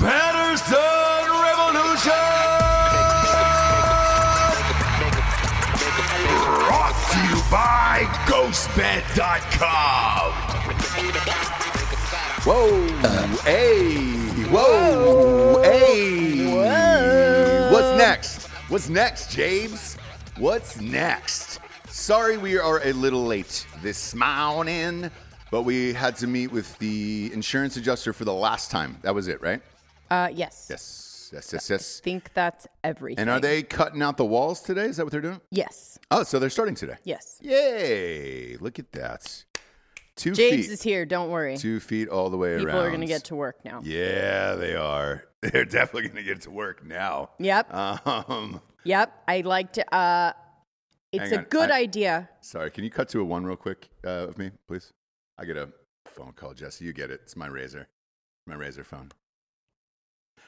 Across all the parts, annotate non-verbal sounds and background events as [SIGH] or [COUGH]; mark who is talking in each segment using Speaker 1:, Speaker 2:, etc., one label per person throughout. Speaker 1: Patterson Revolution! Brought to you by GhostBed.com. Whoa, hey, whoa, hey. What's next? What's next, James? What's next? Sorry we are a little late this morning, but we had to meet with the insurance adjuster for the last time. That was it, right?
Speaker 2: Uh, yes.
Speaker 1: Yes, yes, yes, yes.
Speaker 2: think that's everything.
Speaker 1: And are they cutting out the walls today? Is that what they're doing?
Speaker 2: Yes.
Speaker 1: Oh, so they're starting today.
Speaker 2: Yes.
Speaker 1: Yay, look at that. Two
Speaker 2: James
Speaker 1: feet.
Speaker 2: is here. Don't worry.
Speaker 1: Two feet all the way
Speaker 2: People
Speaker 1: around.
Speaker 2: are going to get to work now.
Speaker 1: Yeah, they are. [LAUGHS] They're definitely going to get to work now.
Speaker 2: Yep.
Speaker 1: Um,
Speaker 2: yep. I liked. Uh, it's
Speaker 1: Hang
Speaker 2: a
Speaker 1: on,
Speaker 2: good
Speaker 1: I-
Speaker 2: idea.
Speaker 1: sorry, can you cut to a one real quick uh, of me, please? I get a phone call, Jesse. You get it. It's my razor, my razor phone.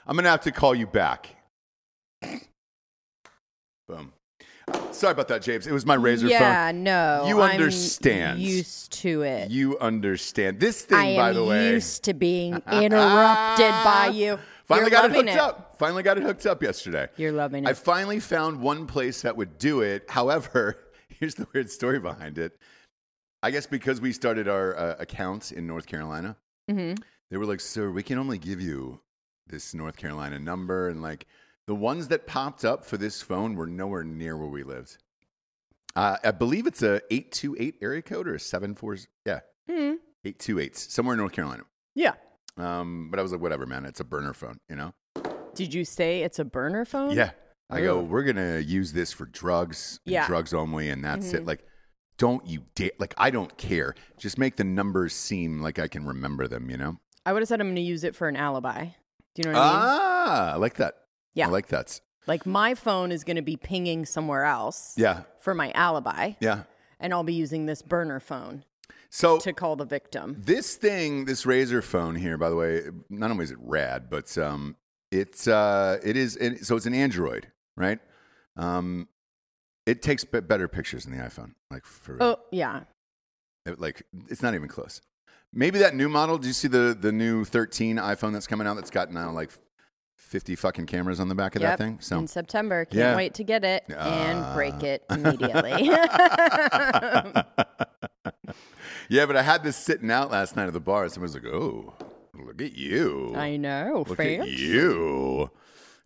Speaker 1: I'm going to have to call you back. Boom. Sorry about that, James. It was my razor
Speaker 2: yeah. No.
Speaker 1: You
Speaker 2: I'm
Speaker 1: understand.
Speaker 2: Used to
Speaker 1: phone.
Speaker 2: it.
Speaker 1: You understand this thing,
Speaker 2: I am
Speaker 1: by the way. [LAUGHS]
Speaker 2: used to being interrupted by you.
Speaker 1: Finally
Speaker 2: You're
Speaker 1: got it hooked
Speaker 2: loving it.
Speaker 1: up. Finally got it hooked up yesterday.
Speaker 2: You're loving it.
Speaker 1: I finally found one place that would do it. [LAUGHS] However, here's the weird story behind it. I guess because we started our uh, accounts in North Carolina,
Speaker 2: Mhm.
Speaker 1: they were like, "Sir, we can only give you this North Carolina number," and like the ones that popped up for this phone were nowhere near where we lived. Uh, I believe it's a eight two eight area code or a seven four. Yeah,
Speaker 2: Mhm.
Speaker 1: eight two eight somewhere in North Carolina.
Speaker 2: Yeah.
Speaker 1: Um, but I was like, whatever, man. It's a burner phone, you know.
Speaker 2: Did you say it's a burner phone?
Speaker 1: Yeah. I go,
Speaker 2: Ooh.
Speaker 1: we're going to use this for drugs, and
Speaker 2: Yeah. Mm-hmm.
Speaker 1: drugs only, and that's it. Like, don't you dare. Like, I don't care. Just make the numbers seem like I can remember them, you know?
Speaker 2: I would have said I'm going to use it for an alibi. Do you know what I mean?
Speaker 1: Ah, I like that.
Speaker 2: Yeah.
Speaker 1: I like that.
Speaker 2: Like my phone is going to be pinging somewhere else
Speaker 1: Yeah.
Speaker 2: for my alibi,
Speaker 1: Yeah.
Speaker 2: and I'll be using this burner phone
Speaker 1: So,
Speaker 2: to call the victim.
Speaker 1: this thing, this Razor phone here, by the way, not only is it rad, but um, it's, uh, it is, it, so it's an Android, right? Um, it takes b- better pictures than the iPhone, like for real.
Speaker 2: Oh, yeah.
Speaker 1: It, like it's not even close. Maybe that new model. Do you see the the new 13 iPhone that's coming out? That's got now like 50 fucking cameras on the back of
Speaker 2: Yep.
Speaker 1: that thing. So
Speaker 2: In September. Can't
Speaker 1: Yeah.
Speaker 2: wait to get it
Speaker 1: Ah.
Speaker 2: and
Speaker 1: [LAUGHS]
Speaker 2: break it immediately. [LAUGHS]
Speaker 1: yeah, but I had this sitting out last night at the bar. Someone's like, "Oh, look at you!
Speaker 2: I know,
Speaker 1: look
Speaker 2: fan.
Speaker 1: at you!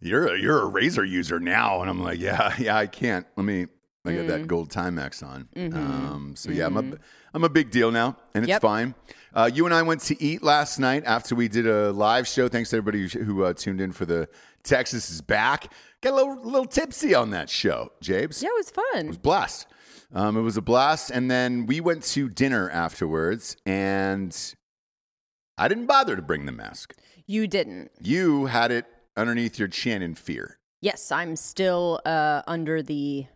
Speaker 1: You're a, you're a razor user now." And I'm like, "Yeah, yeah, I can't. Let me." I got that gold Timex on. Um, so yeah, I'm a I'm a big deal now, and it's
Speaker 2: Yep.
Speaker 1: fine. Uh, you and I went to eat last night after we did a live show. Thanks to everybody who, who uh, tuned in for the Texas is back. Got a little, little tipsy on that show, Jabes.
Speaker 2: Yeah, it was fun.
Speaker 1: It was a blast. Um, it was a blast, and then we went to dinner afterwards, and I didn't bother to bring the mask.
Speaker 2: You didn't.
Speaker 1: You had it underneath your chin in fear.
Speaker 2: Yes, I'm still uh, under the.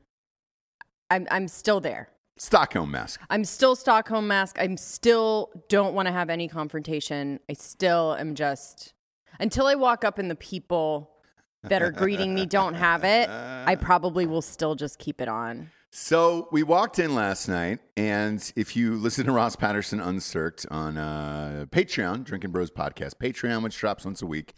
Speaker 2: I'm I'm still there.
Speaker 1: Stockholm mask.
Speaker 2: I'm still Stockholm mask. I'm still don't want to have any confrontation. I still am just until I walk up and the people that are greeting me don't have it. I probably will still just keep it on.
Speaker 1: Uh, So we walked in last night, and if you listen to Ross Patterson Uncirked on uh, Patreon, Drinking Bros podcast, Patreon, which drops once a week,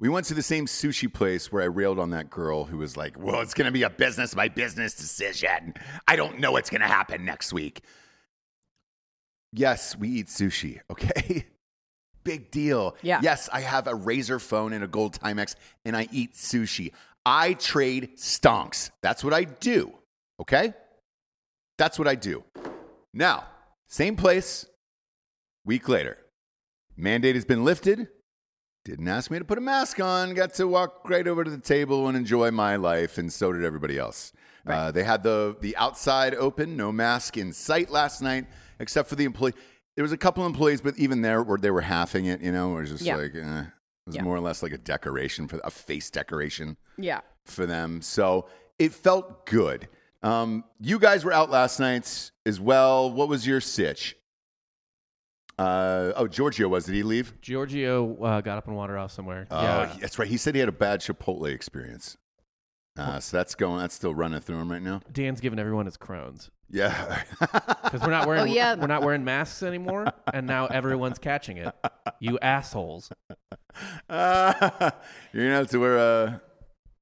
Speaker 1: we went to the same sushi place where I railed on that girl who was like, "Well, it's going to be a business by business decision. I don't know what's going to happen next week." Yes, we eat sushi. [LAUGHS] Okay, big deal.
Speaker 2: Yeah.
Speaker 1: Yes, I have a razor phone and a gold Timex, and I eat sushi. I trade stonks. That's what I do. Okay? That's what I do. Now, same place, week later. Mandate has been lifted. Didn't ask me to put a mask on. Got to walk right over to the table and enjoy my life, and so did everybody else. Uh, they had the, the outside open, no mask in sight last night, except for the employee. There was a couple employees, but even there, where they were halving it, you know, it was just
Speaker 2: Yeah.
Speaker 1: like, eh. it was
Speaker 2: Yeah.
Speaker 1: more or less like a decoration for a face decoration
Speaker 2: Yeah.
Speaker 1: for them. So it felt good. Um, you guys were out last night as well. What was your sitch? Uh, oh, Giorgio was. Did he leave?
Speaker 3: Giorgio uh, got up and wandered off somewhere.
Speaker 1: Oh, that's right. He said he had a bad Chipotle experience. Uh, so that's going. That's still running through him right now.
Speaker 3: Dan's giving everyone his Crohn's
Speaker 1: Yeah. [LAUGHS]
Speaker 2: [LAUGHS]
Speaker 3: because we're not wearing
Speaker 2: Oh, yeah.
Speaker 3: we're not wearing masks anymore, and now everyone's catching it. You assholes!
Speaker 1: you're gonna have to wear a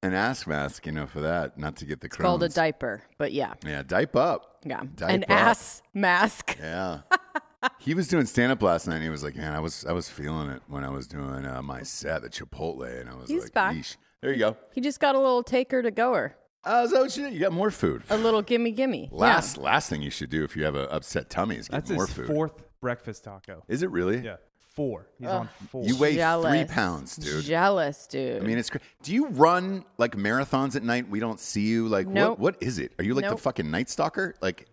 Speaker 1: an ass mask, you know, for that, not to get the Crohn's.
Speaker 2: Called a diaper, but yeah.
Speaker 1: yeah, dipe up.
Speaker 2: Yeah. An
Speaker 1: Diaper up.
Speaker 2: ass mask.
Speaker 1: Yeah. [LAUGHS] he was doing stand up last night and he was like, Man, I was I was feeling it when I was doing uh, my set at Chipotle and I was
Speaker 2: He's
Speaker 1: like,
Speaker 2: back.
Speaker 1: "Yeesh." There you go.
Speaker 2: He just got a little taker to goer.
Speaker 1: Uh, so what you, you got more food.
Speaker 2: A little gimme gimme.
Speaker 1: [LAUGHS] Last last thing you should do if you have an upset tummy is get
Speaker 4: That's
Speaker 1: more
Speaker 4: his
Speaker 1: food.
Speaker 4: fourth breakfast taco.
Speaker 1: Is it really?
Speaker 4: Yeah, four. He's on four.
Speaker 1: You weigh three
Speaker 2: Jealous.
Speaker 1: pounds, dude.
Speaker 2: Jealous, dude.
Speaker 1: I mean, it's cra Do you run like marathons at night? We don't see you. Like,
Speaker 2: Nope.
Speaker 1: what? What is it? Are you like the
Speaker 2: Nope.
Speaker 1: fucking night stalker? Like,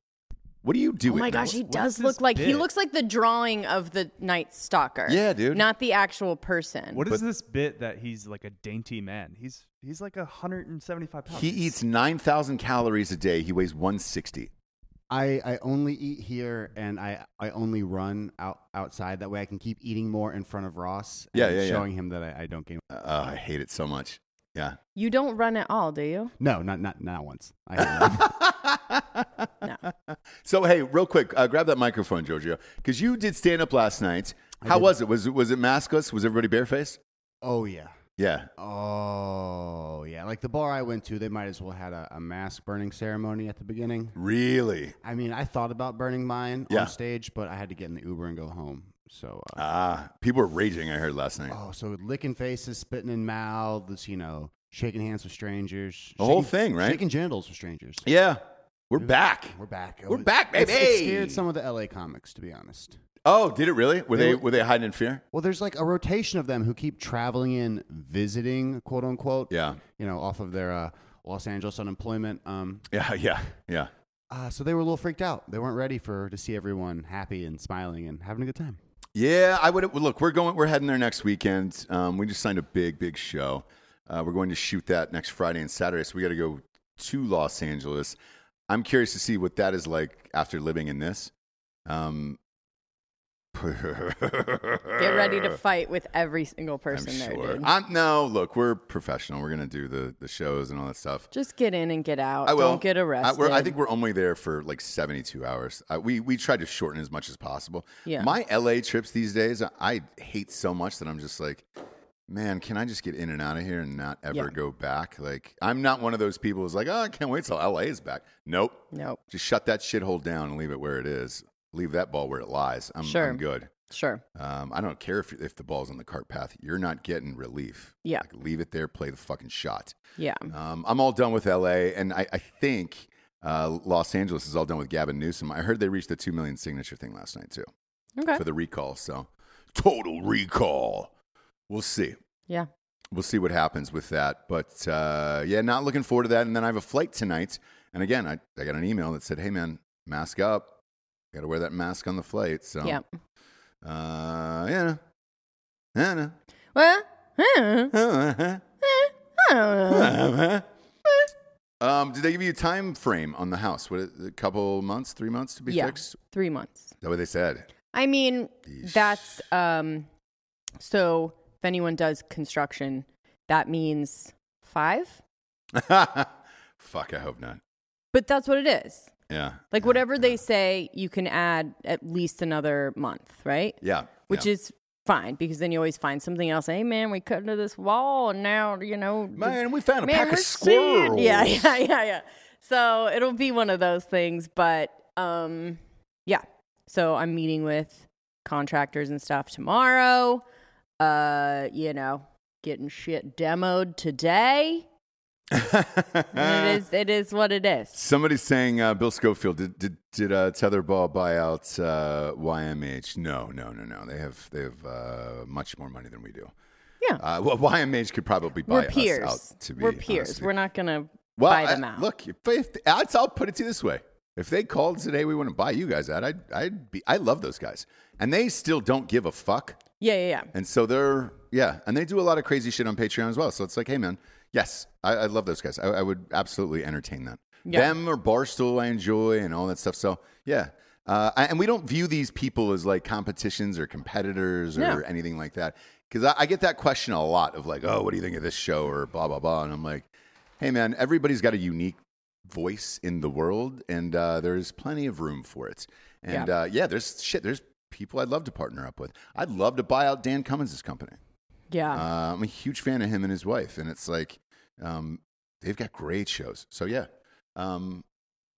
Speaker 1: what do you do?
Speaker 2: Oh
Speaker 1: at
Speaker 2: my
Speaker 1: night?
Speaker 2: gosh, he
Speaker 1: What-
Speaker 2: does
Speaker 4: this
Speaker 2: look like he
Speaker 4: big?
Speaker 2: looks like the drawing of the Night Stalker.
Speaker 1: Yeah, dude.
Speaker 2: Not the actual person.
Speaker 4: what is this bit that he's like a dainty man? He's he's like a hundred and seventy five pounds.
Speaker 1: He eats nine thousand calories a day. He weighs one sixty.
Speaker 5: I, I only eat here and I, I only run out outside. That way I can keep eating more in front of Ross. and
Speaker 1: Yeah, yeah, yeah.
Speaker 5: Showing him that I, I don't gain.
Speaker 1: Uh, I hate it so much. Yeah.
Speaker 2: you don't run at all, do you?
Speaker 5: No, not not not once. I
Speaker 1: [LAUGHS]
Speaker 5: haven't.
Speaker 1: So hey, real quick, uh, grab that microphone, Giorgio, because you did stand up last night. How was it? Was it was it maskless? Was everybody barefaced?
Speaker 5: oh yeah.
Speaker 1: Yeah.
Speaker 5: Oh, yeah. Like the bar I went to, they might as well had a, a mask burning ceremony at the beginning.
Speaker 1: Really?
Speaker 5: I mean, I thought about burning mine
Speaker 1: Yeah.
Speaker 5: on stage, but I had to get in the Uber and go home. So, uh,
Speaker 1: Ah, people were raging, I heard last night.
Speaker 5: oh, so licking faces, spitting in mouths, you know, shaking hands with strangers.
Speaker 1: The whole
Speaker 5: shaking-
Speaker 1: thing, right?
Speaker 5: Shaking genitals with strangers.
Speaker 1: Yeah. We're back.
Speaker 5: We're back.
Speaker 1: We're back,
Speaker 5: It's- It
Speaker 1: baby!
Speaker 5: scared some of the LA comics, to be honest.
Speaker 1: Oh, did it really? Were
Speaker 5: They
Speaker 1: they
Speaker 5: were-
Speaker 1: were they hiding in fear?
Speaker 5: Well, there's like a rotation of them who keep traveling in, visiting, quote unquote.
Speaker 1: Yeah.
Speaker 5: You know, off of their uh, Los Angeles unemployment. Um,
Speaker 1: Yeah, [LAUGHS] yeah, yeah.
Speaker 5: uh, so they were a little freaked out. They weren't ready for to see everyone happy and smiling and having a good time.
Speaker 1: Yeah, I would. Look, we're going. We're heading there next weekend. Um, we just signed a big, big show. Uh, we're going to shoot that next Friday and Saturday. So we got to go to Los Angeles. I'm curious to see what that is like after living in this. Um,
Speaker 2: Get ready
Speaker 1: [LAUGHS]
Speaker 2: to fight with every single
Speaker 1: I'm
Speaker 2: person there,
Speaker 1: sure.
Speaker 2: dude.
Speaker 1: I'm, no, look, we're professional. We're gonna do the the shows and all that stuff.
Speaker 2: Just get in and get out.
Speaker 1: I will.
Speaker 2: Don't get arrested.
Speaker 1: I, we're, I think we're only there for like 72 hours. Uh, we we tried to shorten as much as possible.
Speaker 2: Yeah.
Speaker 1: My LA trips these days, I, I hate so much that I'm just like, man, can I just get in and out of here and not ever
Speaker 2: Yeah.
Speaker 1: go back? Like, I'm not one of those people who's like, oh, I can't wait till LA is back. Nope.
Speaker 2: Nope.
Speaker 1: Just shut that shithole down and leave it where it is. Leave that ball where it lies. I'm,
Speaker 2: Sure.
Speaker 1: I'm good.
Speaker 2: Sure.
Speaker 1: Um, I don't care if, if the ball's on the cart path. You're not getting relief.
Speaker 2: Yeah.
Speaker 1: Like, leave it there. Play the fucking shot.
Speaker 2: Yeah.
Speaker 1: Um, I'm all done with LA, and I, I think uh, Los Angeles is all done with Gavin Newsom. I heard they reached the 2 million signature thing last night, too,
Speaker 2: Okay.
Speaker 1: for the recall. So, total recall. We'll see.
Speaker 2: yeah.
Speaker 1: We'll see what happens with that. But uh, yeah, not looking forward to that. And then I have a flight tonight. And again, I, I got an email that said, hey, man, mask up. Got to wear that mask on the flight. So,
Speaker 2: Yeah.
Speaker 1: Uh, yeah. Yeah.
Speaker 2: Well, [LAUGHS] huh,
Speaker 1: [LAUGHS] no.
Speaker 2: huh. [LAUGHS]
Speaker 1: um, did they give you a time frame on the house? What a couple months, three months to be
Speaker 2: Yeah.
Speaker 1: fixed? Is
Speaker 2: three months.
Speaker 1: that what they said? [LAUGHS]
Speaker 2: I mean,
Speaker 1: Yeesh.
Speaker 2: that's um. So if anyone does construction, that means five.
Speaker 1: Fuck, I hope not.
Speaker 2: But that's what it is.
Speaker 1: Yeah.
Speaker 2: Like whatever they say, you can add at least another month, right?
Speaker 1: Yeah.
Speaker 2: Which is fine because then you always find something else. Hey man, we cut into this wall and now you know the-
Speaker 1: Man, we found a
Speaker 2: man,
Speaker 1: pack
Speaker 2: we're
Speaker 1: of
Speaker 2: seeing-
Speaker 1: squirrels.
Speaker 2: Yeah, [LAUGHS] yeah, yeah, yeah. So it'll be one of those things, but um, yeah. So I'm meeting with contractors and stuff tomorrow. Uh, you know, getting shit demoed today. And
Speaker 1: Eh. [LAUGHS]
Speaker 2: it is, it is what it is.
Speaker 1: Somebody's saying uh, Bill Schofield did did, did uh, tetherball buy out uh, YMH? No, no, no, no. They have they have uh, much more money than we do.
Speaker 2: Yeah.
Speaker 1: Uh, well, YMH could probably buy
Speaker 2: We're
Speaker 1: us
Speaker 2: peers.
Speaker 1: out. To be
Speaker 2: We're
Speaker 1: honest with
Speaker 2: peers.
Speaker 1: you.
Speaker 2: We're not gonna
Speaker 1: well,
Speaker 2: buy
Speaker 1: I-
Speaker 2: them out.
Speaker 1: Look, if, if I'll, I'll put it to you this way: if they called today, we want to buy you guys out. I'd I'd be. I love those guys, and they still don't give a fuck.
Speaker 2: Yeah, yeah, yeah.
Speaker 1: And so they're yeah, and they do a lot of crazy shit on Patreon as well. So it's like, hey man, yes, I, I love those guys. I, I would absolutely entertain that.
Speaker 2: Yeah.
Speaker 1: Them or Barstool, I enjoy and all that stuff. So yeah, uh, I- and we don't view these people as like competitions or competitors or
Speaker 2: No.
Speaker 1: anything like that. Because I, I get that question a lot of like, oh, what do you think of this show or blah blah blah, and I'm like, hey man, everybody's got a unique voice in the world, and uh, there's plenty of room for it. And yeah. Uh, yeah, there's shit. There's people I'd love to partner up with. I'd love to buy out Dan Cummins' company.
Speaker 2: Yeah.
Speaker 1: Uh, I'm a huge fan of him and his wife, and it's like um, they've got great shows. So yeah, um,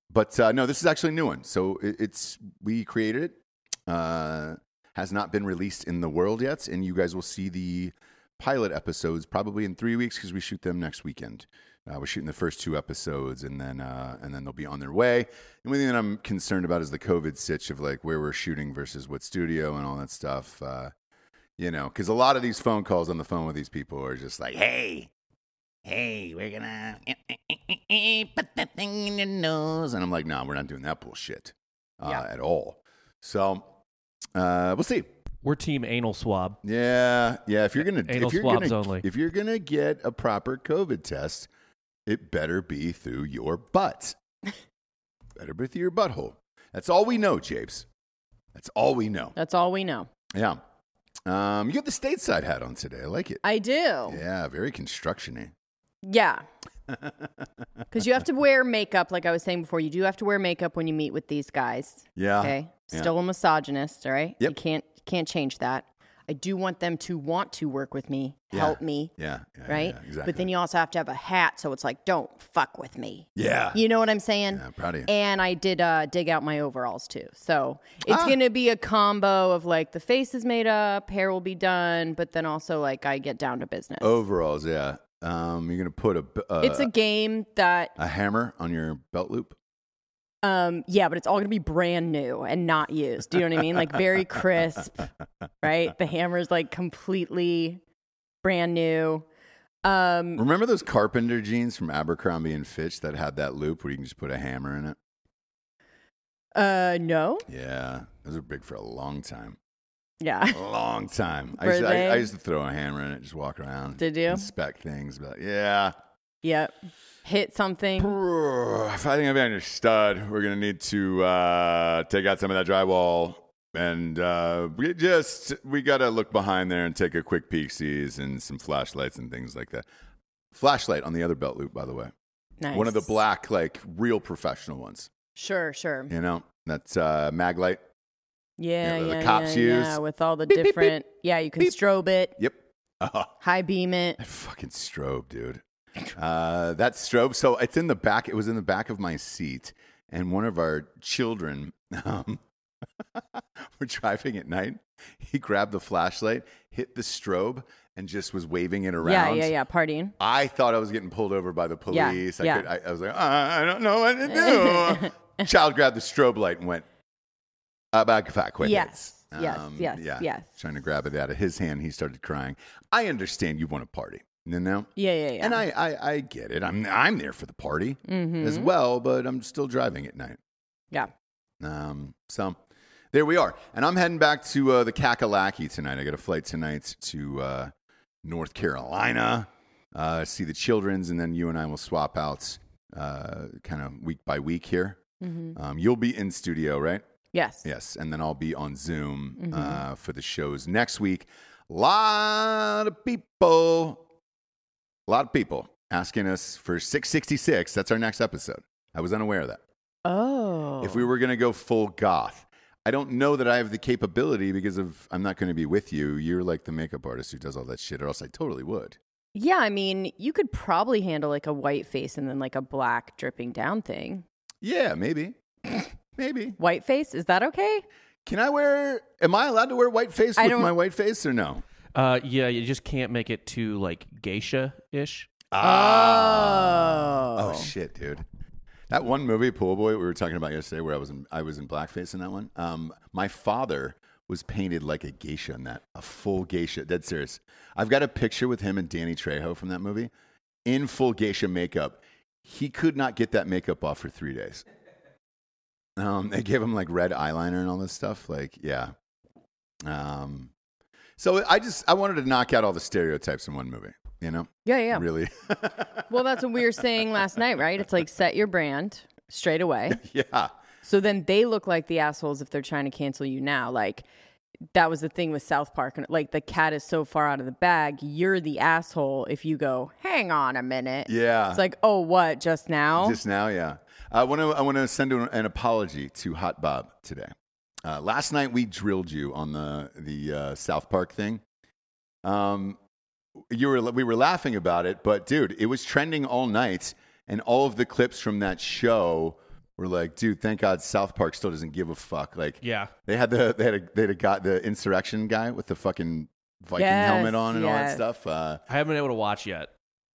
Speaker 1: but uh, no, this is actually a new one. So it, it's we created it. Uh, has not been released in the world yet, and you guys will see the pilot episodes probably in three weeks because we shoot them next weekend. Uh, we're shooting the first two episodes, and then uh, and then they'll be on their way. The only thing that I'm concerned about is the COVID sitch of like where we're shooting versus what studio and all that stuff. Uh, you know, because a lot of these phone calls on the phone with these people are just like, "Hey, hey, we're gonna eh, put that thing in your nose," and I'm like, "No, nah, we're not doing that bullshit uh,
Speaker 2: Yeah.
Speaker 1: at all." So uh, we'll see.
Speaker 3: We're team anal swab.
Speaker 1: Yeah, yeah. If you're gonna,
Speaker 3: Anal
Speaker 1: if you're
Speaker 3: swabs
Speaker 1: gonna,
Speaker 3: only.
Speaker 1: if you're gonna get a proper COVID test, it better be through your butt. better be through your butthole. That's all we know, Japes. That's all we know.
Speaker 2: That's all we know.
Speaker 1: Yeah. Um, you have the stateside hat on today. I like it.
Speaker 2: I do. Yeah.
Speaker 1: Yeah, very
Speaker 2: [LAUGHS]
Speaker 1: construction-y.
Speaker 2: Because you have to wear makeup, like I was saying before. You do have to wear makeup when you meet with these guys.
Speaker 1: Yeah.
Speaker 2: Okay.
Speaker 1: Uh-huh. yeah.
Speaker 2: Still a misogynist, all right?
Speaker 1: Yep.
Speaker 2: You can't can't change that. I do want them to want to work with me,
Speaker 1: Yeah.
Speaker 2: help me,
Speaker 1: Yeah. yeah,
Speaker 2: right?
Speaker 1: Yeah, exactly.
Speaker 2: But then you also have to have a hat, so it's like, don't fuck with me.
Speaker 1: Yeah.
Speaker 2: You know what I'm saying?
Speaker 1: Yeah, proud of you.
Speaker 2: And I did uh, dig out my overalls too. So it's
Speaker 1: Ah.
Speaker 2: going to be a combo of like the face is made up, hair will be done, but then also like I get down to business.
Speaker 1: Overalls. Yeah. Um, you're gonna put a b- uh,
Speaker 2: it's a game that,
Speaker 1: a hammer on your belt loop.
Speaker 2: um, yeah, but it's all going to be brand new and not used. Do you know what I mean? Like very
Speaker 1: [LAUGHS]
Speaker 2: crisp, right? The hammer's like completely brand new. Um,
Speaker 1: Remember those carpenter jeans from Abercrombie and Fitch that had that loop where you can just put a hammer in it?
Speaker 2: uh, no,
Speaker 1: Yeah, those were big for a long time.
Speaker 2: yeah. [LAUGHS]
Speaker 1: A long time. I
Speaker 2: Were
Speaker 1: used, to, I, I
Speaker 2: they?
Speaker 1: used to throw a hammer in it, just walk around.
Speaker 2: Did you?
Speaker 1: inspect things? But yeah,
Speaker 2: Yep. Hit something.
Speaker 1: if I think I've been on your stud, we're gonna need to uh, take out some of that drywall, and uh, we just we gotta look behind there and take a quick peek, sees and some flashlights and things like that. Flashlight on the other belt loop, by the way.
Speaker 2: Nice.
Speaker 1: One of the black, like real professional ones.
Speaker 2: Sure, sure.
Speaker 1: You know, that's uh, mag light.
Speaker 2: Yeah,
Speaker 1: You
Speaker 2: yeah,
Speaker 1: know, the
Speaker 2: yeah,
Speaker 1: cops
Speaker 2: yeah,
Speaker 1: use.
Speaker 2: with all the
Speaker 1: Beep, beep, beep.
Speaker 2: different. Yeah, you can
Speaker 1: Beep.
Speaker 2: strobe it,
Speaker 1: Yep. [LAUGHS] Oh,
Speaker 2: high beam it.
Speaker 1: that fucking strobe, dude. Uh, that strobe. So it's in the back. It was in the back of my seat, and one of our children um, [LAUGHS] were driving at night. He grabbed the flashlight, hit the strobe, and just was waving it around.
Speaker 2: Yeah, yeah, yeah, partying.
Speaker 1: I thought I was getting pulled over by the
Speaker 2: Yeah,
Speaker 1: police. I,
Speaker 2: yeah.
Speaker 1: could, I, I was like, uh, I don't know what to
Speaker 2: [LAUGHS]
Speaker 1: do. Child grabbed the strobe light and went, about fat quick.
Speaker 2: Yes, yes, yes, yes.
Speaker 1: Um, Trying to grab it out of his hand. He started crying. I understand you want to party, you know?
Speaker 2: Yeah, yeah, yeah.
Speaker 1: And I, I, I get it. I'm, I'm there for the party as well, but I'm still driving at night.
Speaker 2: Mm-hmm. yeah.
Speaker 1: Um, so there we are. And I'm heading back to uh, the Kakalaki tonight. I got a flight tonight to uh, North Carolina, uh, see the children's, and then you and I will swap out uh, kind of week by week here. Um, you'll be in studio, right?
Speaker 2: Mm-hmm. Yes.
Speaker 1: Yes. And then I'll be on Zoom uh, for the shows next week. lot of people, a lot of people asking us for 666. That's our next episode. I was unaware of that
Speaker 2: Oh.
Speaker 1: if we were going to go full goth. I don't know that I have the capability because of I'm not going to be with you. You're like the makeup artist who does all that shit, or else I totally would.
Speaker 2: Yeah, I mean, you could probably handle like a white face and then like a black dripping down thing.
Speaker 1: Yeah, maybe, [LAUGHS] maybe.
Speaker 2: White face, is that okay?
Speaker 1: Can I wear? Am I allowed to wear white face
Speaker 2: I
Speaker 1: with
Speaker 2: don't-
Speaker 1: my white face or no?
Speaker 3: Uh, yeah, you just can't make it too like geisha ish.
Speaker 1: Oh shit, dude. That one movie, Pool Boy, we were talking about yesterday, where I was in, I was in blackface in that one. Um, my father was painted like a geisha in that, a full geisha. Dead serious. I've got a picture with him and Danny Trejo from that movie in full geisha makeup. He could not get that makeup off for three days. Um, they gave him like red eyeliner and all this stuff. Like, yeah. Um, so I just I wanted to knock out all the stereotypes in one movie. You know,
Speaker 2: Yeah, yeah.
Speaker 1: really.
Speaker 2: Well, that's what we were saying last night, right? It's like set your brand straight away.
Speaker 1: [LAUGHS] yeah.
Speaker 2: So then they look like the assholes if they're trying to cancel you now. Like that was the thing with South Park, and like the cat is so far out of the bag, you're the asshole if you go, hang on a minute.
Speaker 1: Yeah.
Speaker 2: It's like, oh, what just now?
Speaker 1: Just now, yeah. I want to I want to send an, an apology to Hot Bob today. Uh, last night we drilled you on the the uh, South Park thing. Um, you were we were laughing about it, but dude, it was trending all night, and all of the clips from that show were like, dude, thank God South Park still doesn't give a fuck. Like,
Speaker 3: Yeah.
Speaker 1: they had the they had a, they had a got the insurrection guy with the fucking Viking
Speaker 2: Yes,
Speaker 1: helmet on and all that
Speaker 2: yes.
Speaker 1: stuff. Uh,
Speaker 3: I haven't been able to watch yet,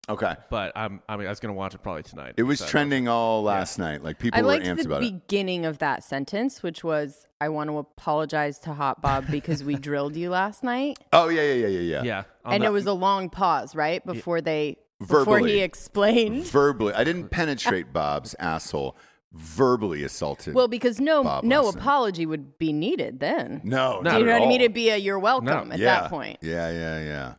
Speaker 1: okay.
Speaker 3: but I'm. I mean, I was gonna watch it probably tonight.
Speaker 1: It was
Speaker 3: So-
Speaker 1: trending all last night. Like people
Speaker 2: I
Speaker 1: were
Speaker 2: liked
Speaker 1: amped
Speaker 2: the
Speaker 1: about it.
Speaker 2: beginning of that sentence, which was, I want to apologize to Hot Bob because we drilled you last night.
Speaker 1: Oh yeah, yeah, yeah, yeah, yeah.
Speaker 3: Yeah. [LAUGHS] on
Speaker 2: And
Speaker 3: the-
Speaker 2: it was a long pause, right? Before they, before
Speaker 1: Verbally.
Speaker 2: he explained.
Speaker 1: Verbally, I didn't penetrate Bob's asshole. Verbally assaulted.
Speaker 2: Well, because no,
Speaker 1: Bob
Speaker 2: no
Speaker 1: Austin.
Speaker 2: apology would be needed then.
Speaker 1: no,
Speaker 3: No.
Speaker 1: not
Speaker 2: you know
Speaker 1: at
Speaker 2: what I mean?
Speaker 1: all.
Speaker 2: It'd be a you're welcome
Speaker 3: No.
Speaker 2: at
Speaker 1: yeah. Uh.
Speaker 2: that point.
Speaker 1: [LAUGHS] Yeah, yeah, yeah.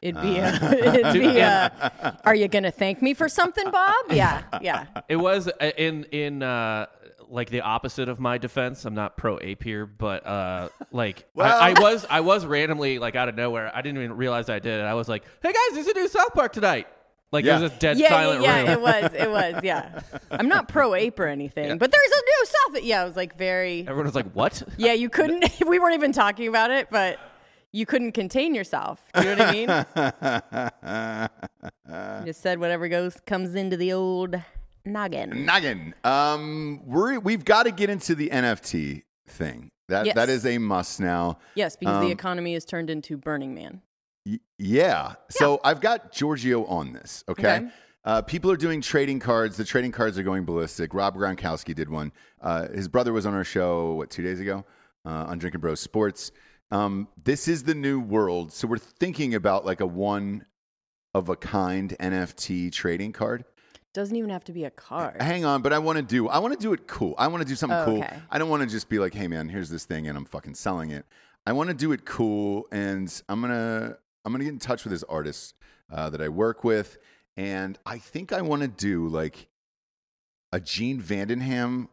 Speaker 2: It'd be a, [LAUGHS] it'd be
Speaker 1: [LAUGHS]
Speaker 2: a, are you going to thank me for something, Bob? Yeah, yeah.
Speaker 3: It was uh, in in uh, like the opposite of my defense. I'm not pro ape here, but uh, like
Speaker 1: Well-
Speaker 3: I, I was I was randomly like out of nowhere. I didn't even realize I did it. I was like, "Hey guys, there's a new South Park tonight." Like
Speaker 1: Yeah.
Speaker 3: it was a dead
Speaker 2: Yeah,
Speaker 3: silent
Speaker 2: yeah,
Speaker 3: room.
Speaker 2: yeah, it was, it
Speaker 1: [LAUGHS]
Speaker 2: was, yeah. I'm not pro ape or anything, but there's a new South. Yeah, I was like very,
Speaker 3: Everyone was like, "What?" [LAUGHS]
Speaker 2: [LAUGHS] yeah, you couldn't, we weren't even talking about it, but you couldn't contain yourself. You know what I
Speaker 1: [LAUGHS]
Speaker 2: mean? You just said whatever goes comes into the old noggin.
Speaker 1: Noggin. Um, we're, we've got to get into the NFT thing. That
Speaker 2: Yes.
Speaker 1: that is a must now.
Speaker 2: Yes, because
Speaker 1: Um,
Speaker 2: the economy is turned into Burning Man.
Speaker 1: Y- yeah. So I've got Giorgio on this. Okay.
Speaker 2: Okay.
Speaker 1: Uh, people are doing trading cards. The trading cards are going ballistic. Rob Gronkowski did one. Uh, his brother was on our show what two days ago uh, on Drinking Bros Sports. Um, this is the new world. So we're thinking about like a one of a kind NFT trading card.
Speaker 2: Doesn't even have to be a card.
Speaker 1: Hang on, but I want to do. I want to do it cool. I want to do something
Speaker 2: Oh,
Speaker 1: cool.
Speaker 2: okay.
Speaker 1: I don't want to just be like, "Hey, man, here's this thing, and I'm fucking selling it." I want to do it cool, and I'm gonna I'm gonna get in touch with this artist uh, that I work with, and I think I want to do like a Gene Vandenham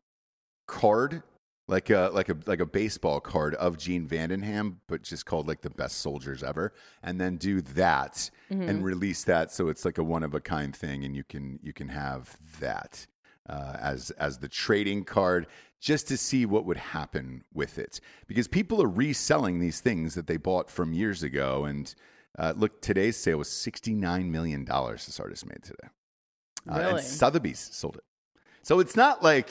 Speaker 1: card, like a like a like a baseball card of Gene Vandenham, but just called like the best soldiers ever, and then do that and release that so it's like a one of a kind thing, and you can you can have that uh, as as the trading card just to see what would happen with it because people are reselling these things that they bought from years ago and. Uh, look, today's sale was $69 million this artist made today. Uh, and
Speaker 2: Really?
Speaker 1: Sotheby's sold it. So it's not like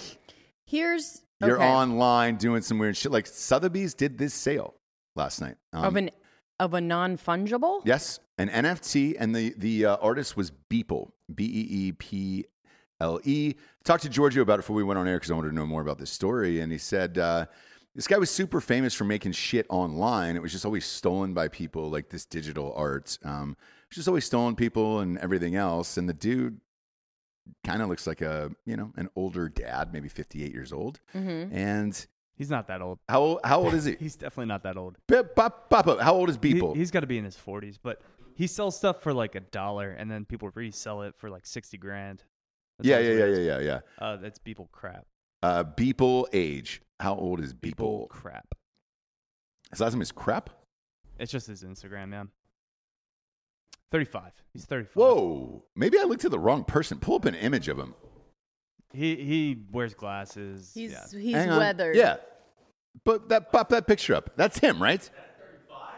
Speaker 2: Here's
Speaker 1: you're
Speaker 2: okay,
Speaker 1: online doing some weird shit. Like Sotheby's did this sale last night. Um,
Speaker 2: of an of a non fungible.
Speaker 1: yes, an NFT, and the the uh, artist was Beeple, B E E P L E. Talked to Giorgio about it before we went on air because I wanted to know more about this story, and he said. Uh, this guy was super famous for making shit online. It was just always stolen by people, like this digital art. Um, it was just always stolen people and everything else. And the dude kind of looks like a, you know, an older dad, maybe 58 years old.
Speaker 2: Mm-hmm.
Speaker 1: And
Speaker 4: He's not that old.
Speaker 1: how, ol- how old is he?
Speaker 4: [LAUGHS] He's definitely not that old.
Speaker 1: Pip, pop, pop up. How old is
Speaker 4: He,
Speaker 1: people?
Speaker 4: has got to be in his 40s, but he sells stuff for like a dollar, and then people resell it for like 60 grand. That's
Speaker 1: yeah,
Speaker 4: always
Speaker 1: yeah,
Speaker 4: what
Speaker 1: yeah,
Speaker 4: it
Speaker 1: yeah,
Speaker 4: is.
Speaker 1: yeah, yeah.
Speaker 4: Uh, that's people crap.
Speaker 1: Uh, Beeple age. How old is
Speaker 4: People
Speaker 1: Beeple?
Speaker 4: crap.
Speaker 1: His last name is Crap.
Speaker 4: It's just his Instagram, man. 35. He's 35.
Speaker 1: Whoa. Maybe I looked at the wrong person. Pull up an image of him.
Speaker 4: He he wears glasses.
Speaker 2: He's
Speaker 4: yeah.
Speaker 2: he's
Speaker 1: Hang on.
Speaker 2: weathered.
Speaker 1: Yeah. But that pop that picture up. That's him, right?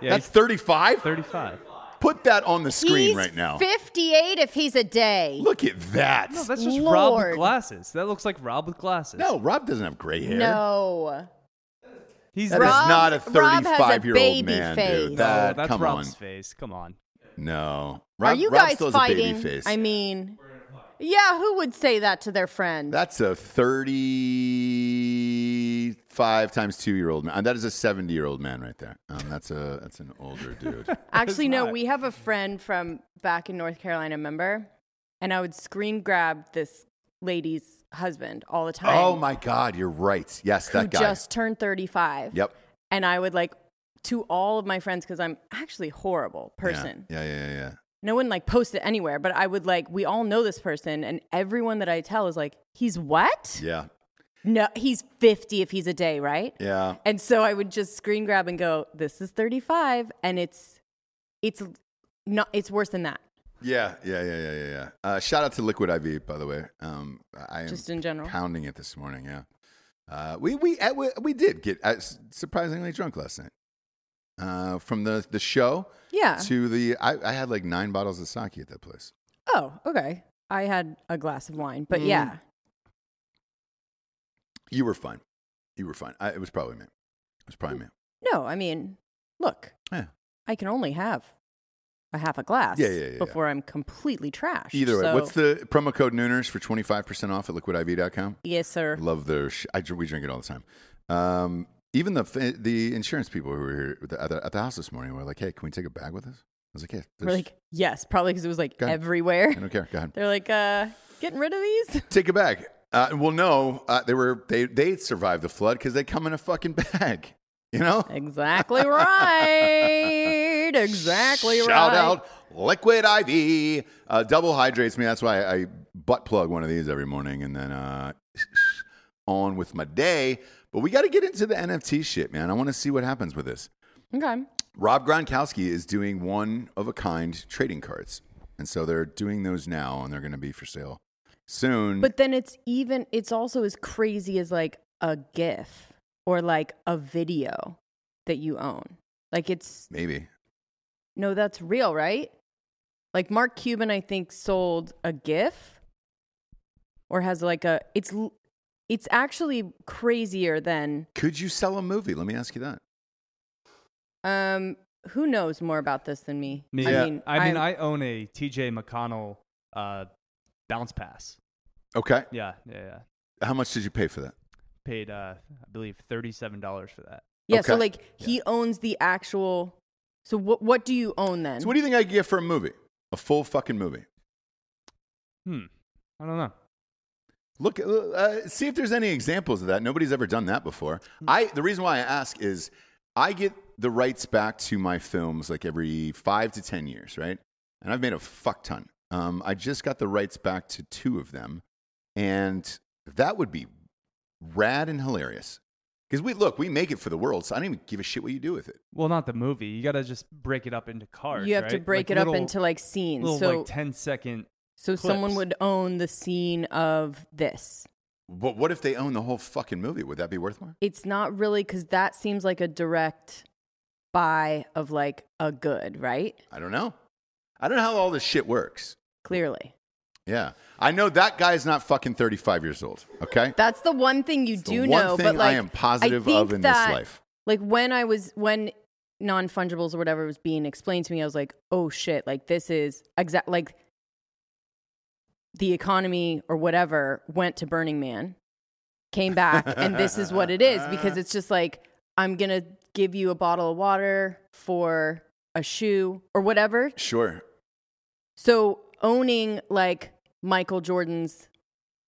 Speaker 4: yeah
Speaker 1: That's
Speaker 4: he's
Speaker 1: 35.
Speaker 4: 35.
Speaker 1: Put that on the screen
Speaker 2: He's
Speaker 1: right now.
Speaker 2: Fifty eight if he's a day.
Speaker 1: Look at that.
Speaker 4: No, that's just Rob
Speaker 2: Lord.
Speaker 4: with glasses. That looks like Rob with glasses.
Speaker 1: No, Rob doesn't have gray hair.
Speaker 2: no.
Speaker 4: he's
Speaker 1: That is
Speaker 4: not.
Speaker 1: not
Speaker 2: Rob-
Speaker 1: a
Speaker 2: Rob has a
Speaker 1: 35 year old
Speaker 2: baby
Speaker 1: man, dude.
Speaker 2: face.
Speaker 1: That,
Speaker 4: no, that's
Speaker 1: come
Speaker 4: Rob's
Speaker 1: on.
Speaker 4: face. Come on.
Speaker 1: No. Rob,
Speaker 2: Are you
Speaker 1: Rob
Speaker 2: guys
Speaker 1: still has
Speaker 2: fighting?
Speaker 1: a baby face.
Speaker 2: I mean, yeah, who would say that to their friend?
Speaker 1: That's a 35 times two year old man. Uh, That is a 70 year old man right there. Um, that's a that's an older
Speaker 2: [LAUGHS]
Speaker 1: dude.
Speaker 2: Actually, no,
Speaker 4: not.
Speaker 2: we have a friend from back in North Carolina, member, and I would screen grab this lady's husband all the time.
Speaker 1: oh my God, you're right. Yes,
Speaker 2: Who
Speaker 1: that guy.
Speaker 2: just turned 35.
Speaker 1: yep.
Speaker 2: And I would like to all of my friends because I'm actually a horrible
Speaker 1: Yeah.
Speaker 2: person.
Speaker 1: Yeah, yeah, yeah. yeah.
Speaker 2: And I wouldn't like post it anywhere, but I would like, we all know this person, and everyone that I tell is like, he's what?
Speaker 1: Yeah.
Speaker 2: No, he's 50 if he's a day, right?
Speaker 1: Yeah.
Speaker 2: And so I would just screen grab and go, this is 35. And it's, it's not, it's worse than that,
Speaker 1: Yeah, yeah, yeah, yeah, yeah. yeah. Uh, shout out to Liquid IV, by the way. Um, I am
Speaker 2: just in general.
Speaker 1: pounding it this morning. Yeah, uh, we we uh, we we did get uh, s- surprisingly drunk last night. Uh, from the the show
Speaker 2: Yeah.
Speaker 1: to the, I, I had like nine bottles of sake at that place.
Speaker 2: Oh, okay. I had a glass of wine,
Speaker 1: Mm-hmm.
Speaker 2: but yeah.
Speaker 1: You were fine. You were fine. I, it was probably me. It was probably me.
Speaker 2: No, I mean, look,
Speaker 1: Yeah.
Speaker 2: I can only have a half a glass
Speaker 1: Yeah, yeah, yeah,
Speaker 2: before I'm completely trashed.
Speaker 1: Either way,
Speaker 2: so-
Speaker 1: what's the promo code Nooners for 25% off at liquidiv.com?
Speaker 2: Yes, sir.
Speaker 1: Love their, sh- I, dr- we drink it all the time. Um, even the f- the insurance people who were here at the, at the- at the house this morning were like, hey, can we take a bag with us? I was like, yeah.
Speaker 2: We're
Speaker 1: there's-
Speaker 2: like, yes, probably because it was like
Speaker 1: Go ahead.
Speaker 2: everywhere.
Speaker 1: I don't care. Go ahead.
Speaker 2: [LAUGHS] They're like, uh, getting rid of
Speaker 1: [LAUGHS]
Speaker 2: these?
Speaker 1: Take a bag. Uh, well, no, uh, they were, they, they survived the flood because they come in a fucking bag. [LAUGHS] You know?
Speaker 2: exactly right.
Speaker 1: [LAUGHS]
Speaker 2: Exactly right.
Speaker 1: Shout out Liquid IV. Uh, double hydrates me. That's why I butt plug one of these every morning and then uh, on with my day. But we got to get into the NFT shit, man. I want to see what happens with this. Mm.
Speaker 2: Okay.
Speaker 1: Rob Gronkowski is doing one of a kind trading cards. And so they're doing those now and they're going to be for sale soon.
Speaker 2: But then it's even, it's also as crazy as like a GIF or like a video that you own. Like it's
Speaker 1: Maybe.
Speaker 2: no, that's real, right? Like Mark Cuban, I think sold a GIF, or has like a. It's l- it's actually crazier than
Speaker 1: Could you sell a movie? Let me ask you that.
Speaker 2: um. Who knows more about this than me?
Speaker 4: Me,
Speaker 1: Yeah.
Speaker 2: I mean,
Speaker 4: I mean,
Speaker 2: I'm-
Speaker 4: I own a TJ McConnell uh, bounce pass.
Speaker 1: Okay.
Speaker 4: Yeah, yeah, yeah.
Speaker 1: How much did you pay for that?
Speaker 4: Paid, uh, I believe, thirty-seven dollars for that.
Speaker 2: yeah. So
Speaker 1: okay.
Speaker 2: like he owns the actual. So what what do you own then?
Speaker 1: So what do you think I could get for a movie? A full fucking movie.
Speaker 4: Hmm. I don't know.
Speaker 1: Look, uh, see if there's any examples of that. Nobody's ever done that before. I the reason why I ask is I get the rights back to my films like every five to ten years, right? And I've made a fuck ton. Um, I just got the rights back to two of them, and that would be rad and hilarious. Because we look, we make it for the world, so I don't even give a shit what you do with it.
Speaker 4: Well, not the movie. You got to just break it up into cards.
Speaker 2: you have to
Speaker 4: right?
Speaker 2: break
Speaker 4: Like
Speaker 2: it
Speaker 4: little-
Speaker 2: up into like scenes.
Speaker 4: little
Speaker 2: so
Speaker 4: like 10 second.
Speaker 2: so someone
Speaker 4: clips.
Speaker 2: would own the scene of this.
Speaker 1: But what if they own the whole fucking movie? Would that be worth more?
Speaker 2: It's not really because that seems like a direct buy of like a good, right?
Speaker 1: I don't know. I don't know how all this shit works.
Speaker 2: Clearly.
Speaker 1: Yeah. I know that guy is not fucking 35 years old. Okay.
Speaker 2: That's the one thing you
Speaker 1: It's the
Speaker 2: do
Speaker 1: one
Speaker 2: know.
Speaker 1: thing
Speaker 2: but like,
Speaker 1: I am positive
Speaker 2: think
Speaker 1: of in
Speaker 2: that,
Speaker 1: this life.
Speaker 2: Like when I was when non fungibles or whatever was being explained to me, I was like, oh shit! Like this is exact like the economy or whatever went to Burning Man, came back, and this is what it is because it's just like I'm gonna give you a bottle of water for a shoe or whatever
Speaker 1: Sure.
Speaker 2: So owning like Michael Jordan's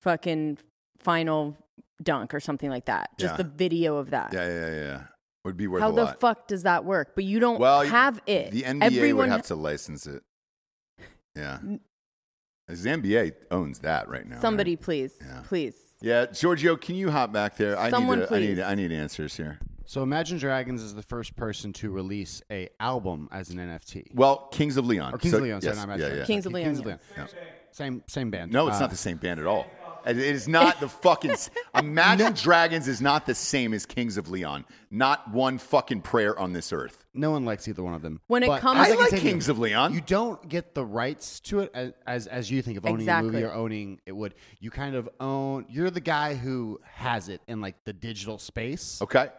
Speaker 2: fucking final dunk or something like that, just
Speaker 1: Yeah.
Speaker 2: the video of that.
Speaker 1: Yeah, yeah, yeah, yeah. Would be worth
Speaker 2: How
Speaker 1: a
Speaker 2: the
Speaker 1: lot.
Speaker 2: fuck does that work? But you don't
Speaker 1: well,
Speaker 2: have it.
Speaker 1: The NBA
Speaker 2: Everyone
Speaker 1: would have to license it. Yeah. 'Cause The NBA owns that right now. right?
Speaker 2: somebody, please, please.
Speaker 1: Yeah, Giorgio, can you hop back there? I
Speaker 2: Someone
Speaker 1: need. A, I need.
Speaker 2: please.
Speaker 1: I need answers here.
Speaker 5: So Imagine Dragons is the first person to release a album as an NFT.
Speaker 1: Well, Kings of Leon.
Speaker 5: Or Oh, Kings
Speaker 1: So-
Speaker 5: of Leon, sorry,
Speaker 1: yes,
Speaker 5: not
Speaker 1: yeah,
Speaker 5: Imagine
Speaker 1: yeah.
Speaker 5: Dragons.
Speaker 2: Kings of
Speaker 5: Okay,
Speaker 2: Leon,
Speaker 5: Same same band.
Speaker 1: No, it's
Speaker 5: Uh,
Speaker 1: not the same band at all. It it is not the fucking. s- Imagine Dragons is not the same as Kings of Leon. Not one fucking prayer on this earth.
Speaker 5: No one likes either one of them.
Speaker 2: When it
Speaker 5: But
Speaker 2: comes-
Speaker 5: as
Speaker 2: I
Speaker 5: can
Speaker 1: like
Speaker 5: take it,
Speaker 1: Kings of Leon.
Speaker 5: You don't get the rights to it as as, as you think of owning a
Speaker 2: Exactly.
Speaker 5: movie or owning it would. You kind of own. You're the guy who has it in like the digital space.
Speaker 1: Okay.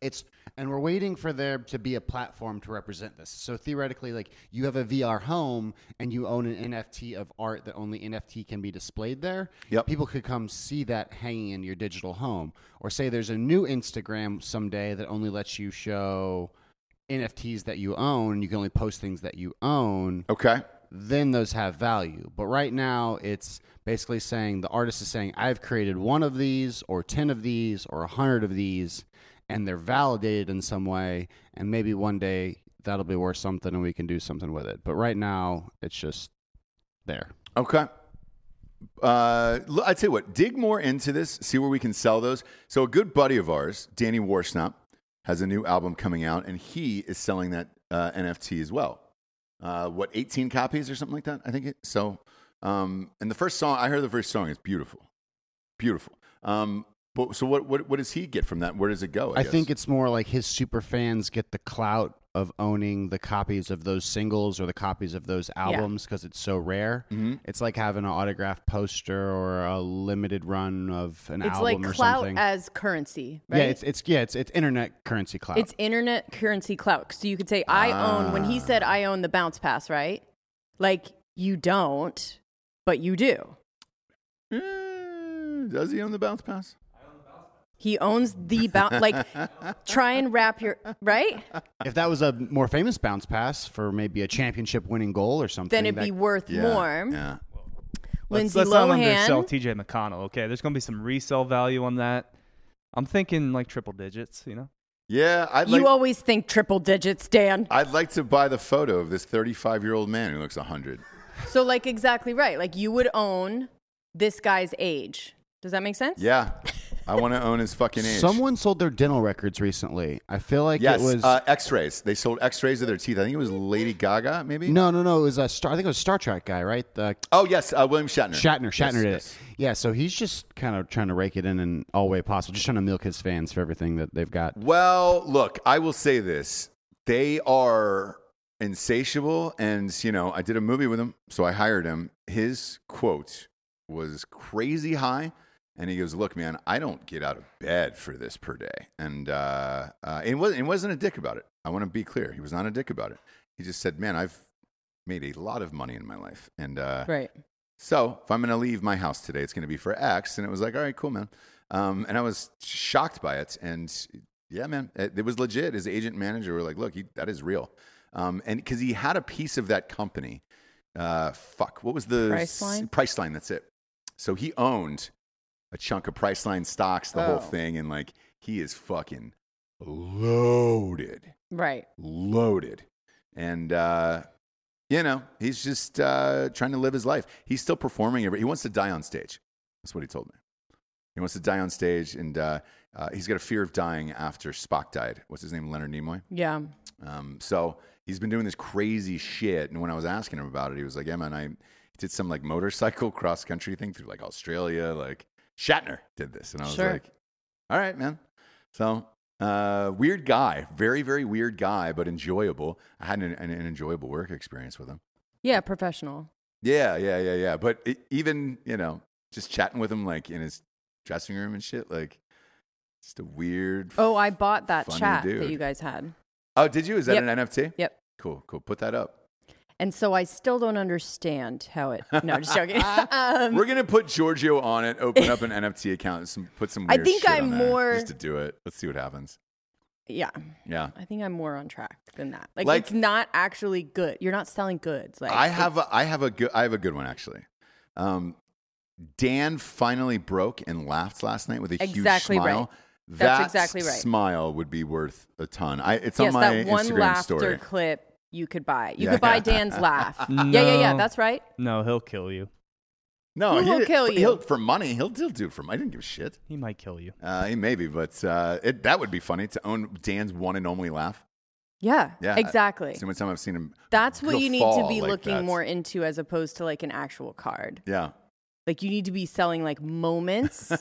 Speaker 5: It's and we're waiting for there to be a platform to represent this. So theoretically, like you have a VR home and you own an NFT of art that only NFT can be displayed there.
Speaker 1: Yep.
Speaker 5: People could come see that hanging in your digital home. Or say there's a new Instagram someday that only lets you show NFTs that you own. You can only post things that you own
Speaker 1: Okay.
Speaker 5: then those have value. But right now, it's basically saying the artist is saying, I've created one of these, or 10 of these, or 100 of these, and they're validated in some way. And maybe one day that'll be worth something and we can do something with it. But right now, it's just there.
Speaker 1: Okay. Uh, l- I tell you what, dig more into this, see where we can sell those. So, a good buddy of ours, Danny Warsnop, has a new album coming out, and he is selling that uh, NFT as well. Uh, what, 18 copies or something like that? I think it. So, um, and the first song, I heard the first song, it's beautiful. Beautiful. Um, but, so, what, what, what does he get from that? Where does it go?
Speaker 5: I,
Speaker 1: I,
Speaker 5: think
Speaker 1: guess?
Speaker 5: it's more like his super fans get the clout of owning the copies of those singles or the copies of those albums because it's so rare. It's like having an autographed poster or a limited run of an
Speaker 2: It's like
Speaker 5: album or
Speaker 2: clout
Speaker 5: something.
Speaker 2: as currency, right?
Speaker 5: Yeah, it's it's yeah, it's it's internet currency cloud.
Speaker 2: It's internet currency clout. So you could say, I own, when he
Speaker 1: Ah.
Speaker 2: said, I own the bounce pass, right? Like you don't, but you do.
Speaker 1: Eh, does he own the bounce pass?
Speaker 2: He owns the bounce. like,
Speaker 1: [LAUGHS]
Speaker 2: try and wrap your, right?
Speaker 5: if that was a more famous bounce pass for maybe a championship winning goal or something,
Speaker 2: Then it'd
Speaker 5: that-
Speaker 2: be worth more.
Speaker 1: Yeah.
Speaker 4: Let's,
Speaker 2: Lindsay
Speaker 4: let's not undersell
Speaker 2: Lohan.
Speaker 4: TJ McConnell. Okay, there's going to be some resale value on that. I'm thinking like triple digits, you know?
Speaker 1: Yeah. I'd like, Uh.
Speaker 2: you always think triple digits, Dan.
Speaker 1: I'd like to buy the photo of this 35 year old man who looks 100.
Speaker 2: So, like, exactly right. Like, you would own this guy's age. Does that make sense?
Speaker 1: Yeah. I want to own his fucking age.
Speaker 5: Someone sold their dental records recently. I feel like
Speaker 1: Yes.
Speaker 5: it was
Speaker 1: uh, x rays. They sold x rays of their teeth. I think it was Lady Gaga, maybe?
Speaker 5: no, no, no. It was a star. I think it was Star Trek guy, right? The
Speaker 1: Oh, yes. Uh, William Shatner.
Speaker 5: Shatner.
Speaker 1: Yes,
Speaker 5: Shatner did
Speaker 1: yes.
Speaker 5: it. Yeah. So he's just kind of trying to rake it in in all way possible, just trying to milk his fans for everything that they've got.
Speaker 1: Well, look, I will say this. they are insatiable and you know i did a movie with him so i hired him his quote was crazy high and he goes look man i don't get out of bed for this per day and uh, uh it wasn't it wasn't a dick about it i want to be clear he was not a dick about it he just said man i've made a lot of money in my life and uh
Speaker 2: Right.
Speaker 1: so if I'm going to leave my house today, it's going to be for X. And it was like, all right, cool, man. Um, and I was shocked by it. And yeah, man, it, it was legit. His agent and manager were like, look, he, that is real. Um, and because he had a piece of that company. Uh, fuck, what was the
Speaker 2: Priceline?
Speaker 1: Priceline, that's it. So he owned a chunk of Priceline stocks, the
Speaker 2: Oh.
Speaker 1: whole thing. And like, he is fucking loaded
Speaker 2: Right.
Speaker 1: loaded. And, uh, you know, he's just uh, trying to live his life. He's still performing. every- He wants to die on stage. That's what he told me. He wants to die on stage, and uh, uh, he's got a fear of dying after Spock died. What's his name? Leonard Nimoy.
Speaker 2: Yeah.
Speaker 1: Um, so he's been doing this crazy shit. And when I was asking him about it, he was like, "Yeah, man, I did some like motorcycle [LAUGHS] cross country thing through like Australia. Like Shatner did this." And I was
Speaker 2: Sure.
Speaker 1: like, "All right, man." So uh, weird guy, very very weird guy, but enjoyable. I had an, an, an enjoyable work experience with him.
Speaker 2: Yeah. Professional.
Speaker 1: Yeah, yeah, yeah, yeah. But e- even you know, just chatting with him like in his dressing room and shit, like just a weird.
Speaker 2: Oh, I bought that
Speaker 1: Funny
Speaker 2: chat that
Speaker 1: dude.
Speaker 2: you guys had.
Speaker 1: Oh, did you? Is that
Speaker 2: Yep.
Speaker 1: an NFT?
Speaker 2: Yep.
Speaker 1: Cool, cool. Put that up.
Speaker 2: And so I still don't understand how
Speaker 1: [LAUGHS]
Speaker 2: it. No, just joking. um,
Speaker 1: We're gonna put Giorgio on it. Open
Speaker 2: [LAUGHS]
Speaker 1: up an NFT account. And some, put some.
Speaker 2: I
Speaker 1: Weird
Speaker 2: think
Speaker 1: shit
Speaker 2: I'm
Speaker 1: on there
Speaker 2: more-
Speaker 1: just to do it. Let's see what happens.
Speaker 2: yeah.
Speaker 1: Yeah,
Speaker 2: I think I'm more on track than that. Like,
Speaker 1: Like-
Speaker 2: it's not actually good. You're not selling goods. Like
Speaker 1: I have. A, I have a good. I have a good one actually. Um, Dan finally broke and laughed last night with a
Speaker 2: Exactly
Speaker 1: huge smile.
Speaker 2: right. That's
Speaker 1: that
Speaker 2: exactly right.
Speaker 1: Smile would be worth a ton. I, it's
Speaker 2: yes,
Speaker 1: on my
Speaker 2: that one
Speaker 1: Instagram
Speaker 2: laughter
Speaker 1: story.
Speaker 2: clip you could buy. You
Speaker 1: Yeah. [LAUGHS]
Speaker 2: could buy Dan's laugh. Yeah, yeah, yeah.
Speaker 4: No.
Speaker 2: That's right.
Speaker 4: No, he'll kill you.
Speaker 1: No,
Speaker 2: Who will
Speaker 1: he-
Speaker 2: kill you?
Speaker 1: He'll, for money, he'll, he'll do it for money. I didn't give a shit.
Speaker 4: He might kill you.
Speaker 1: Uh, he maybe, but uh, it, that would be funny to own Dan's one and only laugh.
Speaker 2: Yeah.
Speaker 1: Yeah, I-
Speaker 2: Exactly.
Speaker 1: It's the only time I've seen him.
Speaker 2: That's what you need to
Speaker 1: guffaw
Speaker 2: be
Speaker 1: like
Speaker 2: looking
Speaker 1: that.
Speaker 2: more into as opposed to like an actual card.
Speaker 1: Yeah. [LAUGHS]
Speaker 2: Like you need to be selling like moments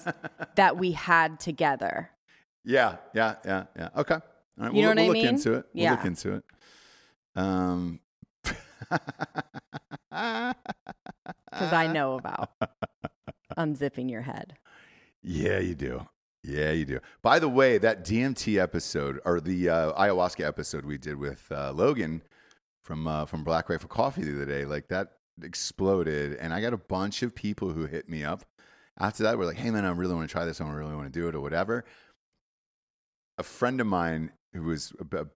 Speaker 2: that we had together.
Speaker 1: Yeah, yeah, yeah, yeah. Okay. All right.
Speaker 2: You
Speaker 1: we'll
Speaker 2: know what I
Speaker 1: we'll look
Speaker 2: mean?
Speaker 1: into it. We'll look
Speaker 2: Yeah.
Speaker 1: into it. Um, [LAUGHS]
Speaker 2: Because
Speaker 1: Uh.
Speaker 2: I know
Speaker 1: [LAUGHS]
Speaker 2: about unzipping your head.
Speaker 1: yeah, you do. Yeah, you do. By the way, that DMT episode or the uh, ayahuasca episode we did with uh, Logan from uh, from Black Rifle Coffee the other day, like that exploded, and I got a bunch of people who hit me up after that. Were like, "Hey, man, I really want to try this. I really want to do it, or whatever." A friend of mine who was a b- a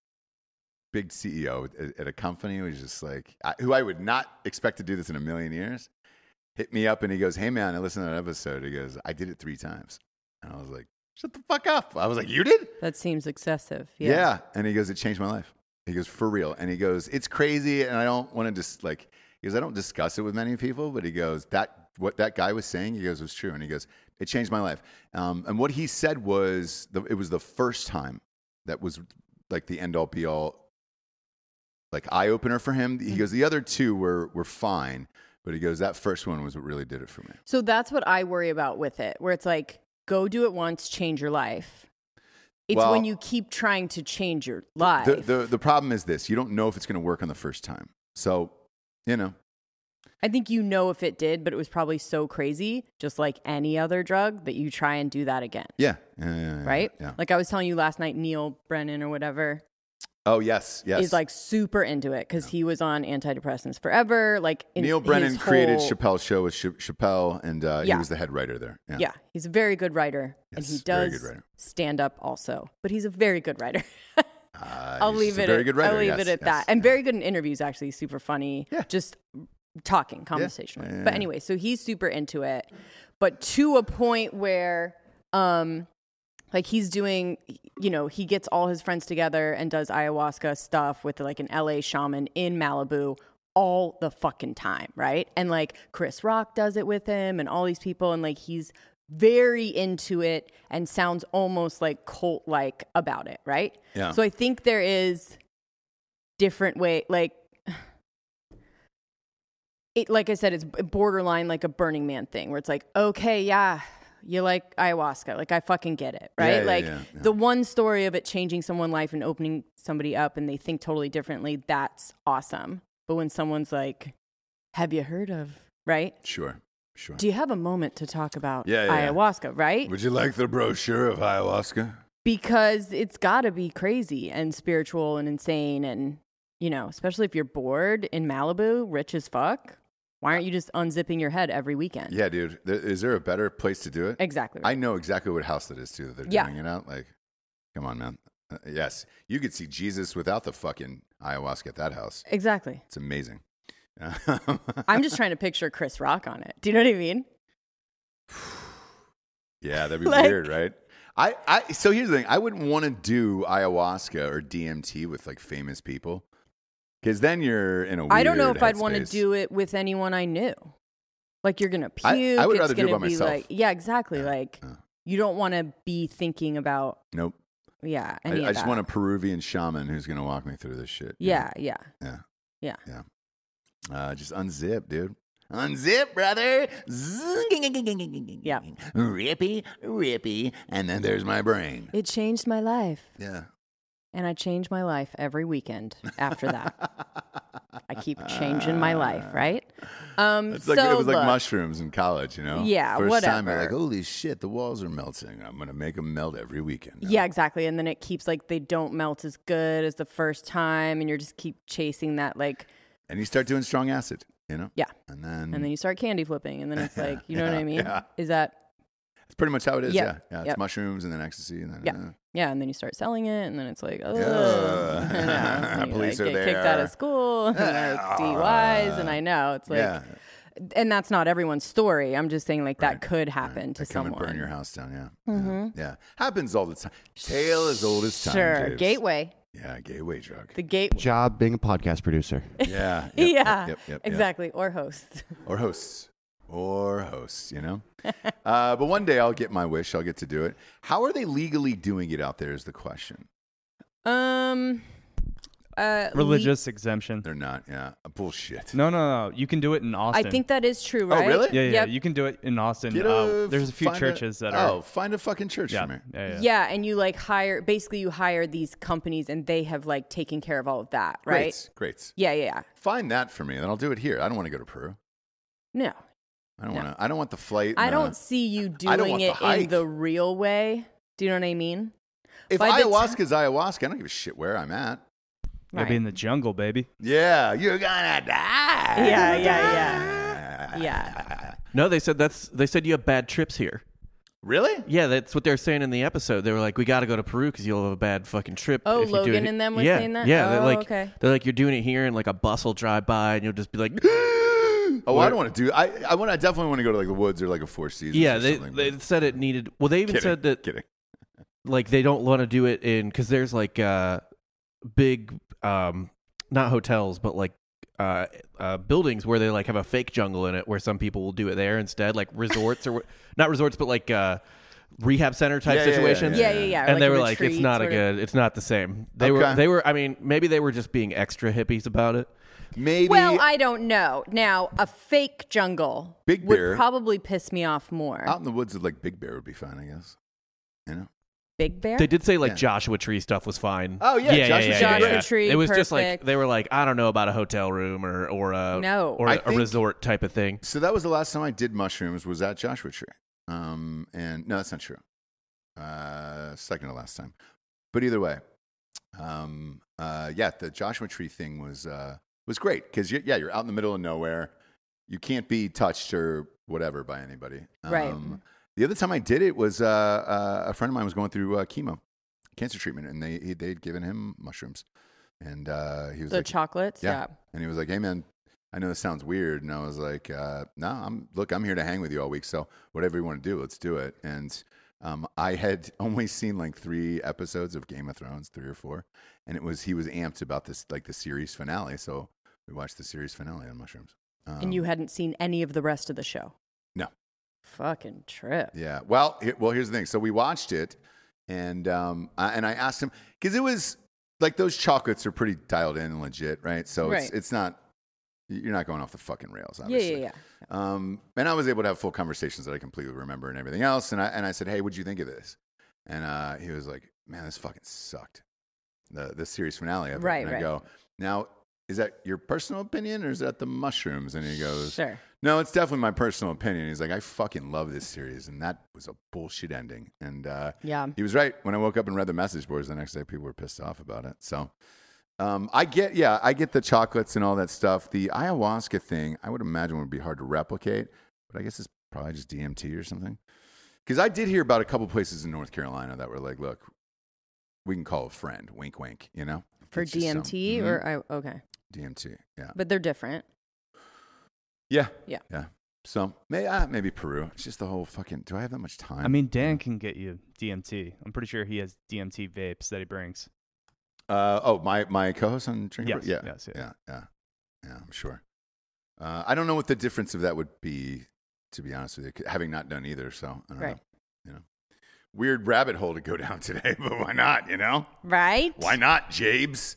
Speaker 1: big CEO at, at a company was just like, I, who I would not expect to do this in a million years, hit me up and he goes, "Hey, man, I listened to that episode." He goes, "I did it three times," and I was like, "Shut the fuck up!" I was like, "You did?"
Speaker 2: That seems excessive.
Speaker 1: Yeah. And he goes, it changed my life. He goes, for real. And he goes, it's crazy. And I don't want to just like, he goes, I don't discuss it with many people, but he goes, that, what that guy was saying, he goes, was true. And he goes, it changed my life. Um, and what he said was, the, it was the first time that was like the end all be all, like eye opener for him. He goes, the other two were, were fine. But he goes, that first one was what really did it for me.
Speaker 2: So that's what I worry about with it, where it's like, go do it once, change your life. It's
Speaker 1: Well-
Speaker 2: when you keep trying to change your life.
Speaker 1: The, the, the problem is this you don't know if it's going to work on the first time. So, you know,
Speaker 2: I think you know if it did, but it was probably so crazy, just like any other drug, that you try and do that again.
Speaker 1: yeah. Yeah, yeah, yeah,
Speaker 2: right?
Speaker 1: Yeah.
Speaker 2: Like I was telling you last night, Neil Brennan or whatever
Speaker 1: Oh yes, yes.
Speaker 2: is like super into it because he was on antidepressants forever. Like in
Speaker 1: Neil
Speaker 2: his
Speaker 1: Brennan created
Speaker 2: whole-
Speaker 1: Chappelle's show with Ch- Chappelle, and uh,
Speaker 2: Yeah.
Speaker 1: he was the head writer there. Yeah.
Speaker 2: Yeah. he's a very good writer, and he
Speaker 1: Yes, very good
Speaker 2: does
Speaker 1: writer.
Speaker 2: stand up also. But he's a very good writer. [LAUGHS]
Speaker 1: Uh,
Speaker 2: I'll
Speaker 1: he's
Speaker 2: leave
Speaker 1: just
Speaker 2: it.
Speaker 1: a Very
Speaker 2: at,
Speaker 1: good writer.
Speaker 2: I'll leave
Speaker 1: yes,
Speaker 2: it at
Speaker 1: yes.
Speaker 2: that. And very good in interviews. Actually, he's super funny.
Speaker 1: Yeah.
Speaker 2: just talking, conversational.
Speaker 1: Yeah, yeah,
Speaker 2: But
Speaker 1: yeah.
Speaker 2: anyway, so he's super into it, but to a point where, um, like he's doing, you know, he gets all his friends together and does ayahuasca stuff with like an LA shaman in Malibu all the fucking time, right? And like Chris Rock does it with him and all these people and like he's very into it and sounds almost like cult like about it, right?
Speaker 1: Yeah.
Speaker 2: So I think there is different way like it like I said, it's b- borderline like a Burning Man thing where it's like, okay, yeah, you like ayahuasca. Like I fucking get it, right?
Speaker 1: Yeah, yeah,
Speaker 2: like
Speaker 1: yeah, yeah.
Speaker 2: the one story of it changing someone's life and opening somebody up and they think totally differently, that's awesome. But when someone's like, "Have you heard of?" right?
Speaker 1: Sure. Sure.
Speaker 2: Do you have a moment to talk about
Speaker 1: Yeah, yeah, yeah.
Speaker 2: ayahuasca, right?
Speaker 1: Would you like the brochure of ayahuasca?
Speaker 2: because it's got to be crazy and spiritual and insane and you know especially if you're bored in malibu rich as fuck why aren't you just unzipping your head every weekend
Speaker 1: Yeah, dude. There, is there a better place to do it?
Speaker 2: exactly
Speaker 1: I know exactly what house that is too that they're
Speaker 2: Yeah.
Speaker 1: doing it out. Like, come on, man. Uh, yes, you could see Jesus without the fucking ayahuasca at that house.
Speaker 2: exactly
Speaker 1: It's amazing. [LAUGHS]
Speaker 2: i'm just trying to picture chris rock on it do you know what i mean
Speaker 1: Yeah, that'd be
Speaker 2: Like-
Speaker 1: weird, right? I, I so here's the thing. I wouldn't want to do ayahuasca or DMT with like famous people. Cause then you're in a weird
Speaker 2: i don't know if i'd want to
Speaker 1: headspace.
Speaker 2: do it with anyone i knew like you're gonna
Speaker 1: I- I
Speaker 2: puke
Speaker 1: would
Speaker 2: it's
Speaker 1: rather do it
Speaker 2: gonna
Speaker 1: by
Speaker 2: be
Speaker 1: myself.
Speaker 2: like yeah exactly like
Speaker 1: yeah.
Speaker 2: you don't want to be thinking about
Speaker 1: Nope.
Speaker 2: yeah
Speaker 1: I,
Speaker 2: any
Speaker 1: I
Speaker 2: of
Speaker 1: just
Speaker 2: that.
Speaker 1: want a Peruvian shaman who's gonna walk me through this shit. you know?
Speaker 2: yeah yeah
Speaker 1: Uh, just unzip, dude. Unzip, brother.
Speaker 2: Yeah.
Speaker 1: Rippy, rippy, and then there's my brain.
Speaker 2: it changed my life
Speaker 1: Yeah.
Speaker 2: And I change my life every weekend after that.
Speaker 1: [LAUGHS]
Speaker 2: I keep changing my life, right? Um,
Speaker 1: It's
Speaker 2: so
Speaker 1: like it was like
Speaker 2: look,
Speaker 1: mushrooms in college, you know.
Speaker 2: Yeah,
Speaker 1: First time you're like,
Speaker 2: whatever.
Speaker 1: holy shit, the walls are melting. I'm gonna make them melt every weekend. now."
Speaker 2: Yeah, exactly. And then it keeps like they don't melt as good as the first time, and you're just keep chasing that like,
Speaker 1: And you start doing strong acid, you know.
Speaker 2: yeah.
Speaker 1: And then,
Speaker 2: And then you start candy flipping, and then it's like, you know
Speaker 1: [LAUGHS]
Speaker 2: what
Speaker 1: Yeah,
Speaker 2: I mean?
Speaker 1: yeah.
Speaker 2: Is that
Speaker 1: it's pretty much how it is.
Speaker 2: Yep,
Speaker 1: Yeah. Yeah. It's
Speaker 2: yep.
Speaker 1: mushrooms and then ecstasy and then.
Speaker 2: Yeah.
Speaker 1: uh,
Speaker 2: yeah? And then you start selling it, and then it's like, oh,
Speaker 1: Yeah. [LAUGHS]
Speaker 2: you,
Speaker 1: Police
Speaker 2: like,
Speaker 1: are
Speaker 2: get kicked out
Speaker 1: there.
Speaker 2: of school, [LAUGHS] and
Speaker 1: [LAUGHS]
Speaker 2: there's DUIs, and I know it's like,
Speaker 1: yeah.
Speaker 2: and that's not everyone's story. I'm just saying like
Speaker 1: Right,
Speaker 2: that could happen to
Speaker 1: They come
Speaker 2: someone. Mm-hmm.
Speaker 1: and burn your house down. Yeah. Yeah. yeah. Happens all the time. Tale as old as time.
Speaker 2: Sure.
Speaker 1: James.
Speaker 2: Gateway.
Speaker 1: Yeah. Gateway
Speaker 2: [LAUGHS]
Speaker 1: drug. [LAUGHS]
Speaker 2: The gate.
Speaker 5: Job being a podcast producer.
Speaker 1: yeah. Yep, yep,
Speaker 2: yeah.
Speaker 1: yep, yep, yep.
Speaker 2: exactly. Or host. [LAUGHS]
Speaker 1: or hosts or hosts you know [LAUGHS] uh, but one day i'll get my wish i'll get to do it how are they legally doing it out there is the question
Speaker 2: Um. Uh,
Speaker 4: Religious exemption.
Speaker 1: they're not yeah bullshit
Speaker 4: No, no, no. You can do it in
Speaker 2: le-
Speaker 4: Austin.
Speaker 2: I think that is true, right?
Speaker 1: Oh, really?
Speaker 4: Yeah, yeah.
Speaker 2: Yep.
Speaker 4: You can do it in Austin.
Speaker 1: Get
Speaker 4: Uh, there's a few
Speaker 1: find
Speaker 4: churches that
Speaker 1: oh
Speaker 4: are.
Speaker 1: find a fucking church
Speaker 4: yeah,
Speaker 1: for me
Speaker 4: yeah, yeah.
Speaker 2: yeah. and you like hire basically you hire these companies and they have like taken care of all of that, right?
Speaker 1: great great
Speaker 2: Yeah, yeah, yeah.
Speaker 1: find that for me then i'll do it here i don't want to go to peru
Speaker 2: No,
Speaker 1: i don't
Speaker 2: No.
Speaker 1: want to i don't want the flight
Speaker 2: I
Speaker 1: and the-
Speaker 2: don't see you
Speaker 1: I don't
Speaker 2: doing
Speaker 1: want the
Speaker 2: it
Speaker 1: hike.
Speaker 2: in the real way. Do you know what I mean?
Speaker 1: if
Speaker 2: by the ti-
Speaker 1: ayahuasca is ayahuasca i don't give a shit where i'm at
Speaker 4: Gotta be in the jungle, baby.
Speaker 1: yeah you're gonna die
Speaker 2: Yeah, yeah, Yeah.
Speaker 3: No, they said that's they said you have bad trips here.
Speaker 1: really
Speaker 3: Yeah, that's what they were saying in the episode. They were like, "We got to go to Peru because you'll have a bad fucking trip."
Speaker 2: Oh,
Speaker 3: if you do
Speaker 2: Logan
Speaker 3: it-
Speaker 2: and them were
Speaker 3: yeah,
Speaker 2: saying that?
Speaker 3: Yeah,
Speaker 2: Oh,
Speaker 3: they're like,
Speaker 2: okay.
Speaker 3: they're like, "You're doing it here, and like a bus will drive by, and you'll just be like." [GASPS]
Speaker 1: Oh, I don't want to do. I I want. I definitely want to go to like the woods or like a Four Seasons.
Speaker 3: yeah,
Speaker 1: or
Speaker 3: they,
Speaker 1: something,
Speaker 3: they
Speaker 1: but-
Speaker 3: said it needed. Well, they even
Speaker 1: Kidding,
Speaker 3: said that
Speaker 1: Kidding.
Speaker 3: like they don't want to do it in because there's like uh big um not hotels but like uh, uh buildings where they like have a fake jungle in it where some people will do it there instead like resorts or not resorts but like uh rehab center type
Speaker 1: Yeah, yeah, yeah,
Speaker 3: situations
Speaker 2: Yeah, yeah, yeah.
Speaker 3: and
Speaker 2: like
Speaker 3: they
Speaker 2: a
Speaker 3: were like it's
Speaker 2: retreat
Speaker 3: not a
Speaker 2: sort of-
Speaker 3: good it's not the same they were
Speaker 1: Okay.
Speaker 3: they were i mean maybe they were just being extra hippies about it
Speaker 1: Maybe.
Speaker 2: Well, I don't know. Now, a fake jungle
Speaker 1: Big bear.
Speaker 2: would probably piss me off more.
Speaker 1: out in the woods with like Big Bear would be fine, I guess. You know.
Speaker 2: Big bear?
Speaker 3: they did say like joshua tree stuff was fine
Speaker 1: Oh, yeah, Joshua Tree,
Speaker 2: Joshua great. Tree,
Speaker 3: it was just like
Speaker 2: perfect.
Speaker 3: they were like i don't know about a hotel room or or a
Speaker 2: No.
Speaker 3: or
Speaker 1: I
Speaker 3: a
Speaker 1: think-
Speaker 3: resort type of thing
Speaker 1: So that was the last time I did mushrooms. Was at Joshua Tree. Um, and no, that's not true. Uh, second to last time. But either way, um, uh, yeah, the Joshua Tree thing was uh was great because yeah, you're out in the middle of nowhere. You can't be touched or whatever by anybody. Um,
Speaker 2: Right.
Speaker 1: The other time I did it was uh, uh, a friend of mine was going through uh, chemo, cancer treatment, and they he, they'd given him mushrooms, and uh, he was
Speaker 2: the
Speaker 1: like,
Speaker 2: chocolates?
Speaker 1: Yeah. and he was like, "Hey, man, I know this sounds weird," and I was like, uh, "No, I'm look, I'm here to hang with you all week, so whatever you want to do, let's do it." And um, I had [LAUGHS] only seen like three episodes of Game of Thrones, three or four, and it was he was amped about this like the series finale, so we watched the series finale on mushrooms. Um,
Speaker 2: and you hadn't seen any of the rest of the show.
Speaker 1: No.
Speaker 2: Fucking trip.
Speaker 1: Yeah. Well, he- well, here's the thing. So we watched it, and um, I, and I asked him because it was like those chocolates are pretty dialed in and legit, right? So it's
Speaker 2: Right.
Speaker 1: it's not You're not going off the fucking rails,
Speaker 2: Yeah,
Speaker 1: obviously.
Speaker 2: yeah, yeah.
Speaker 1: Um, and I was able to have full conversations that I completely remember and everything else. And I and I said, "Hey, what'd you think of this?" And uh, he was like, "Man, this fucking sucked." The the series finale of it.
Speaker 2: Right,
Speaker 1: And I
Speaker 2: right.
Speaker 1: go, "Now, is that your personal opinion or is that the mushrooms?" And he goes,
Speaker 2: Sure.
Speaker 1: "No, it's definitely my personal opinion." He's like, "I fucking love this series, and that was a bullshit ending." And uh,
Speaker 2: Yeah.
Speaker 1: he was right. When I woke up and read the message boards the next day, people were pissed off about it. So um, I get, yeah, I get the chocolates and all that stuff. The ayahuasca thing, I would imagine would be hard to replicate, but I guess it's probably just DMT or something. Because I did hear about a couple places in North Carolina that were like, look, we can call a friend, wink, wink, you know?
Speaker 2: For
Speaker 1: It's just some-
Speaker 2: DMT
Speaker 1: Mhm.
Speaker 2: or I, okay,
Speaker 1: DMT, yeah.
Speaker 2: but they're different.
Speaker 1: Yeah.
Speaker 2: Yeah.
Speaker 1: Yeah. So may, uh, maybe Peru. It's just the whole fucking, do I have that much time?
Speaker 4: I mean, Dan can get you DMT. I'm pretty sure he has DMT vapes that he brings.
Speaker 1: Uh, oh, my, my co-host on Drinking
Speaker 4: Yes,
Speaker 1: Bro- yeah,
Speaker 4: yes, yeah.
Speaker 1: yeah, yeah, yeah. I'm sure. Uh, I don't know what the difference of that would be, to be honest with you, having not done either. So I don't
Speaker 2: Right.
Speaker 1: know. You know, weird rabbit hole to go down [LAUGHS] today, but why not? You know,
Speaker 2: Right?
Speaker 1: why not, Jabes?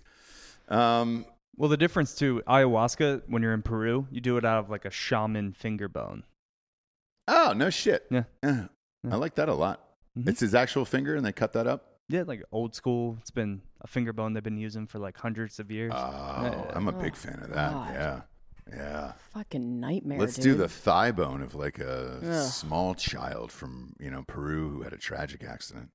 Speaker 1: Um,
Speaker 4: Well, the difference to ayahuasca when you're in Peru, you do it out of like a shaman finger bone.
Speaker 1: oh no shit.
Speaker 4: Yeah.
Speaker 1: Yeah.
Speaker 4: Yeah.
Speaker 1: I like that a lot.
Speaker 4: Mhm.
Speaker 1: It's his actual finger, and they cut that up.
Speaker 4: Yeah, like old school. It's been a finger bone they've been using for like hundreds of years.
Speaker 1: Oh, I'm a big
Speaker 2: Oh,
Speaker 1: fan of that.
Speaker 2: God.
Speaker 1: Yeah, yeah.
Speaker 2: Fucking nightmare.
Speaker 1: Let's do
Speaker 2: dude.
Speaker 1: the thigh bone of like a
Speaker 2: Ugh.
Speaker 1: small child from you know Peru who had a tragic accident.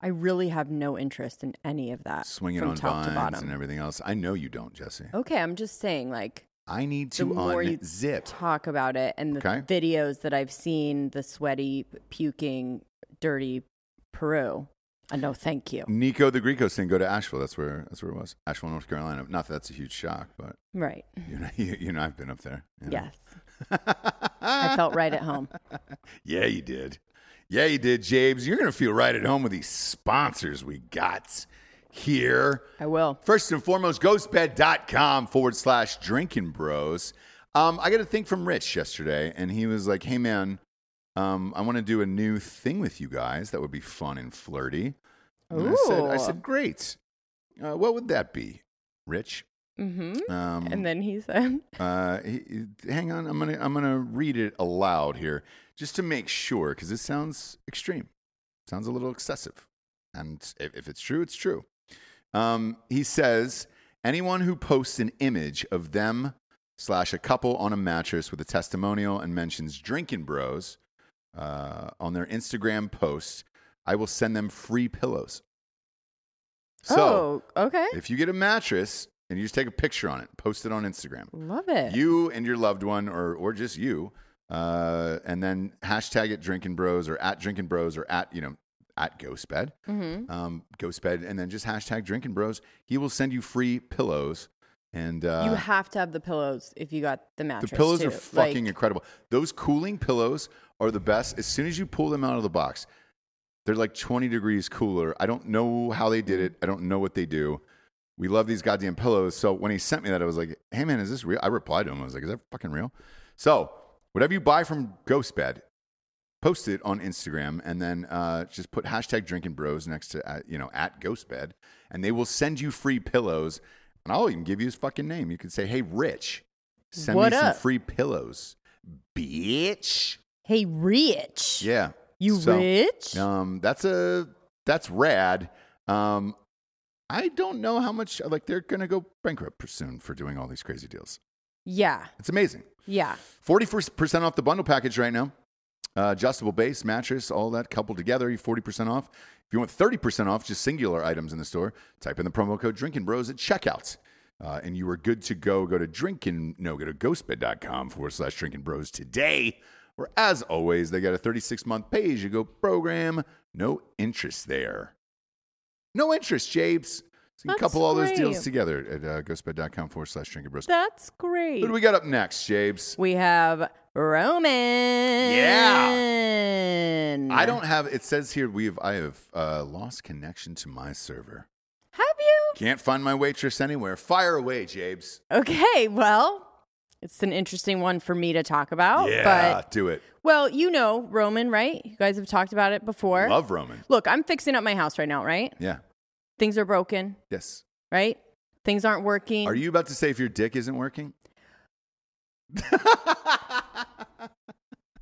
Speaker 2: I really have no interest in any of that.
Speaker 1: swinging
Speaker 2: from
Speaker 1: on
Speaker 2: top to
Speaker 1: vines
Speaker 2: bottom.
Speaker 1: and everything else. I know you don't, Jesse.
Speaker 2: Okay, I'm just saying, like
Speaker 1: I need
Speaker 2: the
Speaker 1: to
Speaker 2: more you
Speaker 1: unzip.
Speaker 2: talk about it and the
Speaker 1: Okay.
Speaker 2: videos that I've seen, the sweaty, puking, dirty Peru. Uh, no, thank you.
Speaker 1: Nico the Greco saying go to Asheville. That's where that's where it was. Asheville, North Carolina. Not that that's a huge shock, but
Speaker 2: Right.
Speaker 1: you know, [LAUGHS] you, you know I've been up there. you know.
Speaker 2: Yes.
Speaker 1: [LAUGHS]
Speaker 2: I felt right at home.
Speaker 1: Yeah, you did. Yeah, you did, Jabes. You're gonna feel right at home with these sponsors we got here.
Speaker 2: I will.
Speaker 1: First and foremost, ghostbed.com forward slash drinking bros. Um, I got a thing from Rich yesterday, and he was like, hey, man, um, I want to do a new thing with you guys that would be fun and flirty. And I said, I
Speaker 2: Ooh.
Speaker 1: said, great. Uh, what would that be, Rich?
Speaker 2: Mm-hmm.
Speaker 1: Um,
Speaker 2: And then he said,
Speaker 1: uh, he- he- hang on, I'm gonna I'm gonna read it aloud here just to make sure because it sounds extreme, sounds a little excessive, and if, if it's true, it's true. Um, he says anyone who posts an image of them slash a couple on a mattress with a testimonial and mentions drinking bros uh, on their Instagram post, I will send them free pillows. So
Speaker 2: "Oh, okay,
Speaker 1: if you get a mattress and you just take a picture on it, post it on Instagram
Speaker 2: love it."
Speaker 1: you and your loved one or or just you uh, and then hashtag it drinking bros or at drinking bros or at you know at ghost bed
Speaker 2: Mhm.
Speaker 1: um, ghost bed and then just hashtag drinking bros he will send you free pillows and uh,
Speaker 2: you have to have the pillows if you got
Speaker 1: the
Speaker 2: the mattress.
Speaker 1: pillows
Speaker 2: too.
Speaker 1: are fucking
Speaker 2: Like,
Speaker 1: incredible those cooling pillows are the best as soon as you pull them out of the box they're like 20 degrees cooler i don't know how they did it i don't know what they do we love these goddamn pillows. So when he sent me that, I was like, hey man, is this real? I replied to him. I was like, is that fucking real? So whatever you buy from Ghost Bed, post it on Instagram and then uh, just put hashtag drinking bros next to, uh, you know, at Ghost Bed, and they will send you free pillows. And I'll even give you his fucking name. You can say, hey, Rich, send
Speaker 2: What
Speaker 1: me
Speaker 2: up?
Speaker 1: some free pillows, bitch.
Speaker 2: hey, rich.
Speaker 1: Yeah.
Speaker 2: You
Speaker 1: So-
Speaker 2: rich?
Speaker 1: um, that's a that's rad. Um, I don't know how much like they're gonna go bankrupt soon for doing all these crazy deals.
Speaker 2: Yeah,
Speaker 1: It's amazing.
Speaker 2: yeah.
Speaker 1: Forty percent off the bundle package right now. Uh, adjustable base, mattress, all that coupled together, you forty percent off. If you want thirty percent off, just singular items in the store. Type in the promo code Drinking Bros at checkout, uh, and you are good to go. Go to drinking no, go to ghostbed.com forward slash Drinking Bros today. Or as always, they got a thirty-six month pay-as-you-go program. No interest there. No interest, Japes. So you can
Speaker 2: That's
Speaker 1: couple all those
Speaker 2: great.
Speaker 1: deals together at uh, ghostbed.com forward slash Drinking Bros.
Speaker 2: That's great.
Speaker 1: What do we got up next, Japes?
Speaker 2: We have Roman. Yeah.
Speaker 1: I don't have. It says here we have. I have uh, lost connection to my server.
Speaker 2: Have you?
Speaker 1: Can't find my waitress anywhere. Fire away, Jabes.
Speaker 2: Okay, well, it's an interesting one for me to talk about.
Speaker 1: yeah,
Speaker 2: Oh, But,
Speaker 1: do it.
Speaker 2: well, you know Roman, right? You guys have talked about it before.
Speaker 1: Love Roman.
Speaker 2: Look, I'm fixing up my house right now, right?
Speaker 1: Yeah.
Speaker 2: Things are broken,
Speaker 1: Yes.
Speaker 2: right? Things aren't working.
Speaker 1: Are you about to say if your dick isn't working? [LAUGHS]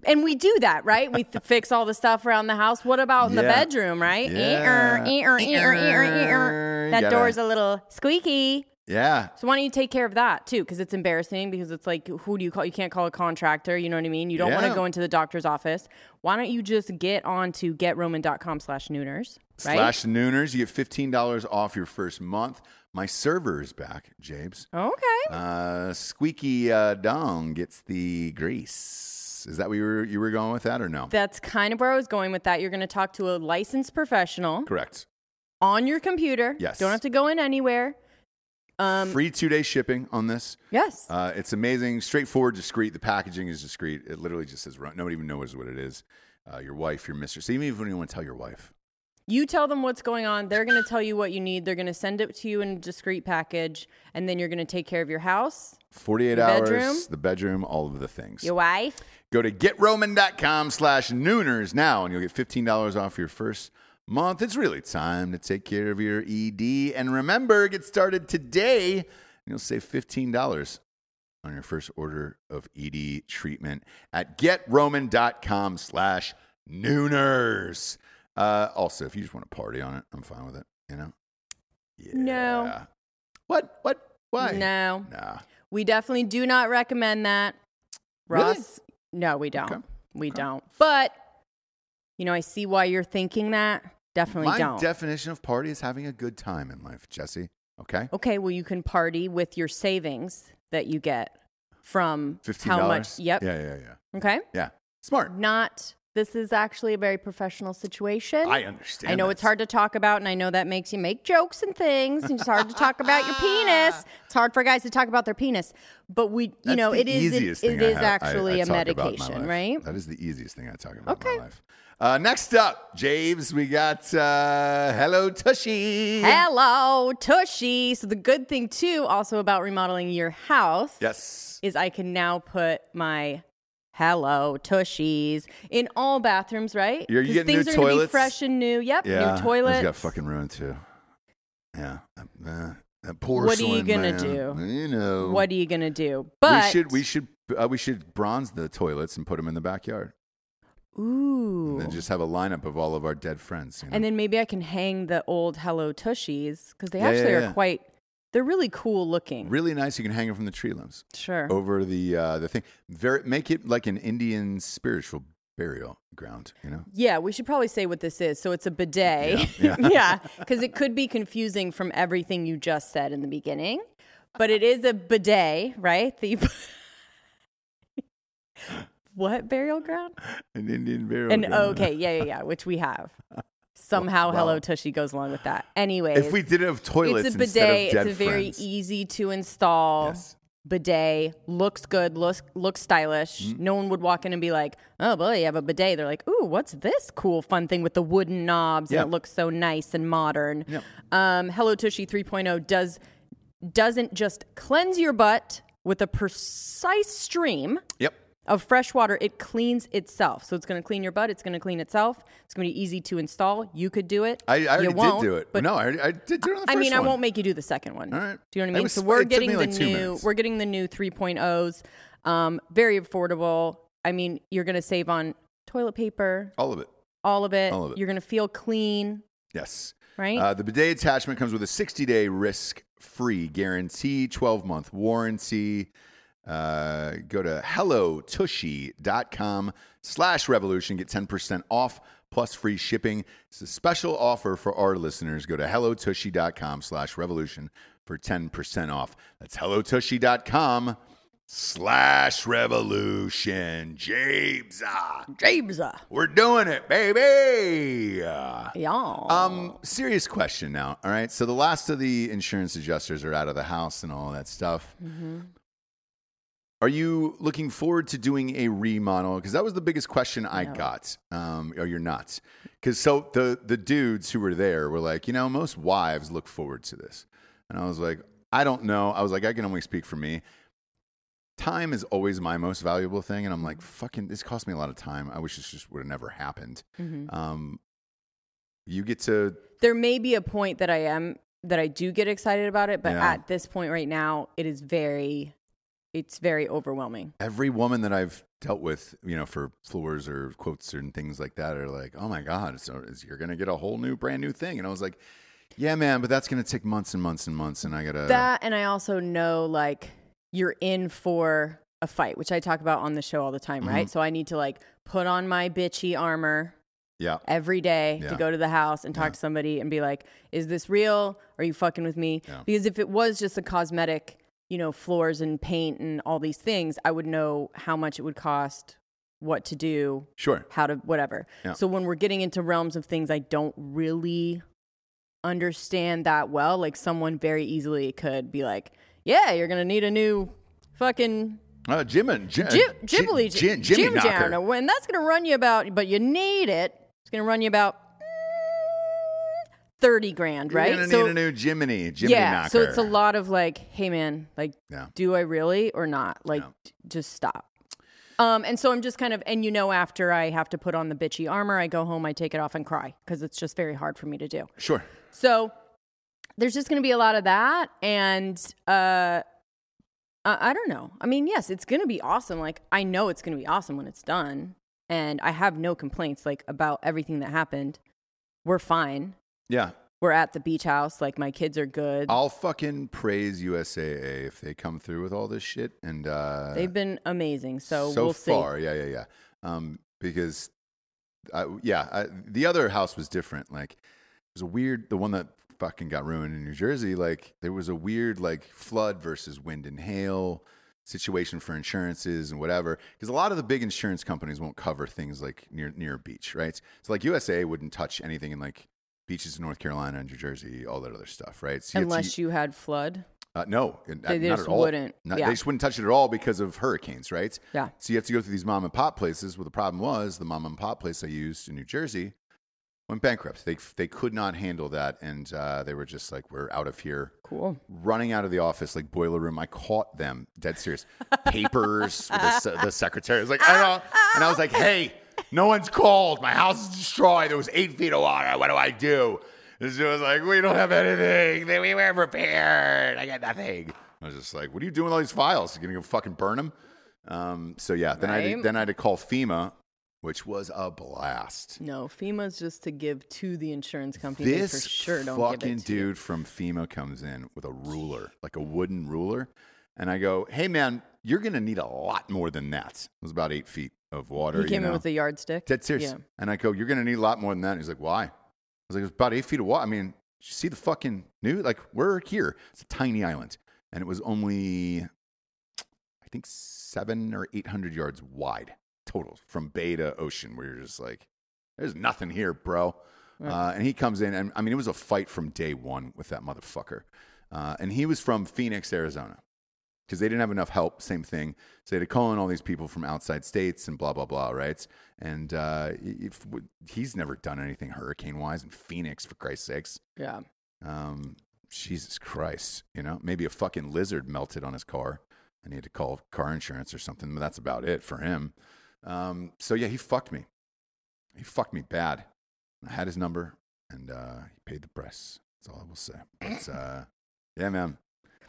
Speaker 2: And we do that, right? We th- fix all the stuff around the house. What about in the
Speaker 1: Yeah.
Speaker 2: bedroom, right?
Speaker 1: Yeah.
Speaker 2: Eh-er, eh-er, eh-er, eh-er, eh-er.
Speaker 1: You
Speaker 2: That
Speaker 1: gotta-
Speaker 2: door's a little squeaky.
Speaker 1: Yeah.
Speaker 2: So why don't you take care of that too? Because it's embarrassing. Because it's like, who do you call? You can't call a contractor. You know what I mean? You don't want
Speaker 1: Yeah.
Speaker 2: to go into the doctor's office. Why don't you just get on to getroman.com slash nooners, right?
Speaker 1: Slash Nooners. You get fifteen dollars off your first month. My server is back, Jabes.
Speaker 2: okay.
Speaker 1: Uh, Squeaky uh, Dong gets the grease. Is that where you were, you were going with that or no?
Speaker 2: That's kind of where I was going with that. You're going to talk to a licensed professional
Speaker 1: Correct.
Speaker 2: on your computer.
Speaker 1: Yes.
Speaker 2: Don't have to go in anywhere. Um,
Speaker 1: Free two day shipping on this.
Speaker 2: yes.
Speaker 1: Uh, it's amazing, straightforward, discreet. The packaging is discreet. It literally just says run. Nobody even knows what it is. Uh, your wife, your mistress. Even if you don't want to tell your wife.
Speaker 2: You tell them what's going on. They're going to tell you what you need. They're going to send it to you in a discreet package, and then you're going to take care of your house,
Speaker 1: 48
Speaker 2: The
Speaker 1: hours,
Speaker 2: bedroom?
Speaker 1: the bedroom, all of the things.
Speaker 2: your wife.
Speaker 1: Go to getroman.com slash nooners now and you'll get $15 off your first month. It's really time to take care of your ED. And remember, get started today and you'll save $15 on your first order of ED treatment at getroman.com slash nooners. Uh, also, if you just want to party on it, I'm fine with it. You know? Yeah.
Speaker 2: No.
Speaker 1: What? What? Why?
Speaker 2: No,
Speaker 1: Nah.
Speaker 2: we definitely do not recommend that.
Speaker 1: Really?
Speaker 2: Ross, no, we don't.
Speaker 1: Okay.
Speaker 2: We don't. But, you know, I see why you're thinking that. Definitely
Speaker 1: My
Speaker 2: don't.
Speaker 1: definition of party is having a good time in life, Jesse. Okay.
Speaker 2: okay, well, you can party with your savings that you get from how much. Yep.
Speaker 1: Yeah, yeah, yeah.
Speaker 2: Okay.
Speaker 1: Yeah. Smart.
Speaker 2: Not, this is actually a very professional situation.
Speaker 1: I understand.
Speaker 2: I know
Speaker 1: that.
Speaker 2: it's hard to talk about, and I know that makes you make jokes and things. And it's hard to talk
Speaker 1: [LAUGHS]
Speaker 2: about your penis. It's hard for guys to talk about their penis, but we, you
Speaker 1: That's
Speaker 2: know,
Speaker 1: the
Speaker 2: it is it,
Speaker 1: easiest thing
Speaker 2: it
Speaker 1: I
Speaker 2: is
Speaker 1: have- I-
Speaker 2: actually
Speaker 1: I
Speaker 2: a
Speaker 1: talk about in my life.
Speaker 2: medication, right?
Speaker 1: That is the easiest thing I talk about in
Speaker 2: Okay.
Speaker 1: my life. Uh, next up, Javes, we got uh, Hello Tushy.
Speaker 2: Hello, Tushy. So the good thing too, also about remodeling your house,
Speaker 1: Yes.
Speaker 2: is I can now put my hello tushies in all bathrooms, right?
Speaker 1: You're- you
Speaker 2: 'Cause
Speaker 1: getting new
Speaker 2: things are gonna be
Speaker 1: toilets?
Speaker 2: fresh and new. Yep,
Speaker 1: Yeah.
Speaker 2: new
Speaker 1: That's
Speaker 2: toilets.
Speaker 1: got fucking ruined too. Yeah. Uh, that porcelain.
Speaker 2: What are you gonna
Speaker 1: man.
Speaker 2: do?
Speaker 1: You know.
Speaker 2: What are you gonna do? But
Speaker 1: we should we should uh, we should bronze the toilets and put them in the backyard,
Speaker 2: ooh.
Speaker 1: and then just have a lineup of all of our dead friends. You know?
Speaker 2: And then maybe I can hang the old Hello Tushies because they
Speaker 1: Yeah,
Speaker 2: actually
Speaker 1: yeah,
Speaker 2: are
Speaker 1: yeah.
Speaker 2: quite, they're really cool looking.
Speaker 1: really nice. You can hang them from the tree limbs.
Speaker 2: Sure.
Speaker 1: over the uh, the thing. Very, make it like an Indian spiritual burial ground. You know,
Speaker 2: Yeah, we should probably say what this is. So it's a bidet.
Speaker 1: Yeah,
Speaker 2: [LAUGHS] Yeah. Because it could be confusing from everything you just said in the beginning. But it is a bidet, right? That you [LAUGHS] what burial ground?
Speaker 1: an Indian burial.
Speaker 2: And
Speaker 1: ground.
Speaker 2: okay, yeah, yeah, yeah, which we
Speaker 1: [LAUGHS]
Speaker 2: have. Somehow Hello Tushy goes along with that. Anyways,
Speaker 1: If we did it of toilets
Speaker 2: it's a
Speaker 1: instead
Speaker 2: bidet.
Speaker 1: of dead
Speaker 2: It's a very
Speaker 1: friends.
Speaker 2: easy to install
Speaker 1: Yes.
Speaker 2: bidet. Looks good. Looks looks stylish.
Speaker 1: Mm-hmm.
Speaker 2: No one would walk in and be like, "Oh boy, you have a bidet." They're like, "Ooh, what's this cool fun thing with the wooden knobs
Speaker 1: Yeah.
Speaker 2: and it looks so nice and modern."
Speaker 1: Yeah.
Speaker 2: Um, Hello Tushy 3.0 does doesn't just cleanse your butt with a precise stream
Speaker 1: Yep.
Speaker 2: of fresh water, it cleans itself. So it's going to clean your butt. It's going to clean itself. It's going to be easy to install. You could do it.
Speaker 1: I, I already
Speaker 2: you
Speaker 1: did
Speaker 2: won't,
Speaker 1: do it.
Speaker 2: But
Speaker 1: no, I, already, I did do it on the
Speaker 2: I
Speaker 1: first
Speaker 2: mean,
Speaker 1: one.
Speaker 2: I won't make you do the second one.
Speaker 1: All right.
Speaker 2: Do you know
Speaker 1: It
Speaker 2: what I mean?
Speaker 1: was-
Speaker 2: so
Speaker 1: it
Speaker 2: we're
Speaker 1: took
Speaker 2: getting
Speaker 1: me like
Speaker 2: the
Speaker 1: two
Speaker 2: new
Speaker 1: minutes.
Speaker 2: we're getting the new 3.0s. Um very affordable. I mean, you're going to save on toilet paper,
Speaker 1: all of it.
Speaker 2: all of it.
Speaker 1: All of it.
Speaker 2: You're going to feel clean,
Speaker 1: Yes.
Speaker 2: right?
Speaker 1: Uh, the bidet attachment comes with a 60 day risk free guarantee, 12 month warranty. Uh, go to hellotushy.com slash revolution, get 10% off plus free shipping. It's a special offer for our listeners. Go to hellotushy.com slash revolution for 10% off. That's hellotushy.com slash revolution. James, ah,
Speaker 2: Jabza.
Speaker 1: we're doing it, baby.
Speaker 2: Y'all.
Speaker 1: Um, serious question now. All right. So the last of the insurance adjusters are out of the house and all that stuff. Are you looking forward to doing a remodel? Because that was the biggest question I
Speaker 2: No.
Speaker 1: got. Um, or you're not. Because so the the dudes who were there were like, you know, most wives look forward to this, and I was like, I don't know. I was like, I can only speak for me. Time is always my most valuable thing, and I'm like, fucking, this cost me a lot of time. I wish this just would have never happened. Um, you get to
Speaker 2: there may be a point that I am that I do get excited about it, but
Speaker 1: Yeah.
Speaker 2: at this point right now, it is very it's very overwhelming.
Speaker 1: every woman that I've dealt with, you know, for floors or quotes and things like that are like, oh my God, so is- you're going to get a whole new, brand new thing. And I was like, yeah, man, but that's going to take months and months and months. And I got to.
Speaker 2: that and I also know like you're in for a fight, which I talk about on the show all the time, right?
Speaker 1: Mm-hmm.
Speaker 2: So I need to like put on my bitchy armor
Speaker 1: yeah.
Speaker 2: every day
Speaker 1: Yeah.
Speaker 2: to go to the house and talk to somebody and be like, is this real? Are you fucking with me?
Speaker 1: Yeah.
Speaker 2: Because if it was just the cosmetic, you know, floors and paint and all these things, I would know how much it would cost, what to do,
Speaker 1: Sure.
Speaker 2: how to whatever.
Speaker 1: Yeah.
Speaker 2: So when we're getting into realms of things I don't really understand that well, like someone very easily could be like, "Yeah, you're gonna need a new fucking
Speaker 1: Uh, Jim and Jim.
Speaker 2: Jim, Ghibli,
Speaker 1: Jim,
Speaker 2: Jim,
Speaker 1: Jimmy
Speaker 2: Jim
Speaker 1: Knocker.
Speaker 2: Jarner, when that's going to run you about, but you need it. It's going to run you about thirty grand, right?
Speaker 1: You're going to need a new Jiminy. Jiminy
Speaker 2: yeah,
Speaker 1: Knocker.
Speaker 2: so it's a lot of like, hey man, like,
Speaker 1: Yeah.
Speaker 2: do I really or not? Like,
Speaker 1: Yeah.
Speaker 2: d- just stop. Um, and so I'm just kind of, and you know, after I have to put on the bitchy armor, I go home, I take it off and cry because it's just very hard for me to do.
Speaker 1: Sure.
Speaker 2: So there's just going to be a lot of that, and uh, I, I don't know. I mean, yes, it's going to be awesome. Like I know it's going to be awesome when it's done, and I have no complaints like about everything that happened. We're fine.
Speaker 1: Yeah.
Speaker 2: We're at the beach house. Like my kids are good.
Speaker 1: I'll fucking praise USAA if they come through with all this shit. And uh,
Speaker 2: They've been amazing. So, we'll
Speaker 1: far, yeah, yeah, yeah. Um, because, I, yeah, I, the other house was different. Like, it was a weird. The one that fucking got ruined in New Jersey. Like, there was a weird like flood versus wind and hail situation for insurances and whatever. Because a lot of the big insurance companies won't cover things like near near a beach, right? So like USA wouldn't touch anything in like beaches in North Carolina and New Jersey, all that other stuff, right?
Speaker 2: see. Unless you had flood.
Speaker 1: Uh, no, and-
Speaker 2: They
Speaker 1: not
Speaker 2: just
Speaker 1: at all.
Speaker 2: wouldn't.
Speaker 1: Not-
Speaker 2: Yeah.
Speaker 1: They just wouldn't touch it at all because of hurricanes, right?
Speaker 2: Yeah.
Speaker 1: So you have to go through these mom and pop places. Well, the problem was the mom and pop place I used in New Jersey went bankrupt. They they could not handle that, and uh, they were just like, "We're out of here."
Speaker 2: Cool.
Speaker 1: Running out of the office like boiler room. I caught them dead serious. Papers. with the, se- the secretary was like, "I don't," and I was like, "Hey, no one's called. My house is destroyed. There was eight feet of water. What do I do?" And she was like, "We don't have anything. They- We weren't prepared. I got nothing." I was just like, "What are you doing with all these files? You gonna go fucking burn them?" Um, so yeah, then I had to,
Speaker 2: Right.
Speaker 1: then I had to call FEMA, which was a blast.
Speaker 2: No, FEMA's just to give to the insurance company. They
Speaker 1: This
Speaker 2: for sure don't give
Speaker 1: fucking
Speaker 2: it to you.
Speaker 1: dude from FEMA comes in with a ruler, like a wooden ruler, and I go, "Hey man, you're gonna need a lot more than that." It was about eight feet of water.
Speaker 2: He came
Speaker 1: you know?
Speaker 2: in with a yardstick.
Speaker 1: Dead serious.
Speaker 2: Yeah.
Speaker 1: And I go, "You're gonna need a lot more than that." And he's like, "Why?" I was like, "It's about eight feet of water. I mean, did you see the fucking new? Like, we're here. It's a tiny island, and it was only, I think, seven or eight hundred yards wide total from bay to ocean. Where you're just like, there's nothing here, bro." Uh, and he comes in, and I mean, it was a fight from day one with that motherfucker. Uh, and he was from Phoenix, Arizona because they didn't have enough help. Same thing. So they had to call in all these people from outside states and blah blah blah, right? And uh, if, he's never done anything hurricane wise in Phoenix, for Christ's sakes.
Speaker 2: Yeah.
Speaker 1: Um, Jesus Christ, you know, maybe a fucking lizard melted on his car, and he had to call car insurance or something. But that's about it for him. Um, so yeah, he fucked me. He fucked me bad. I had his number, and uh, he paid the price. That's all I will say. But, uh, yeah, man,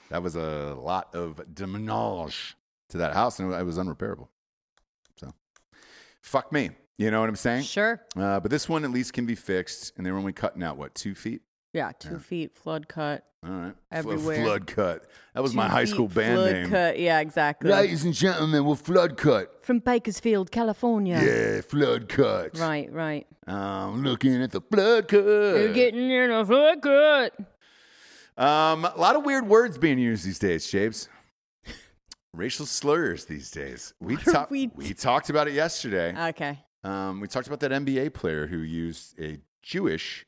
Speaker 1: that was a lot of demenage to that house, and it was unrepairable. So, fuck me. You know what I'm saying?
Speaker 2: Sure.
Speaker 1: Uh, but this one at least can be fixed, and they were only cutting out what two feet.
Speaker 2: Yeah. Two
Speaker 1: Yeah.
Speaker 2: feet, flood cut.
Speaker 1: All right.
Speaker 2: Everywhere.
Speaker 1: Flood cut. That was
Speaker 2: Two
Speaker 1: my high
Speaker 2: feet
Speaker 1: school band
Speaker 2: flood
Speaker 1: name.
Speaker 2: Cut. Yeah, exactly.
Speaker 1: Ladies and gentlemen, we're flood cut.
Speaker 2: From Bakersfield, California.
Speaker 1: Yeah, flood cut.
Speaker 2: Right, right.
Speaker 1: I'm looking at the flood cut.
Speaker 2: getting in a flood cut.
Speaker 1: um, a lot of weird words being used these days, Shapes. Racial slurs these
Speaker 2: [LAUGHS]
Speaker 1: days. We,
Speaker 2: What are
Speaker 1: talked.
Speaker 2: we- Uh.
Speaker 1: we talked about it yesterday.
Speaker 2: Okay.
Speaker 1: Um, we talked about that NBA player who used a Jewish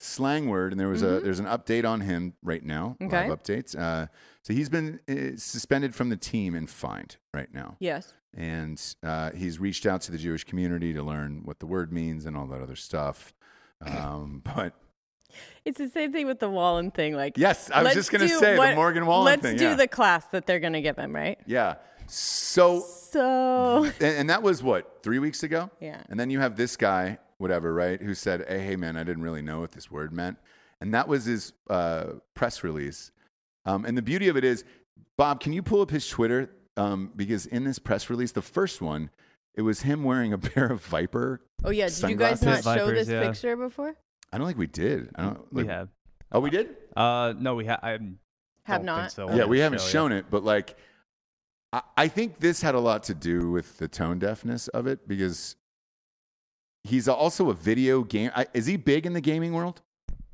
Speaker 1: slang word, and there was a there's an update on him right now.
Speaker 2: Mm-hmm. Okay.
Speaker 1: Live updates. Uh, so he's been uh, suspended from the team and fined right now,
Speaker 2: Yes.
Speaker 1: and uh, he's reached out to the Jewish community to learn what the word means and all that other stuff. Um, [LAUGHS] but
Speaker 2: It's the same thing with the Wallen thing. Like,
Speaker 1: Yes, I was
Speaker 2: let's
Speaker 1: just gonna
Speaker 2: do
Speaker 1: say the Morgan Wallen
Speaker 2: let's
Speaker 1: thing,
Speaker 2: do
Speaker 1: yeah.
Speaker 2: the class that they're going to give him, right?
Speaker 1: yeah, so
Speaker 2: So,
Speaker 1: and, and that was what three weeks ago.
Speaker 2: Yeah.
Speaker 1: And then you have this guy, whatever, right? Who said, "Hey, hey, man, I didn't really know what this word meant," and that was his uh, press release. Um, and the beauty of it is, Bob, can you pull up his Twitter? um, because in this press release, the first one, it was him wearing a [LAUGHS] pair of Viper.
Speaker 2: Oh yeah, did you guys not
Speaker 1: Sunglasses.
Speaker 2: show
Speaker 4: Vipers,
Speaker 2: this
Speaker 4: yeah.
Speaker 2: picture before?
Speaker 1: I don't think we did. I don't.
Speaker 4: we
Speaker 1: Like,
Speaker 4: have.
Speaker 1: Oh, we did.
Speaker 4: Uh, no, we have. I'm
Speaker 2: Have
Speaker 4: Don't think
Speaker 2: not.
Speaker 4: so.
Speaker 1: yeah, we haven't
Speaker 4: show, Oh, yeah.
Speaker 1: shown it, but like, I, I think this had a lot to do with the tone deafness of it because he's also a video game. I, is he big in the gaming world?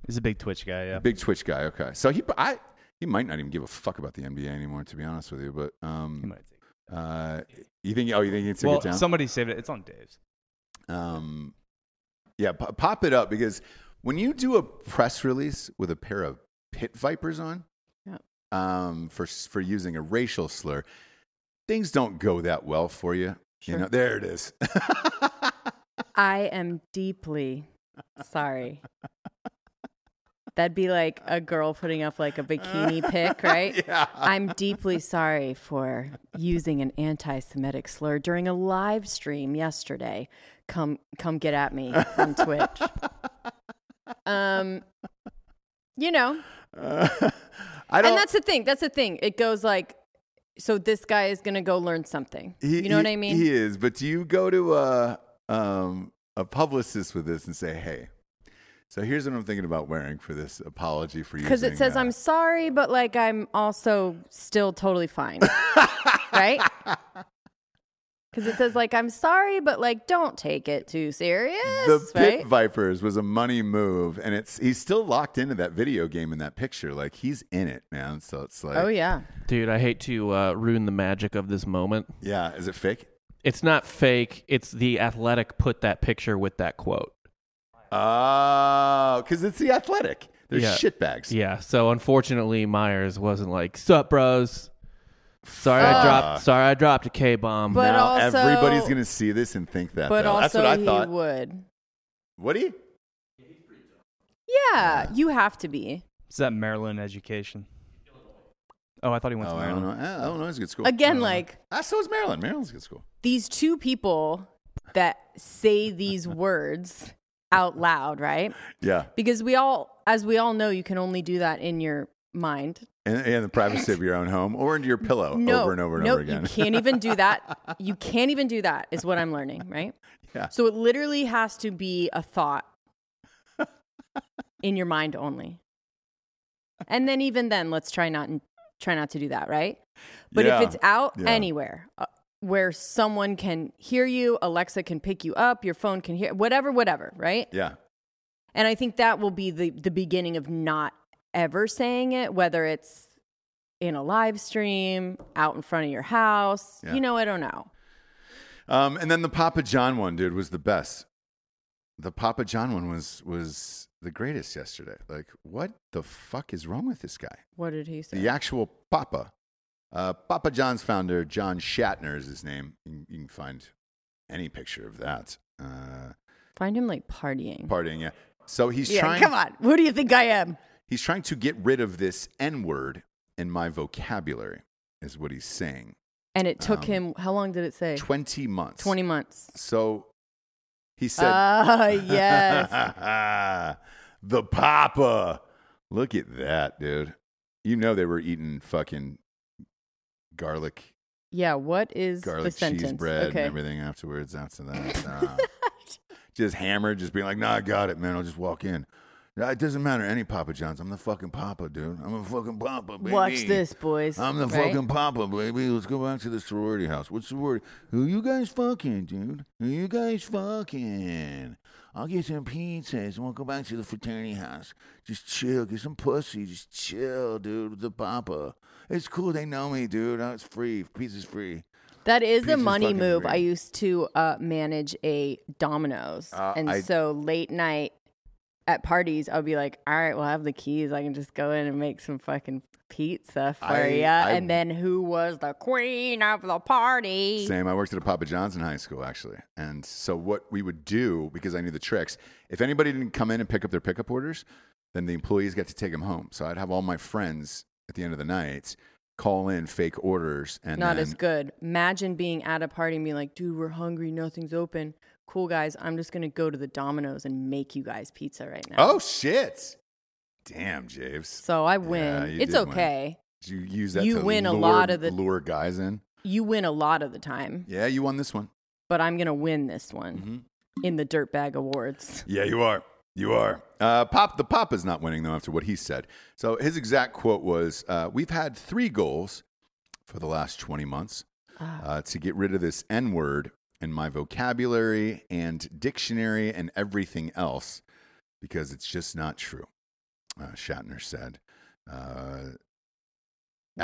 Speaker 4: he's a big Twitch guy. Yeah.
Speaker 1: Big Twitch guy. Okay, so he, I, he might not even give a fuck about the NBA anymore, to be honest with you. But
Speaker 4: He
Speaker 1: um,
Speaker 4: might take it.
Speaker 1: uh, you think? Oh, you think he can take
Speaker 4: well,
Speaker 1: it down?
Speaker 4: somebody saved it. It's on Dave's.
Speaker 1: um, yeah, po- pop it up because when you do a press release with a pair of pit vipers on,
Speaker 2: Yeah.
Speaker 1: um, for s- for using a racial slur, things don't go that well for you.
Speaker 2: Sure.
Speaker 1: You know, there it is. [LAUGHS]
Speaker 2: I am deeply
Speaker 4: [LAUGHS]
Speaker 2: sorry. That'd be like a girl putting up like a
Speaker 4: [LAUGHS]
Speaker 2: bikini pic, right?
Speaker 1: yeah.
Speaker 2: I'm deeply sorry for using an anti-Semitic slur during a live stream yesterday. Come, come get at me on
Speaker 4: [LAUGHS]
Speaker 2: Twitch. Um, you know,
Speaker 1: I don't.
Speaker 2: and that's the thing. That's the thing. It goes like, so this guy is gonna go learn something.
Speaker 1: he-
Speaker 2: you know
Speaker 1: he-
Speaker 2: what I mean?
Speaker 1: He is, but do you go to a um, a publicist with this and say, "Hey, so here's what I'm thinking about wearing for this apology for uh, you"?
Speaker 2: Because it says I'm sorry, but like I'm also still totally fine.
Speaker 1: [LAUGHS]
Speaker 2: right? Because it says like I'm sorry, but like don't take it too serious.
Speaker 1: the
Speaker 2: right?
Speaker 1: Pit Vipers was a money move, and it's he's still locked into that video game in that picture. Like he's in it, man. So it's like,
Speaker 2: oh yeah.
Speaker 3: Dude, I hate to uh, ruin the magic of this moment.
Speaker 1: yeah. Is it fake?
Speaker 3: It's not fake. It's the athletic put that picture with that quote.
Speaker 1: Oh, because it's the athletic. They're
Speaker 3: Yeah.
Speaker 1: shitbags.
Speaker 3: Yeah. So unfortunately, Myers wasn't like, "Sup, bros? Sorry, I dropped. Sorry, I dropped a K bomb."
Speaker 2: But
Speaker 1: Now
Speaker 2: also-
Speaker 1: everybody's gonna see this and think that.
Speaker 2: But
Speaker 1: though. That's
Speaker 2: also
Speaker 1: what I
Speaker 2: he
Speaker 1: thought. Oh,
Speaker 2: would.
Speaker 1: Would he?
Speaker 2: Yeah, you have to be
Speaker 4: It's that Maryland education. Oh, I thought he went
Speaker 1: Oh,
Speaker 4: to
Speaker 1: I don't
Speaker 4: Maryland.
Speaker 1: know. I don't know. It's a good school.
Speaker 2: again like
Speaker 1: Ah, so is Maryland. Maryland's a good school.
Speaker 2: these two people that say these words out loud, right?
Speaker 1: Yeah,
Speaker 2: Because we all, as we all know, you can only do that in your mind.
Speaker 1: and, and the privacy of your own home or into your pillow
Speaker 2: no,
Speaker 1: over and over and
Speaker 2: no,
Speaker 1: over again.
Speaker 2: You can't even do
Speaker 1: [LAUGHS]
Speaker 2: that. You can't even do that, is what I'm learning, right?
Speaker 1: Yeah.
Speaker 2: So it literally has to be a thought in your mind only. And then even then, let's try not try not to do that, right? But
Speaker 1: Yeah.
Speaker 2: if it's out
Speaker 1: Yeah.
Speaker 2: anywhere uh, where someone can hear you, Alexa can pick you up, your phone can hear whatever, whatever, right?
Speaker 1: [LAUGHS] yeah,
Speaker 2: And I think that will be the the beginning of not ever saying it, whether it's in a live stream, out in front of your house.
Speaker 1: Yeah.
Speaker 2: You know, I don't know.
Speaker 1: Um, and then the Papa John one, dude, was the best. The Papa John one was was the greatest yesterday. Like, what the fuck is wrong with this guy?
Speaker 2: What did he say?
Speaker 1: The actual Papa, uh, Papa John's founder, John Shatner is his name. You, can- you can find any picture of that uh,
Speaker 2: Find him like partying.
Speaker 1: partying. Yeah. So he's
Speaker 2: yeah,
Speaker 1: trying.
Speaker 2: come on. Who do you think I am?
Speaker 1: He's trying to get rid of this N word in my vocabulary, is what he's saying.
Speaker 2: And it took
Speaker 1: Um,
Speaker 2: him. How long did it say?
Speaker 1: Twenty months.
Speaker 2: Twenty months.
Speaker 1: So he said. [LAUGHS]
Speaker 2: Ah, [LAUGHS] yes.
Speaker 1: the Papa. Look at that, dude. You know they were eating fucking garlic,
Speaker 2: Yeah. What is the
Speaker 1: garlic
Speaker 2: sentence?
Speaker 1: cheese bread
Speaker 2: okay.
Speaker 1: and everything afterwards. After
Speaker 2: [LAUGHS]
Speaker 1: that, Nah. just hammered, just being like, "Nah, I got it, man. I'll just walk in." Nah, It doesn't matter any Papa John's. I'm the fucking Papa, dude. I'm a fucking Papa, baby.
Speaker 2: Watch this, boys.
Speaker 1: I'm the
Speaker 2: right?
Speaker 1: fucking Papa, baby. Let's go back to the sorority house. What sorority? Who you guys fucking, dude? Who you guys fucking? I'll get some pizzas and we'll go back to the fraternity house. Just chill. Get some pussy. Just chill, dude, with the Papa. It's cool. They know me, dude. Oh, It's free. Pizza's free.
Speaker 2: That is
Speaker 1: Piece
Speaker 2: a
Speaker 1: of
Speaker 2: money
Speaker 1: fucking
Speaker 2: move.
Speaker 1: bread.
Speaker 2: I used to uh, manage a Domino's,
Speaker 1: Uh,
Speaker 2: and
Speaker 1: I-
Speaker 2: so late night at parties, I'll be like, "All right, well, I have the keys. I can just go in and make some fucking pizza for
Speaker 1: I-
Speaker 2: ya."
Speaker 1: I-
Speaker 2: and then who was the queen of the party?
Speaker 1: Same. I worked at a Papa John's in high school, actually. And so, what we would do, because I knew the tricks, if anybody didn't come in and pick up their pickup orders, then the employees got to take them home. So, I'd have all my friends at the end of the night call in fake orders. And
Speaker 2: Not
Speaker 1: then,
Speaker 2: as good. Imagine being at a party and being like, "Dude, we're hungry. Nothing's open. Cool, guys. I'm just gonna go to the Domino's and make you guys pizza right now."
Speaker 1: Oh, shit. Damn, Javes.
Speaker 2: so I
Speaker 1: Yeah,
Speaker 2: win.
Speaker 1: you
Speaker 2: it's
Speaker 1: did win.
Speaker 2: okay.
Speaker 1: Did you use that
Speaker 2: You
Speaker 1: to
Speaker 2: win a
Speaker 1: lure-
Speaker 2: lot of the-
Speaker 1: lure guys in?
Speaker 2: you win a lot of the time,
Speaker 6: Yeah, you won this one.
Speaker 2: but I'm going to win this one
Speaker 1: Mm-hmm.
Speaker 2: in the Dirtbag Awards.
Speaker 6: Yeah, you are. You are. Uh, Pop the Pop is not winning though after what he said. So his exact quote was, uh, "We've had three goals for the last twenty months
Speaker 2: Ah,
Speaker 6: uh, to get rid of this N word in my vocabulary and dictionary and everything else because it's just not true." Uh, Shatner said, uh,
Speaker 2: That's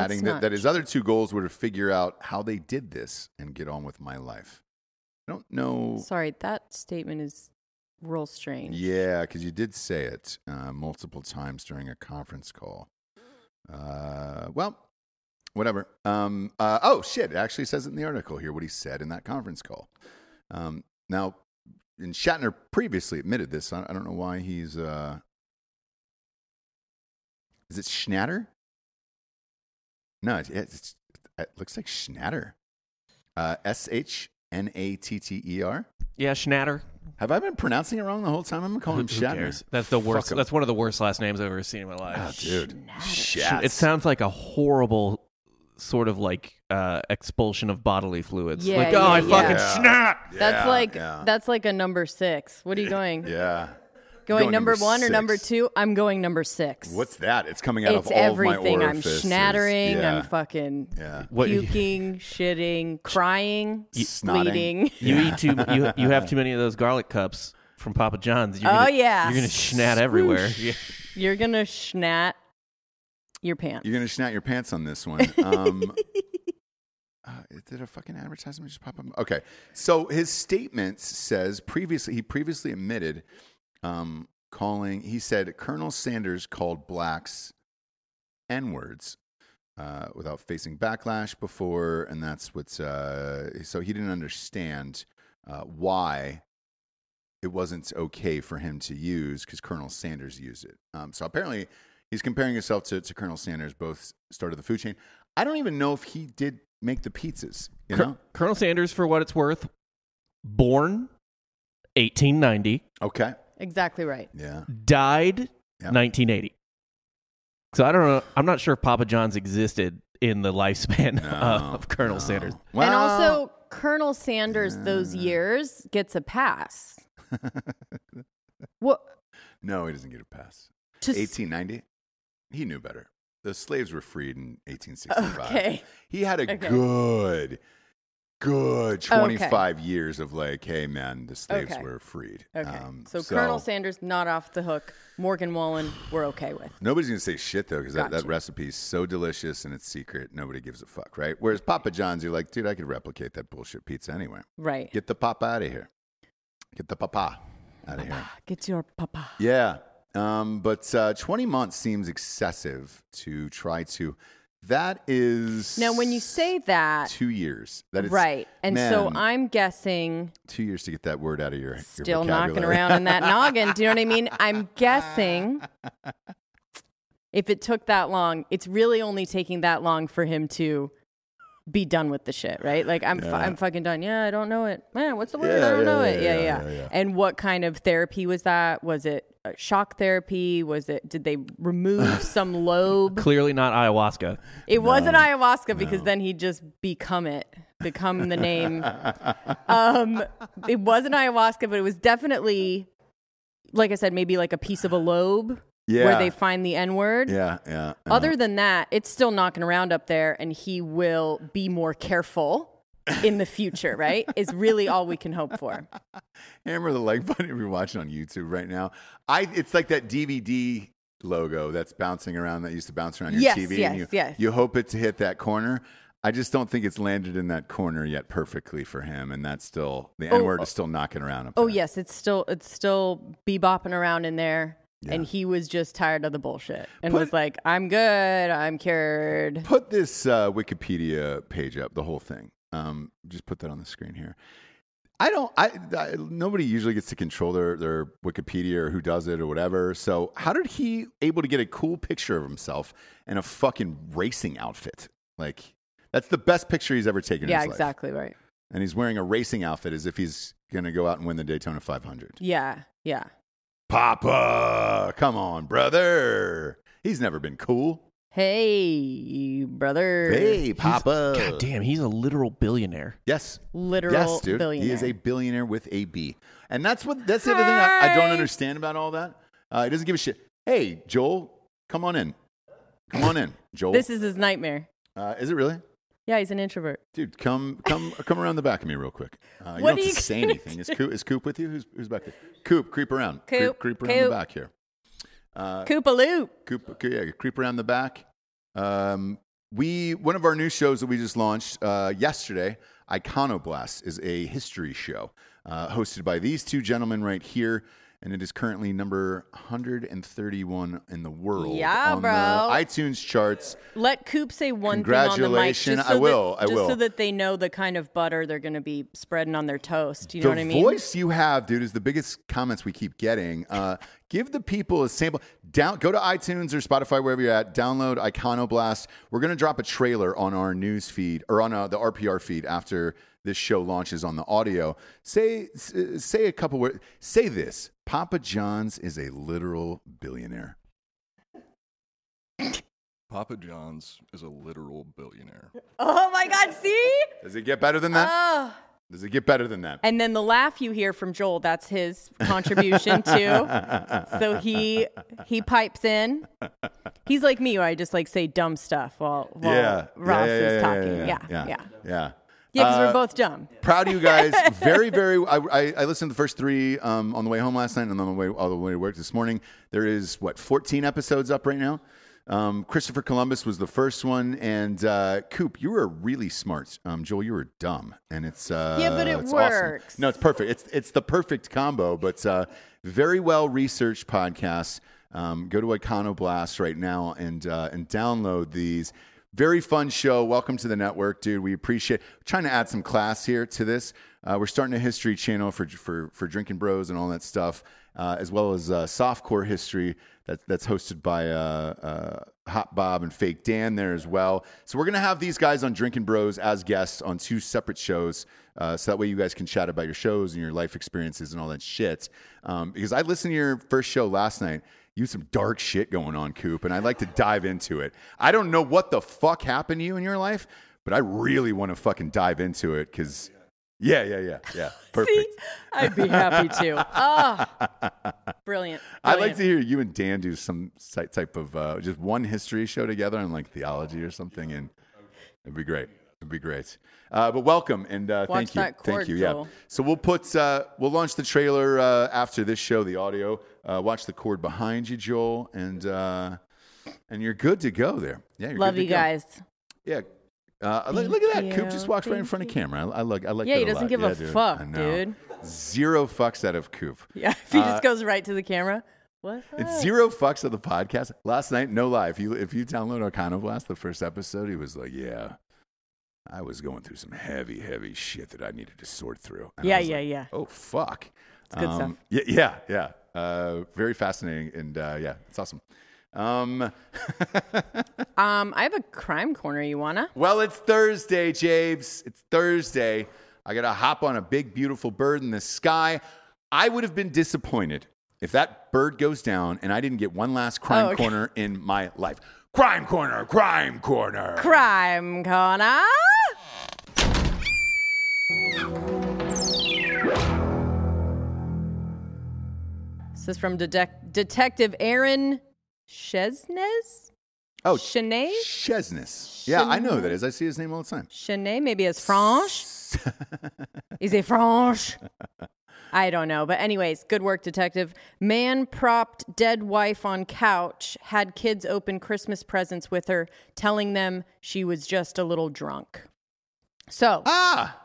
Speaker 6: adding that,
Speaker 2: not
Speaker 6: that his other two goals were to figure out how they did this and get on with my life. I don't know.
Speaker 2: Sorry, that statement is real strange.
Speaker 6: Yeah, because you did say it uh, multiple times during a conference call. Uh, well, whatever. Um, uh, oh, shit. It actually says it in the article here what he said in that conference call. Um, now, and Shatner previously admitted this. I, I don't know why he's. Uh, is it Schnatter? No, it's, it's, it looks like Schnatter. Uh, S H N A T T E R.
Speaker 3: Yeah, Schnatter.
Speaker 6: Have I been pronouncing it wrong the whole time? I'm gonna call him
Speaker 3: Who
Speaker 6: Shatner.
Speaker 3: cares? That's the
Speaker 6: Fuck
Speaker 3: worst.
Speaker 6: 'em.
Speaker 3: That's one of the worst last names I've ever seen in my life.
Speaker 1: Ah,
Speaker 6: Oh, dude,
Speaker 3: Sh-
Speaker 6: Shat.
Speaker 3: It sounds like a horrible sort of like uh, expulsion of bodily fluids.
Speaker 2: Yeah,
Speaker 3: like,
Speaker 2: yeah,
Speaker 3: oh, I
Speaker 2: yeah.
Speaker 3: fucking
Speaker 6: Yeah.
Speaker 3: snap.
Speaker 2: That's
Speaker 6: Yeah,
Speaker 2: like
Speaker 6: yeah.
Speaker 2: that's like a number six. What are you going?
Speaker 6: yeah.
Speaker 2: Going,
Speaker 6: Going
Speaker 2: number,
Speaker 6: number
Speaker 2: one or
Speaker 6: six.
Speaker 2: number two? I'm going number six.
Speaker 6: What's that? It's coming out
Speaker 2: it's
Speaker 6: of all of
Speaker 2: everything.
Speaker 6: my
Speaker 2: I'm
Speaker 6: orifices.
Speaker 2: schnattering.
Speaker 6: Yeah.
Speaker 2: I'm fucking
Speaker 6: yeah.
Speaker 3: What you,
Speaker 2: puking,
Speaker 6: [LAUGHS]
Speaker 2: shitting, crying,
Speaker 6: Snotting.
Speaker 2: bleeding. [LAUGHS]
Speaker 3: you eat too? You you have too many of those garlic cups from Papa John's. You're
Speaker 2: Oh,
Speaker 3: gonna,
Speaker 2: yeah.
Speaker 3: you're gonna schnat everywhere. Yeah.
Speaker 2: You're gonna schnat your pants.
Speaker 6: You're gonna snat your pants on
Speaker 2: [LAUGHS]
Speaker 6: this one. Um, uh, did a fucking advertisement just pop up? Okay, so his statement says previously he previously admitted um, calling. He said Colonel Sanders called blacks n words uh, without facing backlash before, and that's what's uh, so he didn't understand uh, why it wasn't okay for him to use because Colonel Sanders used it. Um, so apparently he's comparing himself to, to Colonel Sanders, both started the food chain. I don't even know if he did make the pizzas. You
Speaker 3: Col-
Speaker 6: know?
Speaker 3: Colonel Sanders, for what it's worth, born 1890,
Speaker 6: Okay.
Speaker 2: Exactly right.
Speaker 6: Yeah.
Speaker 3: died
Speaker 6: Yeah.
Speaker 3: 1980. So I don't know. I'm not sure if Papa John's existed in the lifespan [LAUGHS]
Speaker 6: No,
Speaker 3: [LAUGHS] of Colonel
Speaker 6: no.
Speaker 3: Sanders.
Speaker 6: Well, uh,
Speaker 2: and also Colonel Sanders those years gets a pass. what
Speaker 6: [LAUGHS] no, he doesn't get a pass.
Speaker 2: to s- [LAUGHS]
Speaker 6: 1890. He knew better. The slaves were freed in 1865.
Speaker 2: Okay.
Speaker 6: He had a
Speaker 2: Okay.
Speaker 6: good, good 25 years of like, hey, man, the slaves
Speaker 2: Okay.
Speaker 6: were freed.
Speaker 2: Okay.
Speaker 6: Um,
Speaker 2: so, Colonel Sanders not off the hook. Morgan Wallen, we're okay with.
Speaker 6: Nobody's gonna say shit though, because that, that
Speaker 2: Gotcha.
Speaker 6: recipe's so delicious and it's secret. Nobody gives a fuck, right? Whereas Papa John's, you're like, dude, I could replicate that bullshit pizza anyway.
Speaker 2: Right.
Speaker 6: Get the papa out of here. Get the papa out of here.
Speaker 2: Get your papa.
Speaker 6: Yeah. Um, but uh, 20 months seems excessive to try to. That is.
Speaker 2: Now, when you say that,
Speaker 6: two years, that is
Speaker 2: right, and so
Speaker 6: man,
Speaker 2: I'm guessing
Speaker 6: two years to get that word out of your your
Speaker 2: still knocking
Speaker 6: vocabulary.
Speaker 2: around in that noggin. Do you know what I
Speaker 6: [LAUGHS]
Speaker 2: mean? I'm guessing if it took that long, it's really only taking that long for him to be done with the shit, right? Like I'm, fu- I'm fucking done. Yeah, I don't know it. Man, what's the word?
Speaker 6: Yeah,
Speaker 2: I don't
Speaker 6: yeah,
Speaker 2: know
Speaker 6: yeah,
Speaker 2: it. Yeah
Speaker 6: yeah,
Speaker 2: yeah,
Speaker 6: yeah, yeah.
Speaker 2: And what kind of therapy was that? Was it uh, shock therapy? Was it? Did they
Speaker 6: [LAUGHS]
Speaker 2: remove some lobe?
Speaker 3: Clearly not ayahuasca.
Speaker 2: It wasn't ayahuasca because then he'd just become it, become the name. um, it wasn't ayahuasca, but it was definitely, like I said, maybe like a piece of a lobe
Speaker 6: yeah.
Speaker 2: where they Oh. find the N word.
Speaker 6: yeah, yeah, yeah.
Speaker 2: Other than that, it's still knocking around up there, and he will be more careful in the future, right? Is really all we can hope for.
Speaker 6: hammer the like button if you're watching on YouTube right now. I it's like that DVD logo that's bouncing around that used to bounce around your
Speaker 2: Yes,
Speaker 6: TV.
Speaker 2: yes,
Speaker 6: and you,
Speaker 2: yes.
Speaker 6: you hope it to hit that corner. I just don't think it's landed in that corner yet perfectly for him, and that's still the N word is still knocking around. Up
Speaker 2: Oh
Speaker 6: there.
Speaker 2: yes, it's still it's still bebopping around in there. And
Speaker 6: Yeah.
Speaker 2: he was just tired of the bullshit and
Speaker 6: Put-
Speaker 2: was like, I'm good, I'm cured.
Speaker 6: Put this uh, Wikipedia page up, the whole thing. Um, just put that on the screen here. I don't. I, I nobody usually gets to control their their Wikipedia or who does it or whatever. So how did he able to get a cool picture of himself in a fucking racing outfit? Like that's the best picture he's ever taken. in
Speaker 2: Yeah,
Speaker 6: his life.
Speaker 2: exactly right.
Speaker 6: And he's wearing a racing outfit as if he's gonna go out and win the Daytona 500.
Speaker 2: Yeah, yeah.
Speaker 6: Papa, come on, brother. He's never been cool.
Speaker 2: Hey, brother.
Speaker 6: Hey, Papa.
Speaker 3: God damn, he's a literal billionaire.
Speaker 6: Yes.
Speaker 2: Literal
Speaker 6: yes, dude.
Speaker 2: billionaire.
Speaker 6: He is a billionaire with a B. And that's what that's the other thing I, I don't
Speaker 2: Hi.
Speaker 6: understand about all that. Uh, he doesn't give a shit. Hey, Joel, come on in. Come on in, Joel.
Speaker 2: This is his nightmare.
Speaker 6: uh, is it really?
Speaker 2: Yeah, he's an introvert.
Speaker 6: Dude, come come come around the back of me real quick. Uh, you
Speaker 2: What
Speaker 6: don't
Speaker 2: are
Speaker 6: have
Speaker 2: you
Speaker 6: to say
Speaker 2: gonna
Speaker 6: anything. Is Coop, is Coop with you? Who's who's back there? Coop, creep around.
Speaker 2: Coop,
Speaker 6: creep, creep around
Speaker 2: Coop.
Speaker 6: the back here. Uh,
Speaker 2: Koopa Loop.
Speaker 6: Coop, coo- yeah, creep around the back. Um, we one of our new shows that we just launched uh, yesterday, Iconoblast, is a history show uh, hosted by these two gentlemen right here, and it is currently number 131 in the world
Speaker 2: Yeah,
Speaker 6: on
Speaker 2: bro.
Speaker 6: the iTunes charts.
Speaker 2: Let Coop say one thing on the mic.
Speaker 6: Congratulations.
Speaker 2: Just
Speaker 6: I
Speaker 2: so
Speaker 6: will,
Speaker 2: That,
Speaker 6: I
Speaker 2: just
Speaker 6: will.
Speaker 2: so that they know the kind of butter they're going to be spreading on their toast. You know
Speaker 6: the
Speaker 2: what I mean?
Speaker 6: voice you have, dude, is the biggest comments we keep getting. Uh, give the people a sample. Down, go to iTunes or Spotify, wherever you're at. Download Iconoblast. We're gonna drop a trailer on our news feed or on uh, the RPR feed after this show launches on the audio. Say s- uh, say a couple words. Say this: Papa John's is a literal billionaire.
Speaker 7: Papa John's is a literal billionaire.
Speaker 2: Oh my God! See?
Speaker 6: Does it get better than that?
Speaker 2: Oh.
Speaker 6: Does it get better than that?
Speaker 2: And then the laugh you hear from Joel, that's his
Speaker 6: [LAUGHS]
Speaker 2: contribution too. So he he pipes in. He's like me where I just like say dumb stuff while, while Ross is talking. Yeah. Yeah. Yeah,
Speaker 6: yeah, yeah.
Speaker 2: because
Speaker 6: Uh,
Speaker 2: we're both dumb.
Speaker 6: proud of
Speaker 2: [LAUGHS]
Speaker 6: you guys. Very, very. I, I, I listened to the first three um, on the way home last night and on the way all the way to work this morning. There is what 14 episodes up right now. Um, Christopher Columbus was the first one, and uh, Coop, you were really smart. Um, Joel, you were dumb, and it's uh,
Speaker 2: Yeah, but it
Speaker 6: it's awesome.
Speaker 2: works.
Speaker 6: No, it's perfect. It's it's the perfect combo, but uh, very well researched podcast. Um, go to Iconoblast right now and uh, and download these. Very fun show. Welcome to the network, dude. We appreciate. Trying to add some class here to this. Uh, we're starting a history channel for for for drinking bros and all that stuff, uh, as well as uh, softcore history that, that's hosted by uh, uh, Hot Bob and Fake Dan there as well. So we're gonna have these guys on Drinking Bros as guests on two separate shows, uh, so that way you guys can chat about your shows and your life experiences and all that shit. Um, because I listened to your first show last night. You had some dark shit going on, Coop, and I'd like to dive into it. I don't know what the fuck happened to you in your life, but I really want to fucking dive into it because, yeah, yeah, yeah, yeah, perfect.
Speaker 2: I'd be happy
Speaker 6: [LAUGHS]
Speaker 2: to. Oh, brilliant.
Speaker 6: I'd like
Speaker 2: Brilliant.
Speaker 6: to hear you and Dan do some si- type of uh, just one history show together on like theology or something, and it'd be great. It'd be great. Uh, but welcome and uh,
Speaker 2: Watch
Speaker 6: thank you,
Speaker 2: that
Speaker 6: thank
Speaker 2: cord,
Speaker 6: you. Yeah.
Speaker 2: Joel.
Speaker 6: So we'll put uh, we'll launch the trailer uh, after this show, the audio. Uh, watch the cord behind you, Joel, and uh, and you're good to go there. Yeah, you're
Speaker 2: Love
Speaker 6: good to
Speaker 2: you
Speaker 6: go.
Speaker 2: guys.
Speaker 6: Yeah. Uh, look,
Speaker 2: Thank
Speaker 6: look at that. Coop
Speaker 2: you.
Speaker 6: just walks right in
Speaker 2: Thank
Speaker 6: front of
Speaker 2: you.
Speaker 6: camera. I, I like. I like.
Speaker 2: Yeah,
Speaker 6: that
Speaker 2: he
Speaker 6: a
Speaker 2: doesn't
Speaker 6: lot.
Speaker 2: give
Speaker 6: yeah,
Speaker 2: a
Speaker 6: dude.
Speaker 2: fuck,
Speaker 6: I know.
Speaker 2: dude.
Speaker 6: Zero fucks out of Coop.
Speaker 2: Yeah, [LAUGHS] if he just goes right to the camera. What's up?
Speaker 6: It's zero fucks of the podcast. Last night, no lie. If you if you download Iconoblast, the first episode, he was like, "Yeah, I was going through some heavy, heavy shit that I needed to sort through." And I
Speaker 2: Yeah,
Speaker 6: was
Speaker 2: yeah,
Speaker 6: like,
Speaker 2: yeah.
Speaker 6: Oh fuck. It's
Speaker 2: good stuff.
Speaker 6: Yeah, yeah, yeah. Uh, very fascinating, and uh, yeah, it's awesome. Um,
Speaker 2: Um, I have a crime corner. You wanna?
Speaker 6: well, it's Thursday, James. It's Thursday. I got to hop on a big, beautiful bird in the sky. I would have been disappointed if that bird goes down and I didn't get one last crime
Speaker 2: Oh, okay.
Speaker 6: corner in my life. Crime corner, crime corner.
Speaker 2: Crime corner. This is from Detec- Detective Aaron Chesnes.
Speaker 6: oh,
Speaker 2: Chesnes.
Speaker 6: Chesness. Yeah, I know who that is. I see his name all the time.
Speaker 2: Chenet, maybe it's French. Is it French? I don't know. But, anyways, good work, detective. Man propped dead wife on couch, had kids open Christmas presents with her, telling them she was just a little drunk. So,
Speaker 6: ah,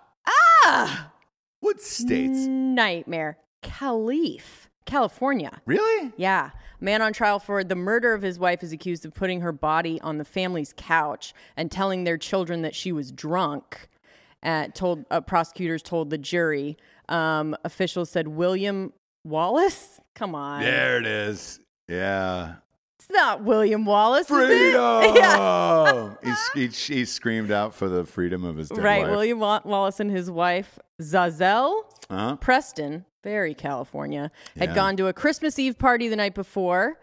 Speaker 2: ah, Mm.
Speaker 6: what states?
Speaker 2: nightmare. Calif, California.
Speaker 6: Really?
Speaker 2: Yeah. Man on trial for the murder of his wife is accused of putting her body on the family's couch and telling their children that she was drunk. Uh, told uh, prosecutors told the jury. Um, officials said William Wallace. Come on,
Speaker 6: There it is.
Speaker 2: [LAUGHS]
Speaker 6: Yeah.
Speaker 2: it's not William Wallace. is it?
Speaker 6: Freedom!
Speaker 2: yeah.
Speaker 6: he, he, he screamed out for the freedom of his dead
Speaker 2: Right,
Speaker 6: wife.
Speaker 2: William Wa- Wallace and his wife Zazel
Speaker 6: Huh?
Speaker 2: Preston, very California, had
Speaker 6: Yeah.
Speaker 2: gone to a Christmas Eve party the night before.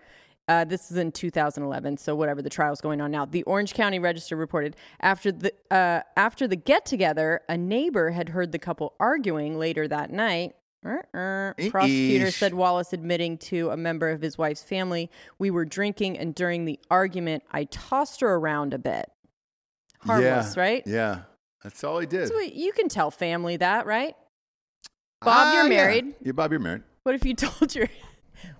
Speaker 2: Uh, this is in 2011, so whatever the trial's going on now. The Orange County Register reported after the uh, after the get together, a neighbor had heard the couple arguing later that night. Uh-uh. Prosecutor
Speaker 6: Eesh.
Speaker 2: said Wallace admitting to a member of his wife's family, "We were drinking, and during the argument, I tossed her around a bit." Harmless,
Speaker 6: yeah.
Speaker 2: right?
Speaker 6: Yeah. That's all he did.
Speaker 2: So you can tell family that, right? Bob, you're
Speaker 6: Ah, yeah.
Speaker 2: married.
Speaker 6: Yeah, Bob, you're married.
Speaker 2: What if you [LAUGHS] told your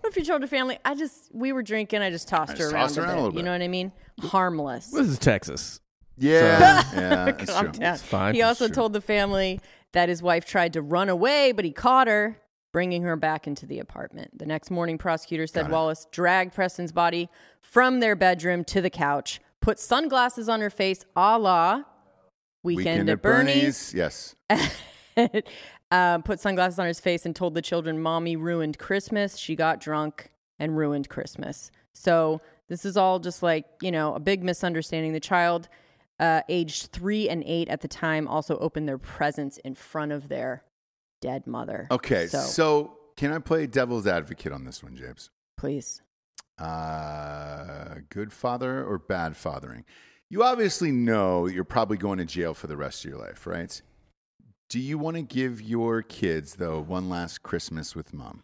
Speaker 2: what if you told your family, I just we were drinking, I just tossed
Speaker 6: I
Speaker 2: her
Speaker 6: just
Speaker 2: around,
Speaker 6: tossed
Speaker 2: a,
Speaker 6: her around
Speaker 2: bit.
Speaker 6: a little
Speaker 2: You
Speaker 6: bit.
Speaker 2: know what I mean? Harmless.
Speaker 4: This is Texas.
Speaker 6: Yeah. yeah. That's
Speaker 2: Calm
Speaker 6: true.
Speaker 2: down.
Speaker 4: It's fine.
Speaker 2: He also
Speaker 6: Sure.
Speaker 2: told the family that his wife tried to run away, but he caught her, bringing her back into the apartment. The next morning, prosecutors said Wallace dragged Preston's body from their bedroom to the couch, put sunglasses on her face, a la Weekend, at Bernie's.
Speaker 6: Yes.
Speaker 2: [LAUGHS] um, put sunglasses on his face and told the children, Mommy ruined Christmas. She got drunk and ruined Christmas. So this is all just like, you know, a big misunderstanding. The child, uh, aged three and eight at the time, also opened their presents in front of their dead mother.
Speaker 6: Okay.
Speaker 2: So,
Speaker 6: So. can I play devil's advocate on this one, James?
Speaker 2: please.
Speaker 6: Uh, good father or bad fathering? You obviously know that you're probably going to jail for the rest of your life, right? Do you want to give your kids, though, one last Christmas with mom?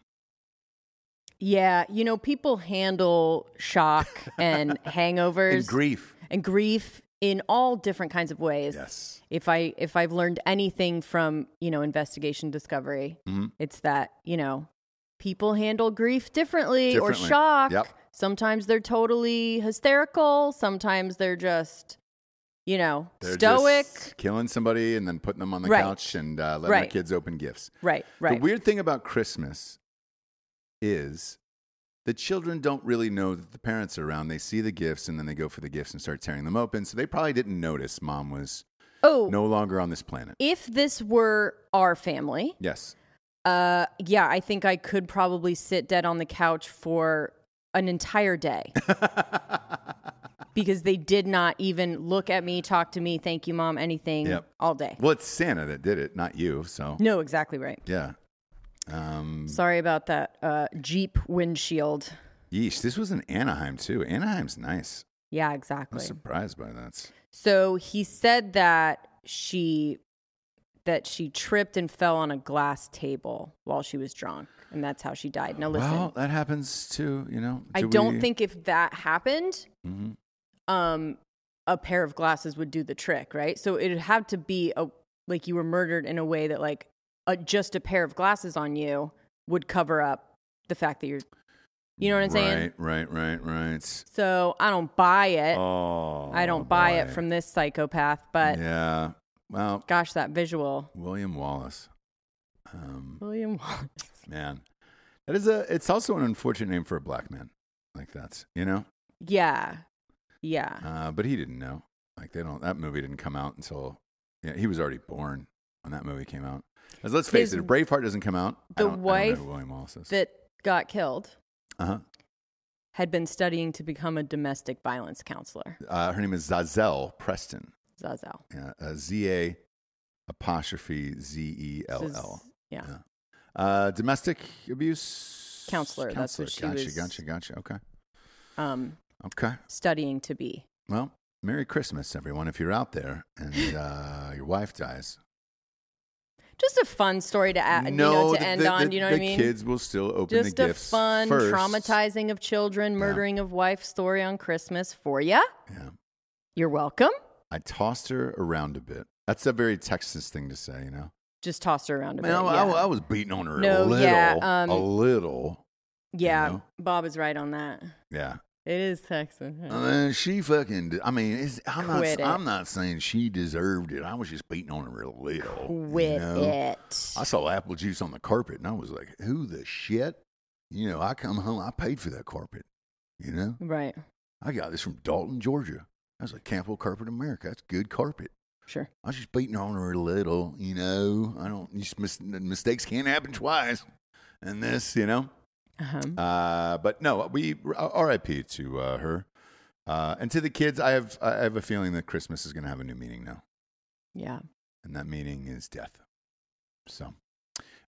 Speaker 2: Yeah, you know, people handle
Speaker 6: [LAUGHS]
Speaker 2: shock and hangovers
Speaker 6: In grief.
Speaker 2: and grief in all different kinds of ways.
Speaker 6: Yes.
Speaker 2: if I if I've learned anything from you know investigation discovery,
Speaker 6: Mhm.
Speaker 2: it's that you know people handle grief differently,
Speaker 6: Differently.
Speaker 2: or shock.
Speaker 6: Yep.
Speaker 2: Sometimes they're totally hysterical. Sometimes they're just you know
Speaker 6: They're
Speaker 2: stoic.
Speaker 6: just killing somebody and then putting them on the
Speaker 2: Right.
Speaker 6: couch and uh, letting their
Speaker 2: Right.
Speaker 6: kids open gifts.
Speaker 2: Right, right.
Speaker 6: The weird thing about Christmas is the children don't really know that the parents are around. They see the gifts and then they go for the gifts and start tearing them open. So they probably didn't notice mom was
Speaker 2: oh,
Speaker 6: no longer on this planet.
Speaker 2: if this were our family,
Speaker 6: Yes.
Speaker 2: Uh, yeah, I think I could probably sit dead on the couch for an entire
Speaker 6: [LAUGHS]
Speaker 2: day because they did not even look at me, talk to me, thank you, mom, anything
Speaker 6: [LAUGHS] Yep.
Speaker 2: all day.
Speaker 6: Well, it's Santa that did it, not you. So
Speaker 2: No, exactly right.
Speaker 6: yeah. Um,
Speaker 2: Sorry about that uh, Jeep windshield.
Speaker 6: yeesh, this was in Anaheim too. Anaheim's nice.
Speaker 2: Yeah,
Speaker 6: I'm
Speaker 2: exactly.
Speaker 6: surprised by that.
Speaker 2: So he said that she that she tripped and fell on a glass table while she was drunk, and that's how she died. Now listen,
Speaker 6: Well, that happens too. You know.
Speaker 2: I
Speaker 6: Do
Speaker 2: don't
Speaker 6: we-
Speaker 2: think if that happened,
Speaker 6: Mhm.
Speaker 2: um a pair of glasses would do the trick, right? So it'd have to be a like you were murdered in a way that like a, just a pair of glasses on you would cover up the fact that you're you know what I'm saying?
Speaker 6: Right, right, right, right.
Speaker 2: So I don't buy it.
Speaker 6: Oh,
Speaker 2: I don't buy it
Speaker 6: boy.
Speaker 2: from this psychopath, but
Speaker 6: yeah. Well,
Speaker 2: gosh, that visual.
Speaker 6: William Wallace. Um,
Speaker 2: William Wallace.
Speaker 6: man, that is a. It's also an unfortunate name for a black man, like that. You know.
Speaker 2: Yeah. Yeah.
Speaker 6: Uh, but he didn't know. Like they don't. That movie didn't come out until. Yeah, he was already born when that movie came out. 'Cause let's face
Speaker 2: His-
Speaker 6: it, if Braveheart doesn't come out. I
Speaker 2: the
Speaker 6: don't- I don't know
Speaker 2: wife
Speaker 6: who William Wallace is.
Speaker 2: That got killed
Speaker 6: uh-huh.
Speaker 2: had been studying to become a domestic violence counselor.
Speaker 6: Uh, her name is Zazel Preston.
Speaker 2: Zazel.
Speaker 6: Yeah, uh, Z A apostrophe Z E L
Speaker 2: This is-
Speaker 6: L.
Speaker 2: Yeah.
Speaker 6: Yeah. Uh, domestic abuse
Speaker 2: Counselor, that's what she
Speaker 6: gotcha,
Speaker 2: was-
Speaker 6: Gotcha, gotcha, Okay,
Speaker 2: Um
Speaker 6: okay.
Speaker 2: studying to be.
Speaker 6: Well, Merry Christmas, everyone. If you're out there
Speaker 2: [LAUGHS]
Speaker 6: and uh, your wife dies,
Speaker 2: Just a fun story to add, Uh, you know, to
Speaker 6: the-
Speaker 2: end
Speaker 6: the-
Speaker 2: on.
Speaker 6: the-
Speaker 2: you know what I
Speaker 6: the
Speaker 2: mean?
Speaker 6: kids will still open
Speaker 2: Just
Speaker 6: the
Speaker 2: a
Speaker 6: gifts
Speaker 2: fun,
Speaker 6: first.
Speaker 2: traumatizing of children, murdering of wife story on Christmas for ya.
Speaker 6: Yeah.
Speaker 2: You're welcome.
Speaker 6: I tossed her around a bit. That's a very Texas thing to say, you know.
Speaker 2: Just tossed her around a
Speaker 6: Man,
Speaker 2: bit.
Speaker 6: I,
Speaker 2: yeah,
Speaker 6: I- I was beating on her a
Speaker 2: No,
Speaker 6: little,
Speaker 2: yeah, um,
Speaker 6: a little.
Speaker 2: yeah
Speaker 6: you know?
Speaker 2: Bob is right on that.
Speaker 6: Yeah.
Speaker 2: It is Texan. huh?
Speaker 6: And then Uh, she fucking. d- I mean, it's, I'm not.
Speaker 2: Mm-hmm. Quit it.
Speaker 6: I'm not saying she deserved it. I was just beating on her a little. you
Speaker 2: Quit
Speaker 6: know?
Speaker 2: it.
Speaker 6: I saw apple juice on the carpet, and I was like, "Who the shit?" You know, I come home. I paid for that carpet. You know.
Speaker 2: Right.
Speaker 6: I got this from Dalton, Georgia. That's like Campbell Carpet America. That's good carpet.
Speaker 2: Sure.
Speaker 6: I was just beating on her a little, you know. I don't. You just mis- mistakes can't happen twice. And this, you know.
Speaker 2: Uh-huh.
Speaker 6: Uh, but no, we R.I.P. to uh, her uh, and to the kids. I have I have a feeling that Christmas is going to have a new meaning now,
Speaker 2: Yeah.
Speaker 6: and that meaning is death. So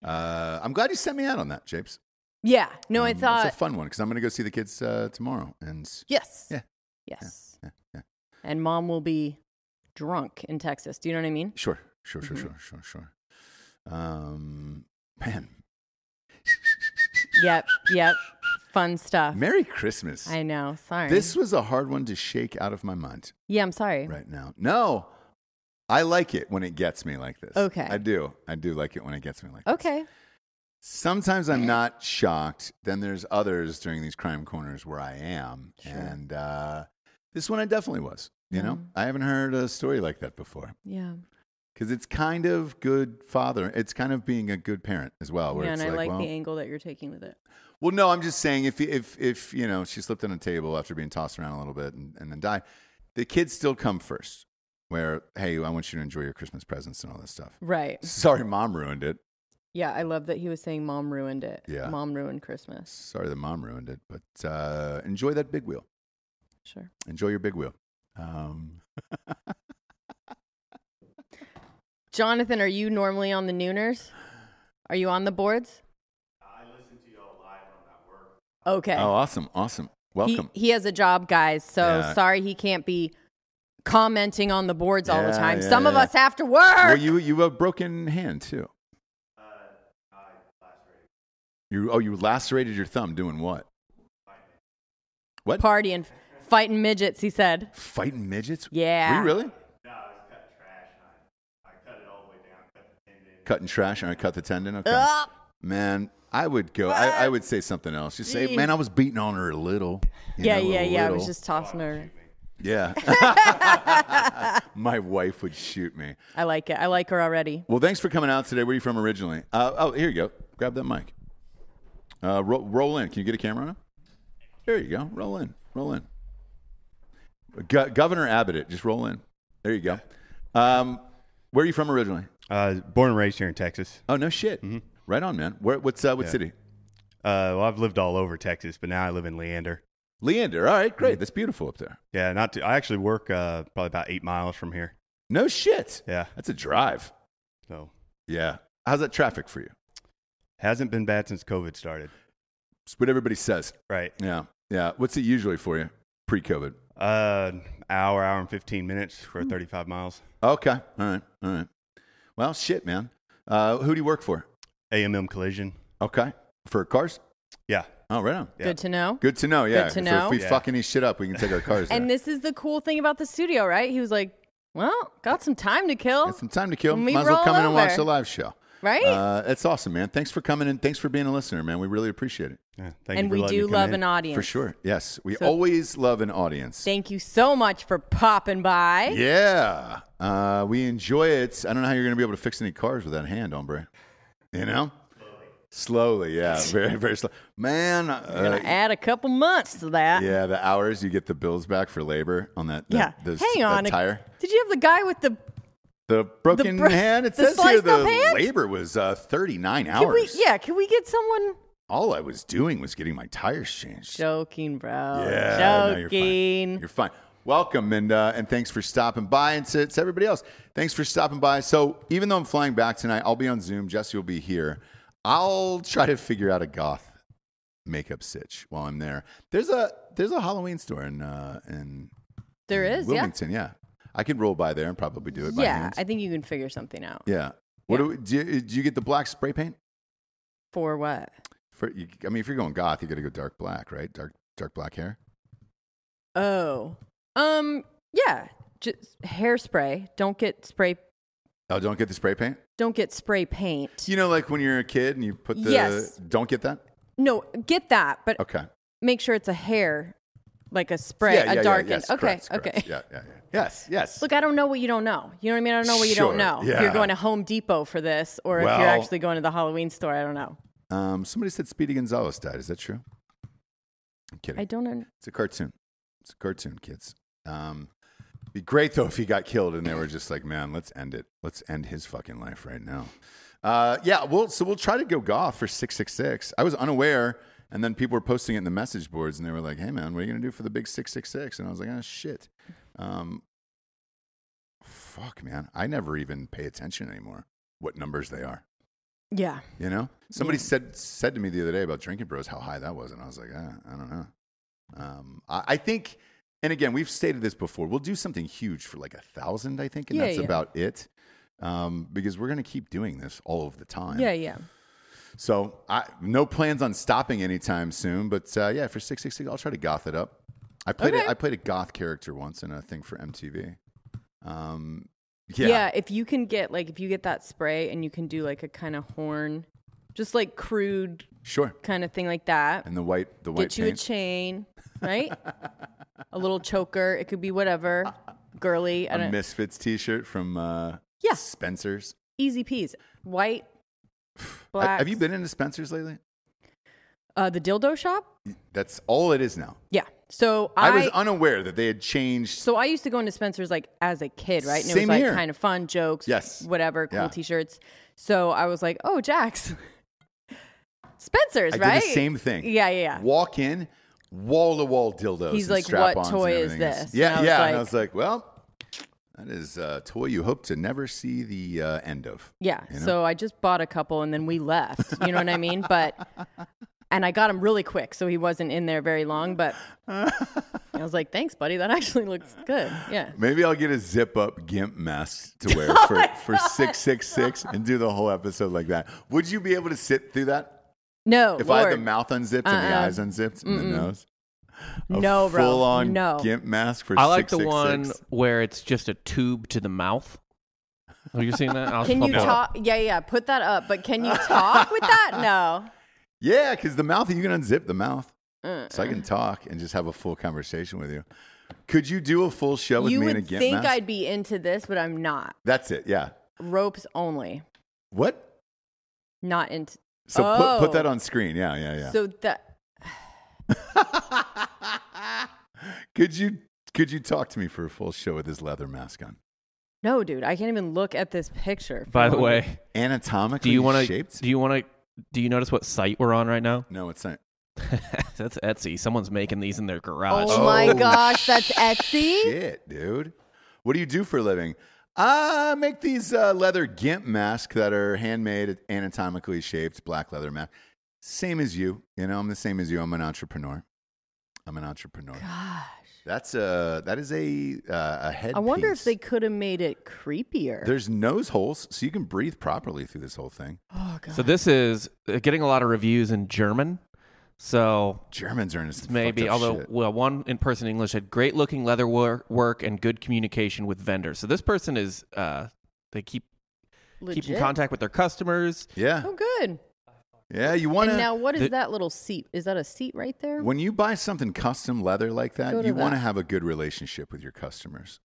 Speaker 6: uh, I'm glad you sent me out on that, Japes.
Speaker 2: Yeah. No, I
Speaker 6: Um, that's
Speaker 2: thought
Speaker 6: a fun one because I'm going to go see the kids uh, tomorrow, and
Speaker 2: yes.
Speaker 6: Yeah.
Speaker 2: Yes.
Speaker 6: yeah, yeah.
Speaker 2: And mom will be drunk in Texas. Do you know what I mean?
Speaker 6: Sure, sure,
Speaker 2: Mm-hmm.
Speaker 6: sure, sure, sure, sure. Um, man,
Speaker 2: Yep. Yep. Fun stuff.
Speaker 6: Merry Christmas.
Speaker 2: I know. Sorry.
Speaker 6: This was a hard one to shake out of my mind
Speaker 2: Yeah, I'm sorry.
Speaker 6: right now. No, I like it when it gets me like this.
Speaker 2: Okay.
Speaker 6: I do. I do like it when it gets me like this.
Speaker 2: Okay.
Speaker 6: Sometimes I'm not shocked. Then there's others during these crime corners where I am. And uh, this one I definitely was. You
Speaker 2: Mm.
Speaker 6: know, I haven't heard a story like that before.
Speaker 2: Yeah.
Speaker 6: Because it's kind of good father. It's kind of being a good parent as well. Oh, Where
Speaker 2: yeah,
Speaker 6: it's
Speaker 2: and I like
Speaker 6: well,
Speaker 2: the angle that you're taking with it.
Speaker 6: Well, no, I'm just saying if if if you know she slipped on a table after being tossed around a little bit and, and then died, the kids still come first. Where hey, I want you to enjoy your Christmas presents and all this stuff.
Speaker 2: Right.
Speaker 6: Sorry, mom ruined it.
Speaker 2: Yeah, I love that he was saying mom ruined it.
Speaker 6: Yeah.
Speaker 2: Mom ruined Christmas.
Speaker 6: Sorry that mom ruined it, but uh, enjoy that big wheel.
Speaker 2: Sure.
Speaker 6: Enjoy your big wheel. Um,
Speaker 2: Jonathan, are you normally on the nooners? Are you on the boards? I listen to y'all live on that work. Okay.
Speaker 6: oh, awesome, awesome. Welcome.
Speaker 2: He, he has a job, guys. So
Speaker 6: Yeah.
Speaker 2: sorry he can't be commenting on the boards all the
Speaker 6: Yeah,
Speaker 2: time.
Speaker 6: yeah,
Speaker 2: Some of
Speaker 6: yeah.
Speaker 2: us have to work.
Speaker 6: well, you you have a broken hand too. You oh you lacerated your thumb doing what? What?
Speaker 2: Partying, fighting midgets, he said.
Speaker 6: Fighting midgets?
Speaker 2: Yeah.
Speaker 6: Were you really? No, I was cutting trash. I cut it all the way down, cut the tendon. Cutting trash and I cut the tendon? Okay.
Speaker 2: Ugh.
Speaker 6: Man, I would go. I, I would say something else. Just say,
Speaker 2: Jeez.
Speaker 6: man, I was beating on her a little. you
Speaker 2: yeah,
Speaker 6: know, a
Speaker 2: yeah, yeah. I was
Speaker 6: little."
Speaker 2: just tossing her. [LAUGHS]
Speaker 6: Yeah. [LAUGHS] My wife would shoot me.
Speaker 2: I like it. I like her already.
Speaker 6: Well, thanks for coming out today. Where are you from originally? Uh, oh, here you go. Grab that mic. Uh, ro- roll in. Can you get a camera on? There you go. Roll in. Roll in. Go- Governor Abbott, it. just roll in. There you go. Um, where are you from originally?
Speaker 5: Uh, born and raised here in Texas.
Speaker 6: Oh, no shit. Right on, man. Where, what's uh, what city?
Speaker 5: Uh, well, I've lived all over Texas, but now I live in Leander.
Speaker 6: Leander. All right, great. That's beautiful up there.
Speaker 5: Yeah, not too, I actually work uh, probably about eight miles from here.
Speaker 6: No shit.
Speaker 5: Yeah,
Speaker 6: That's a drive.
Speaker 5: so
Speaker 6: Yeah. How's that traffic for you?
Speaker 5: hasn't been bad since COVID started.
Speaker 6: It's what everybody says.
Speaker 5: Right,
Speaker 6: Yeah. Yeah. What's it usually for you pre COVID?
Speaker 5: uh, hour, hour and fifteen minutes for
Speaker 2: Hmm.
Speaker 5: thirty-five miles.
Speaker 6: Okay. All right. All right. Well, shit, man. Uh, who do you work for?
Speaker 5: AMM collision.
Speaker 6: Okay. For cars?
Speaker 5: Yeah,
Speaker 6: Oh, right on.
Speaker 5: Yeah.
Speaker 2: Good to know.
Speaker 6: Good to know. Yeah.
Speaker 2: Good to
Speaker 6: If-
Speaker 2: know.
Speaker 6: If we
Speaker 5: Yeah.
Speaker 6: fuck any shit up, we can take
Speaker 2: [LAUGHS]
Speaker 6: our cars.
Speaker 2: And
Speaker 6: there.
Speaker 2: this is the cool thing about the studio, right? He was like, well, got some time to kill,
Speaker 6: Got some time to kill.
Speaker 2: We
Speaker 6: Might as well
Speaker 2: roll
Speaker 6: come in and watch
Speaker 2: over.
Speaker 6: the live show.
Speaker 2: right?
Speaker 6: Uh, that's awesome, man. Thanks for coming and thanks for being a listener, man. We really appreciate it.
Speaker 5: yeah. Thank you
Speaker 2: and
Speaker 5: for
Speaker 2: we
Speaker 5: letting me
Speaker 2: do
Speaker 5: come
Speaker 2: love
Speaker 5: in.
Speaker 2: an audience.
Speaker 6: For sure. Yes. We
Speaker 2: So-
Speaker 6: always love an audience.
Speaker 2: Thank you so much for popping by.
Speaker 6: Yeah. Uh, we enjoy it. I don't know how you're going to be able to fix any cars with that hand, hombre. You know? Slowly,
Speaker 2: [LAUGHS]
Speaker 6: yeah, very, very slow, man.
Speaker 2: Gonna
Speaker 6: Uh,
Speaker 2: add a couple months to that.
Speaker 6: yeah, the hours you get the bills back for labor on that. that
Speaker 2: Yeah.
Speaker 6: those,
Speaker 2: Hang
Speaker 6: that
Speaker 2: on.
Speaker 6: tire.
Speaker 2: Did you have the guy with the?
Speaker 6: The broken
Speaker 2: bro-
Speaker 6: hand. It
Speaker 2: the
Speaker 6: says here
Speaker 2: sliced
Speaker 6: the
Speaker 2: up hand?
Speaker 6: labor was uh, 39
Speaker 2: Can we,
Speaker 6: hours.
Speaker 2: yeah. Can we get someone?
Speaker 6: All I was doing was getting my tires changed.
Speaker 2: Joking, bro.
Speaker 6: Yeah, no, you're fine.
Speaker 2: Joking.
Speaker 6: You're fine. Welcome and uh, and thanks for stopping by and to, to everybody else. Thanks for stopping by. So even though I'm flying back tonight, I'll be on Zoom. Jesse will be here. I'll try to figure out a goth makeup sitch while I'm there. There's a there's a Halloween store in uh, in
Speaker 2: there
Speaker 6: in
Speaker 2: is. Yeah.
Speaker 6: Wilmington. Yeah. I could roll by there and probably do it. by
Speaker 2: Yeah.
Speaker 6: hand.
Speaker 2: I think you can figure something out.
Speaker 6: yeah. What do, we, do, you, eh, do you get the black spray paint?
Speaker 2: For what?
Speaker 6: For you, I mean, if you're going goth, you got to go dark black, right? Dark dark black hair.
Speaker 2: Oh. Um. Yeah. Just hairspray. Don't get spray.
Speaker 6: Oh, don't get the spray paint.
Speaker 2: Don't get spray paint.
Speaker 6: You know, like when you're a kid and you put the
Speaker 2: Yes.
Speaker 6: don't get that.
Speaker 2: no, get that, but
Speaker 6: Okay.
Speaker 2: make sure it's a hair, like a spray,
Speaker 6: yeah,
Speaker 2: a
Speaker 6: yeah,
Speaker 2: darkened.
Speaker 6: Yeah, yes,
Speaker 2: okay.
Speaker 6: correct, correct.
Speaker 2: okay.
Speaker 6: Yeah, yeah, yeah. Yes, yes.
Speaker 2: Look, I don't know what you don't know. You know what I mean? I don't know what you
Speaker 6: Sure,
Speaker 2: don't know. If
Speaker 6: yeah.
Speaker 2: you're going to Home Depot for this or if
Speaker 6: Well-
Speaker 2: you're actually going to the Halloween store, I don't know.
Speaker 6: um, somebody said Speedy Gonzalez died. Is that true? I'm kidding.
Speaker 2: I don't know.
Speaker 6: It's a cartoon. It's a cartoon, kids. Um, be great though if he got killed and they were just like, man, let's end it. Let's end his fucking life right now. Uh, yeah, we'll so we'll try to go golf for six six six. I was unaware, and then people were posting it in the message boards, and they were like, hey man, what are you gonna do for the big six six six? And I was like, oh shit. Um, fuck man, I never even pay attention anymore what numbers they are.
Speaker 2: Yeah.
Speaker 6: You know, somebody said said to me the other day about Drinking Bros how high that was, and I was like, ah, I don't know. Um, I, I think, and again, we've stated this before. We'll do something huge for like a thousand, I think, and
Speaker 2: Yeah,
Speaker 6: that's
Speaker 2: yeah.
Speaker 6: about it. Um, because we're gonna keep doing this all of the time.
Speaker 2: Yeah, yeah.
Speaker 6: So I no plans on stopping anytime soon, but uh, yeah, for six six six, I'll try to goth it up. I played
Speaker 2: Okay.
Speaker 6: a, I played a goth character once in a thing for MTV. Um,
Speaker 2: yeah.
Speaker 6: yeah,
Speaker 2: if you can get like if you get that spray and you can do like a kind of horn, just like crude
Speaker 6: sure.
Speaker 2: kind of thing like that.
Speaker 6: And the white the white
Speaker 2: get you
Speaker 6: chain.
Speaker 2: a
Speaker 6: [LAUGHS]
Speaker 2: chain, right? a little choker. It could be whatever. Girly. I
Speaker 6: a
Speaker 2: don't
Speaker 6: Misfits T-shirt from uh,
Speaker 2: Yeah.
Speaker 6: Spencer's.
Speaker 2: Easy peas. White.
Speaker 6: Ha-
Speaker 2: Black.
Speaker 6: [SIGHS] Have you been into Spencer's lately?
Speaker 2: uh, the dildo shop?
Speaker 6: That's all it is now.
Speaker 2: Yeah. So
Speaker 6: I,
Speaker 2: I,
Speaker 6: was unaware that they had changed.
Speaker 2: so I used to go into Spencer's like as a kid, right? And it was
Speaker 6: Same
Speaker 2: like
Speaker 6: here.
Speaker 2: kind of fun, jokes,
Speaker 6: Yes.
Speaker 2: whatever, cool
Speaker 6: Yeah.
Speaker 2: t-shirts. So I was like, "Oh, Jax, [LAUGHS] Spencer's,
Speaker 6: I did
Speaker 2: right?"
Speaker 6: the same thing.
Speaker 2: Yeah, yeah, yeah.
Speaker 6: Walk in, wall to wall dildos.
Speaker 2: He's
Speaker 6: and
Speaker 2: like,
Speaker 6: strap-ons
Speaker 2: "What
Speaker 6: and
Speaker 2: toy is
Speaker 6: everything else."
Speaker 2: this?"
Speaker 6: Yeah,
Speaker 2: And I was
Speaker 6: yeah.
Speaker 2: like-
Speaker 6: and I was like, well, that is a toy you hope to never see the uh, end of.
Speaker 2: Yeah.
Speaker 6: You know?
Speaker 2: So I just bought a couple and then we left. You know what I mean?
Speaker 6: [LAUGHS]
Speaker 2: But and I got him really quick, so he wasn't in there very long.
Speaker 6: [LAUGHS]
Speaker 2: But I was like, "Thanks, buddy. That actually looks good." Yeah.
Speaker 6: Maybe I'll get a zip up gimp
Speaker 2: [LAUGHS]
Speaker 6: mask to wear
Speaker 2: Oh
Speaker 6: for, for 666 and do the whole episode like that. Would you be able to sit through that?
Speaker 2: No,
Speaker 6: If I
Speaker 2: Lord.
Speaker 6: had the mouth unzipped and the
Speaker 2: Uh-uh.
Speaker 6: eyes unzipped and the nose, a
Speaker 2: No, bro.
Speaker 6: full on
Speaker 2: No.
Speaker 6: gimp mask for
Speaker 3: I like the
Speaker 6: 666.
Speaker 3: one where it's just a tube to the mouth. Have you seen that?
Speaker 2: [LAUGHS]
Speaker 3: I'll
Speaker 2: can you
Speaker 3: pop that up.
Speaker 2: talk? Yeah, yeah. Put that up. But can you talk with
Speaker 6: [LAUGHS]
Speaker 2: that? No. Mm.
Speaker 6: Yeah, because the mouth you can unzip the mouth, so I
Speaker 2: Eh.
Speaker 6: can talk and just have a full conversation with you. Could you do a full show with
Speaker 2: you
Speaker 6: me in a
Speaker 2: would
Speaker 6: gimp
Speaker 2: think
Speaker 6: mask?
Speaker 2: I'd be into this, but I'm not.
Speaker 6: That's it. Yeah.
Speaker 2: Ropes only,
Speaker 6: What?
Speaker 2: not into.
Speaker 6: So put, put
Speaker 2: Oh.
Speaker 6: that on screen. Yeah, yeah, yeah.
Speaker 2: So that
Speaker 6: [LAUGHS] could you could you talk to me for a full show with this leather mask on?
Speaker 2: no, dude, I can't even look at this picture.
Speaker 3: By the way,
Speaker 6: Anatomically
Speaker 3: do you want to?
Speaker 6: shaped?
Speaker 3: Do you want to? Do you notice what site we're on right now?
Speaker 6: no, it's not.
Speaker 3: That's Etsy. Someone's making these in their garage.
Speaker 2: Oh my
Speaker 6: Oh,
Speaker 2: gosh, that's Etsy.
Speaker 6: Shit, dude. What do you do for a living? I make these uh, leather gimp masks that are handmade, anatomically shaped, black leather mask. Same as you. You know, I'm the same as you. I'm an entrepreneur. I'm an entrepreneur.
Speaker 2: Gosh,
Speaker 6: That's a that is a uh, a head.
Speaker 2: I wonder if they could have made it creepier.
Speaker 6: There's nose holes, so you can breathe properly through this whole thing.
Speaker 2: oh god.
Speaker 3: So this is uh, getting a lot of reviews in German. So
Speaker 6: Germans are in this
Speaker 3: maybe, although well, one in person English had great looking leather wor- work and good communication with vendors. So this person is uh, they keep keep in
Speaker 2: Legit?
Speaker 3: contact with their customers.
Speaker 6: yeah,
Speaker 2: Oh, good.
Speaker 6: yeah, you want
Speaker 2: and now, what is
Speaker 3: the-
Speaker 2: that little seat? Is that a seat right there?
Speaker 6: When you buy something custom leather like
Speaker 2: Go
Speaker 6: that,
Speaker 2: to
Speaker 6: you want to
Speaker 2: that.
Speaker 6: have a good relationship with your customers.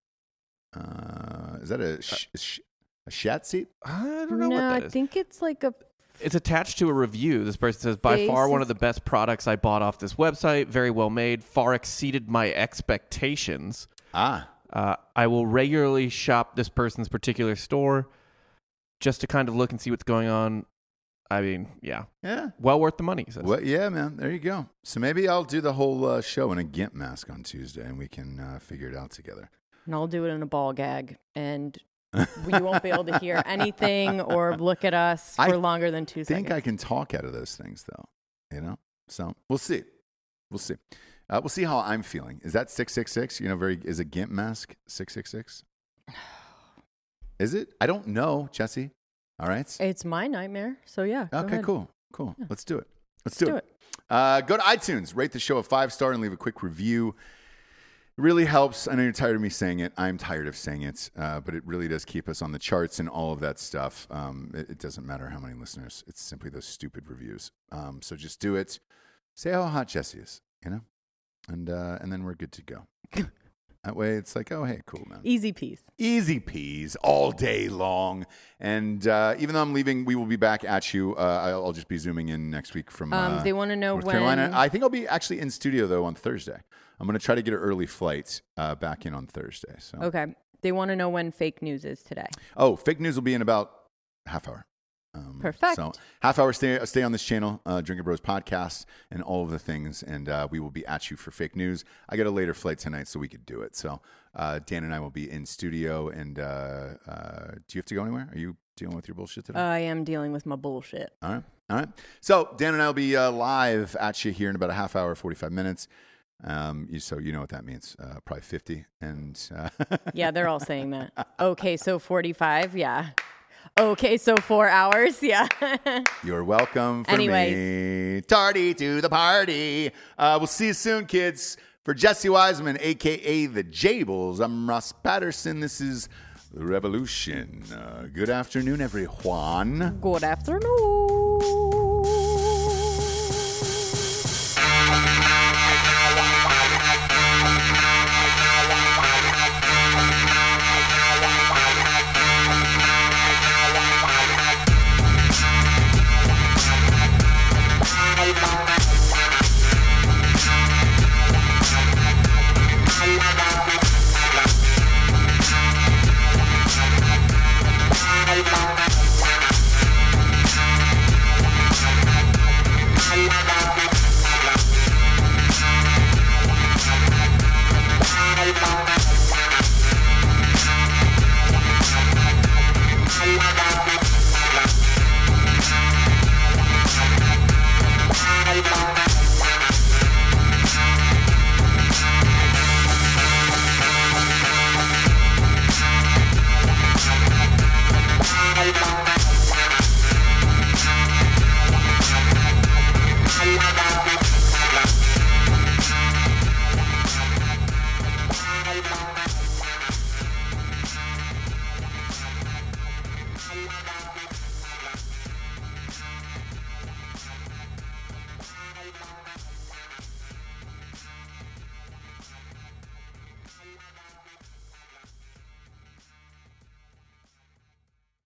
Speaker 6: Uh, is that a sh- sh- a chat seat?
Speaker 3: I don't know
Speaker 2: no,
Speaker 3: what
Speaker 2: I
Speaker 3: that is.
Speaker 2: think it's like a.
Speaker 3: it's attached to a review. This person says, by far
Speaker 2: This
Speaker 3: one
Speaker 2: is-
Speaker 3: of the best products I bought off this website. Very well made. Far exceeded my expectations.
Speaker 6: Ah,
Speaker 3: Uh, I will regularly shop this person's particular store just to kind of look and see what's going on. I mean, yeah,
Speaker 6: yeah.
Speaker 3: well worth the money. he says.
Speaker 6: What? Yeah, man. There you go. So maybe I'll do the whole uh, show in a gimp mask on Tuesday, and we can uh, figure it out together.
Speaker 2: And I'll do it in a ball gag, and you won't be able to hear
Speaker 6: [LAUGHS]
Speaker 2: anything or look at us for
Speaker 6: I
Speaker 2: longer than two
Speaker 6: think I
Speaker 2: seconds.
Speaker 6: can talk out of those things, though. You know, so we'll see. We'll see. Uh, we'll see how I'm feeling. Is that six six six? You know, very is a gimp mask six
Speaker 2: [SIGHS]
Speaker 6: six six? Is it? I don't know, Jesse. All right.
Speaker 2: It's my nightmare. So yeah. go
Speaker 6: Okay,
Speaker 2: ahead.
Speaker 6: cool. Cool. Let's do it. Let's do,
Speaker 2: Let's do
Speaker 6: it. Uh, go to iTunes, rate the show a five star, and leave a quick review. It really helps. I know you're tired of me saying it. I'm tired of saying it, uh, but it really does keep us on the charts and all of that stuff. Um, it, it doesn't matter how many listeners, it's simply those stupid reviews. Um, so just do it. Say how hot Jesse is, you know? And, uh, and then we're good to go. [LAUGHS] that way it's like, oh, hey, cool, man
Speaker 2: Easy piece.
Speaker 6: easy peas all day long. And uh, even though I'm leaving, we will be back at you. Uh, I'll, I'll just be zooming in next week from
Speaker 2: Um,
Speaker 6: uh,
Speaker 2: they want to know
Speaker 6: North
Speaker 2: when.
Speaker 6: Carolina. I think I'll be actually in studio though on Thursday. I'm going to try to get an early flight uh, back in on Thursday. So,
Speaker 2: okay. They want to know when fake news is today.
Speaker 6: oh, fake news will be in about half hour. Um,
Speaker 2: Perfect.
Speaker 6: So half hour stay stay on this channel, uh, Drinking Bros podcast, and all of the things, and uh, we will be at you for fake news. I got a later flight tonight, so we could do it. So uh, Dan and I will be in studio. And uh, uh, do you have to go anywhere? Are you dealing with your bullshit today?
Speaker 2: I am dealing with my bullshit.
Speaker 6: All right. All right. So Dan and I will be uh, live at you here in about a half hour, 45 minutes. Um, you, so you know what that means. Uh, probably 50. And uh, [LAUGHS]
Speaker 2: Yeah, they're all saying that. Okay, so 45, yeah. Okay, so four hours, yeah. [LAUGHS]
Speaker 6: you're welcome for me.
Speaker 2: Anyways.
Speaker 6: Tardy to the party. Uh, we'll see you soon, kids. For Jesse Wiseman, a.k.a. The Jables, I'm Ross Patterson. This is The Revolution. Uh, good afternoon, everyone.
Speaker 2: Good afternoon.